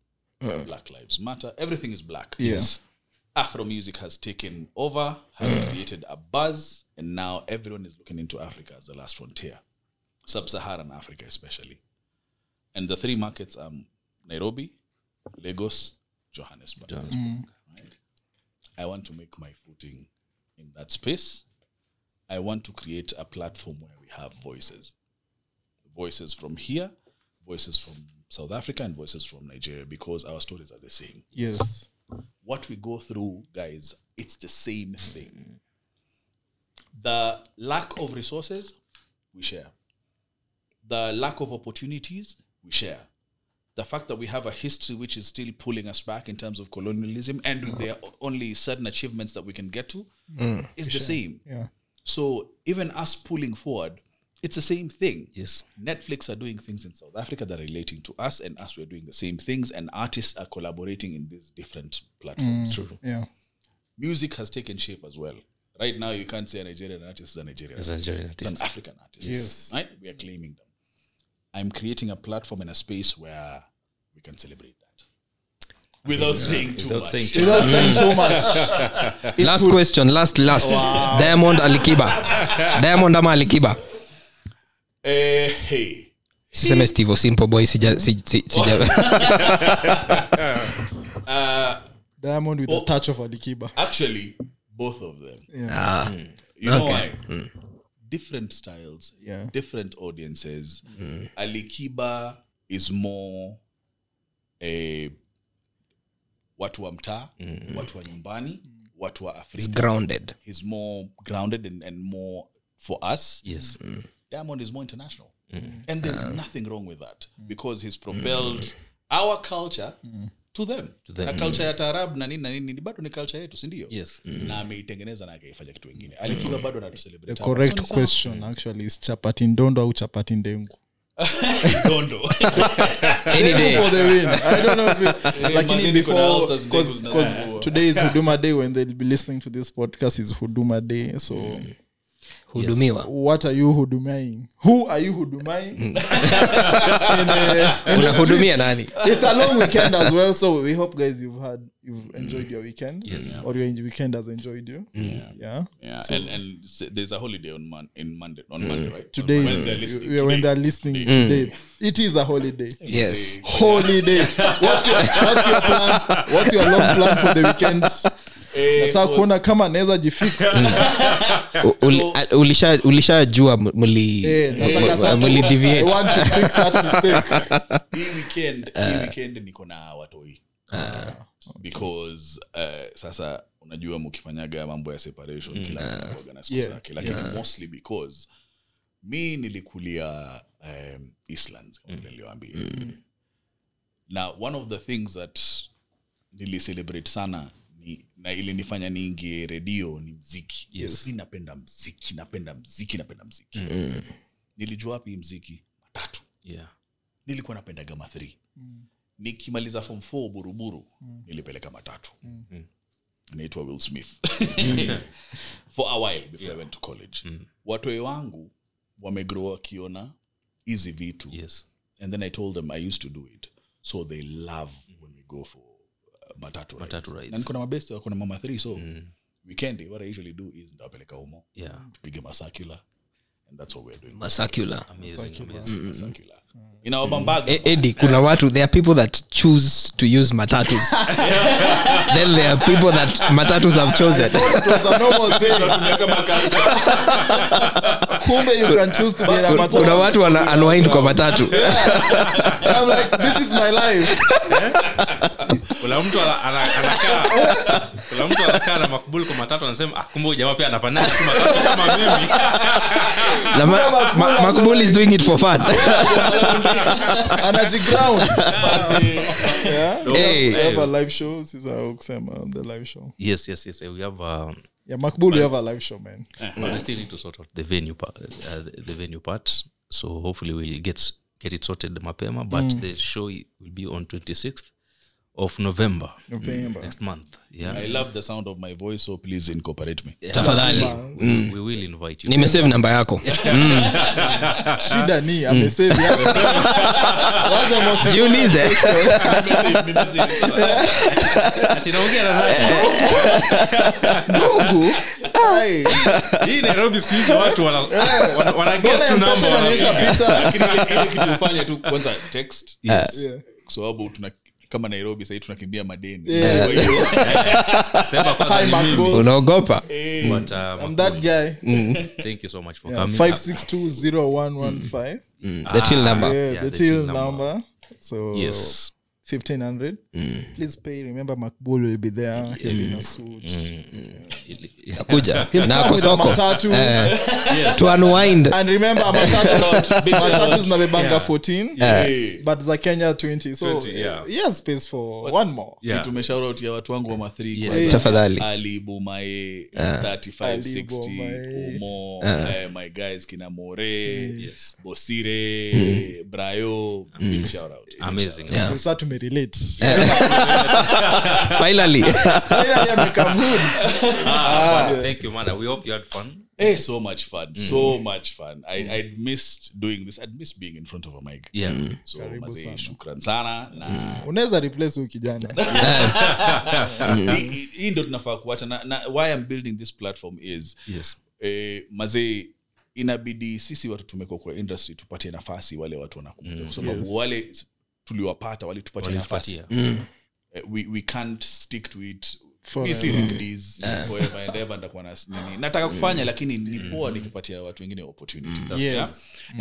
Black Lives Matter. Everything is black. Yes. Afro music has taken over, has created a buzz, and now everyone is looking into Africa as the last frontier, sub Saharan Africa, especially. And the three markets are Nairobi, Lagos, Johannesburg. Right? I want to make my footing in that space. I want to create a platform where we have voices voices from here, voices from South Africa, and voices from Nigeria because our stories are the same yes what we go through, guys, it's the same thing. The lack of resources, we share. The lack of opportunities, we share. The fact that we have a history which is still pulling us back in terms of colonialism, and there are only certain achievements that we can get to, is the same. yeah So even us pulling forward, it's the same thing. Yes. Netflix are doing things in South Africa that are relating to us, and us we're doing the same things, and artists are collaborating in these different platforms. Mm. yeah Music has taken shape as well. Right now, you can't say a Nigerian artist is a Nigerian As a artist. Nigerian It's an artist. African artist. Yes. Right? We are claiming them. I'm creating a platform and a space where we can celebrate that. Without saying too Without much. saying too much. last question last last diamond alikiba diamond ama alikiba Eh, hey. siseme stivo simple boy sija, sija, sija. diamond with Oh. a touch of adikiba Actually, both of them. yeah Ah. You know why? Mm. Different styles, Yeah. different audiences. Mm. Alikiba is more a watu wa mtaa, Mm. watu wa nyumbani, watu wa It's Afrika. grounded He's more grounded and, and more for us. yes Diamond is more international. Mm. And there's nothing wrong with that because he's propelled our culture to them. To them. Mm. Na culture ya taarab na nini na nini ni bado ni culture yetu, si ndio? yes Mm. na ameitengeneza na akaifanya kitu ingine alikiba bado the anatucelebrate hapa. correct So ni sawa. question actually is chapati ndondo au chapati ndengu Dondo. any day for the win. I don't know if it, lakini Mazini kuna ulcers, ndevu before cause, zinazungua. cause today is Huduma Day when they'll be listening to this podcast is Huduma Day. So hudumiwa what are you hudumaing? Who are you hudumaing? and, uh, and unahudumia nani it's a long weekend as well. So we hope guys you've had you've enjoyed your weekend. Yes. Mm. Or your weekend has enjoyed you. Yeah. Yeah, and, and s- there's a holiday on mon- in Monday on Monday, right? Today when is they're listening, Mm. yeah, today. when Mm. they're listening today. It is a holiday. yes Holiday. What's your, what's your plan? What's your long plan for the weekend? Eh, nataka so- kuona kama anaweza jifix U- uli- a- ulisha- ulishajua m- mli- Eh, nataka sasa- m- mli I deviate. want to fix that mistake. hii weekend hii weekend niko na watoi because uh, sasa unajua mkifanyaga mambo ya separation kila mtu anakuwaga na siku Yeah. zake lakini mostly because mi nilikulia um, islands kama vile niliwaambia na one of the things that nilicelebrate sana ni, na ilinifanya niingie redio ni mziki yes. mi napenda mziki napenda mziki napenda mziki nilijua wapi hii mziki matatu yeah nilikuwa napenda gama 3 nikimaliza form 4 buruburu nilipeleka matatu naitwa will smith for a while before i went to college watoe wangu wamegrow wakiona hizi vitu yes and then i told them i used to do it so they love when we go for uh, matatu Matatu rides. rides. na niko na mabeste wako na mama 3 so weekend what i usually do is ndawapeleka humo yeah tupige masakula and that's what we're doing Masakula. amazing amazing masakula in our bambaga E- Eddie, kuna watu there are people that choose to use matatus then there are people that matatus have chosen It was a normal thing. kumbe you can choose to be in a Ku- kuna matatu. watu wana unwind kwa matatu I'm like, this is my life. kuna mtu ana- ana- anakaa kuna mtu anakaa na makubuli kwa matatu anasema ah, kumbe huyu jamaa pia anafanana si matatu kama mimi Na ma- ma- Makbul is doing it for fun. anajiground Yeah. Hey. We have a live show sisa kusema the live show yes yes yes we have um, yeah macbull we have a live show man Mm. But I still need to sort out the venue part. Uh, the- the venue part. So hopefully we'll get get it sorted mapema. But the show i- will be on 26th of November November. next month. Yeah, I love the sound of my voice, so please incorporate me. tafadhali Mm. we, we will invite you. nimesave namba yako shida ni amesave jiulize Ati naongea na Eh. nani? mungu Ai, Hii Nairobi siku hizi watu wana wana- wana guess tu Eh. M-Pesa number inaonyesha wanapiga. picha Lakini ile- ile kitu ufanye tu kwanza text Yes. Yeah. kwa sababu tuna kama nairobi sahii tunakimbia madeni Yeah. Kwa hiyo, Sema kwanza Hi, ni mimi. Macbull. unaogopa But, um, I'm that guy thank you so much for yeah, coming. 5620115 Mm, the till number yeah, yeah, the the till till number. number so Ah, Yes. 1500 Mm. please pay remember macbull will be there he'll be in a suit Mm. kuja na ako With a soko matatu. Eh, to unwind and remember matatu matatu zinabebanga 14 eh, but za kenya 20 so 20, yeah. yes space for one more Yeah. Ni tumeshaurautia watu wangu wa mathri Yes. Tafadhali. alibumae Ali 3560 Bumae. umo eh, my guys kina more Yes. bosire brayo big shout out. Amazing. Yeah. Eh. sasa tumerelate finally Finally amecome hood. Ah, but thank you, man. We hope you had fun. Eh, so much fun Mm. so much fun I, I'd missed doing this I'd missed being in front of a mic Yeah. so mazee shukran sana na unaweza replace huyu kijana Hii- hii- hii ndo tunafaa kuacha na, na why I'm building this platform is Yes. eh, mazee inabidi sisi watu tumekuwa kwa industry tupatie nafasi wale watu Mm. wanakuja kwa sababu wale tuliwapata walitupatia nafasi Walitupatia. Mm. eh, we, we can't stick to it Forever. Misi Mm. ni please, forever and ever, nitakuwa na s- nini. nataka kufanya lakini ni Mm. poa nikipatia watu wengine opportunity That's- Yes. yeah?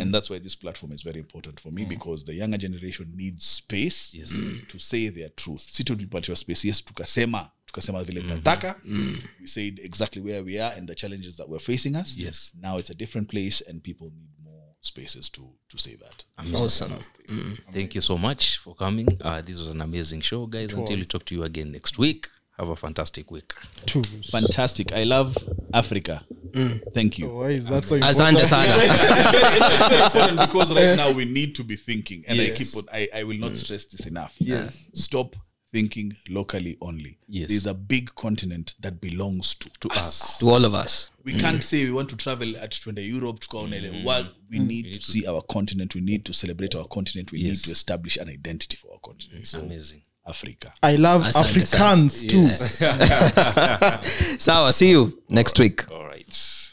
and that's why this platform is very important for me because the younger generation needs space Mm. Yes. to say their truth si tu tulipatiwa space yes tukasema tukasema vile Mm-hmm. tunataka Mm. we said exactly where we are and the challenges that were facing us Yes. now it's a different place and people need more spaces to to say that awesome Thank you so much for coming. Uh, this was an amazing show, guys. Until we talk to you again next week, have a fantastic week. fantastic i love africa Mm. thank you why is that so asante sana it's very important because right now we need to be thinking and i Yes. keep on I, I will not stress this enough stop thinking locally only Yes. there's a big continent that belongs to, to us to all of us we can't say we want to travel at twende europe tukaona ile world we need to see our continent we need to celebrate our continent we need to establish an identity for our continent so Amazing. africa i love Asante africans too sawa see you next week All right.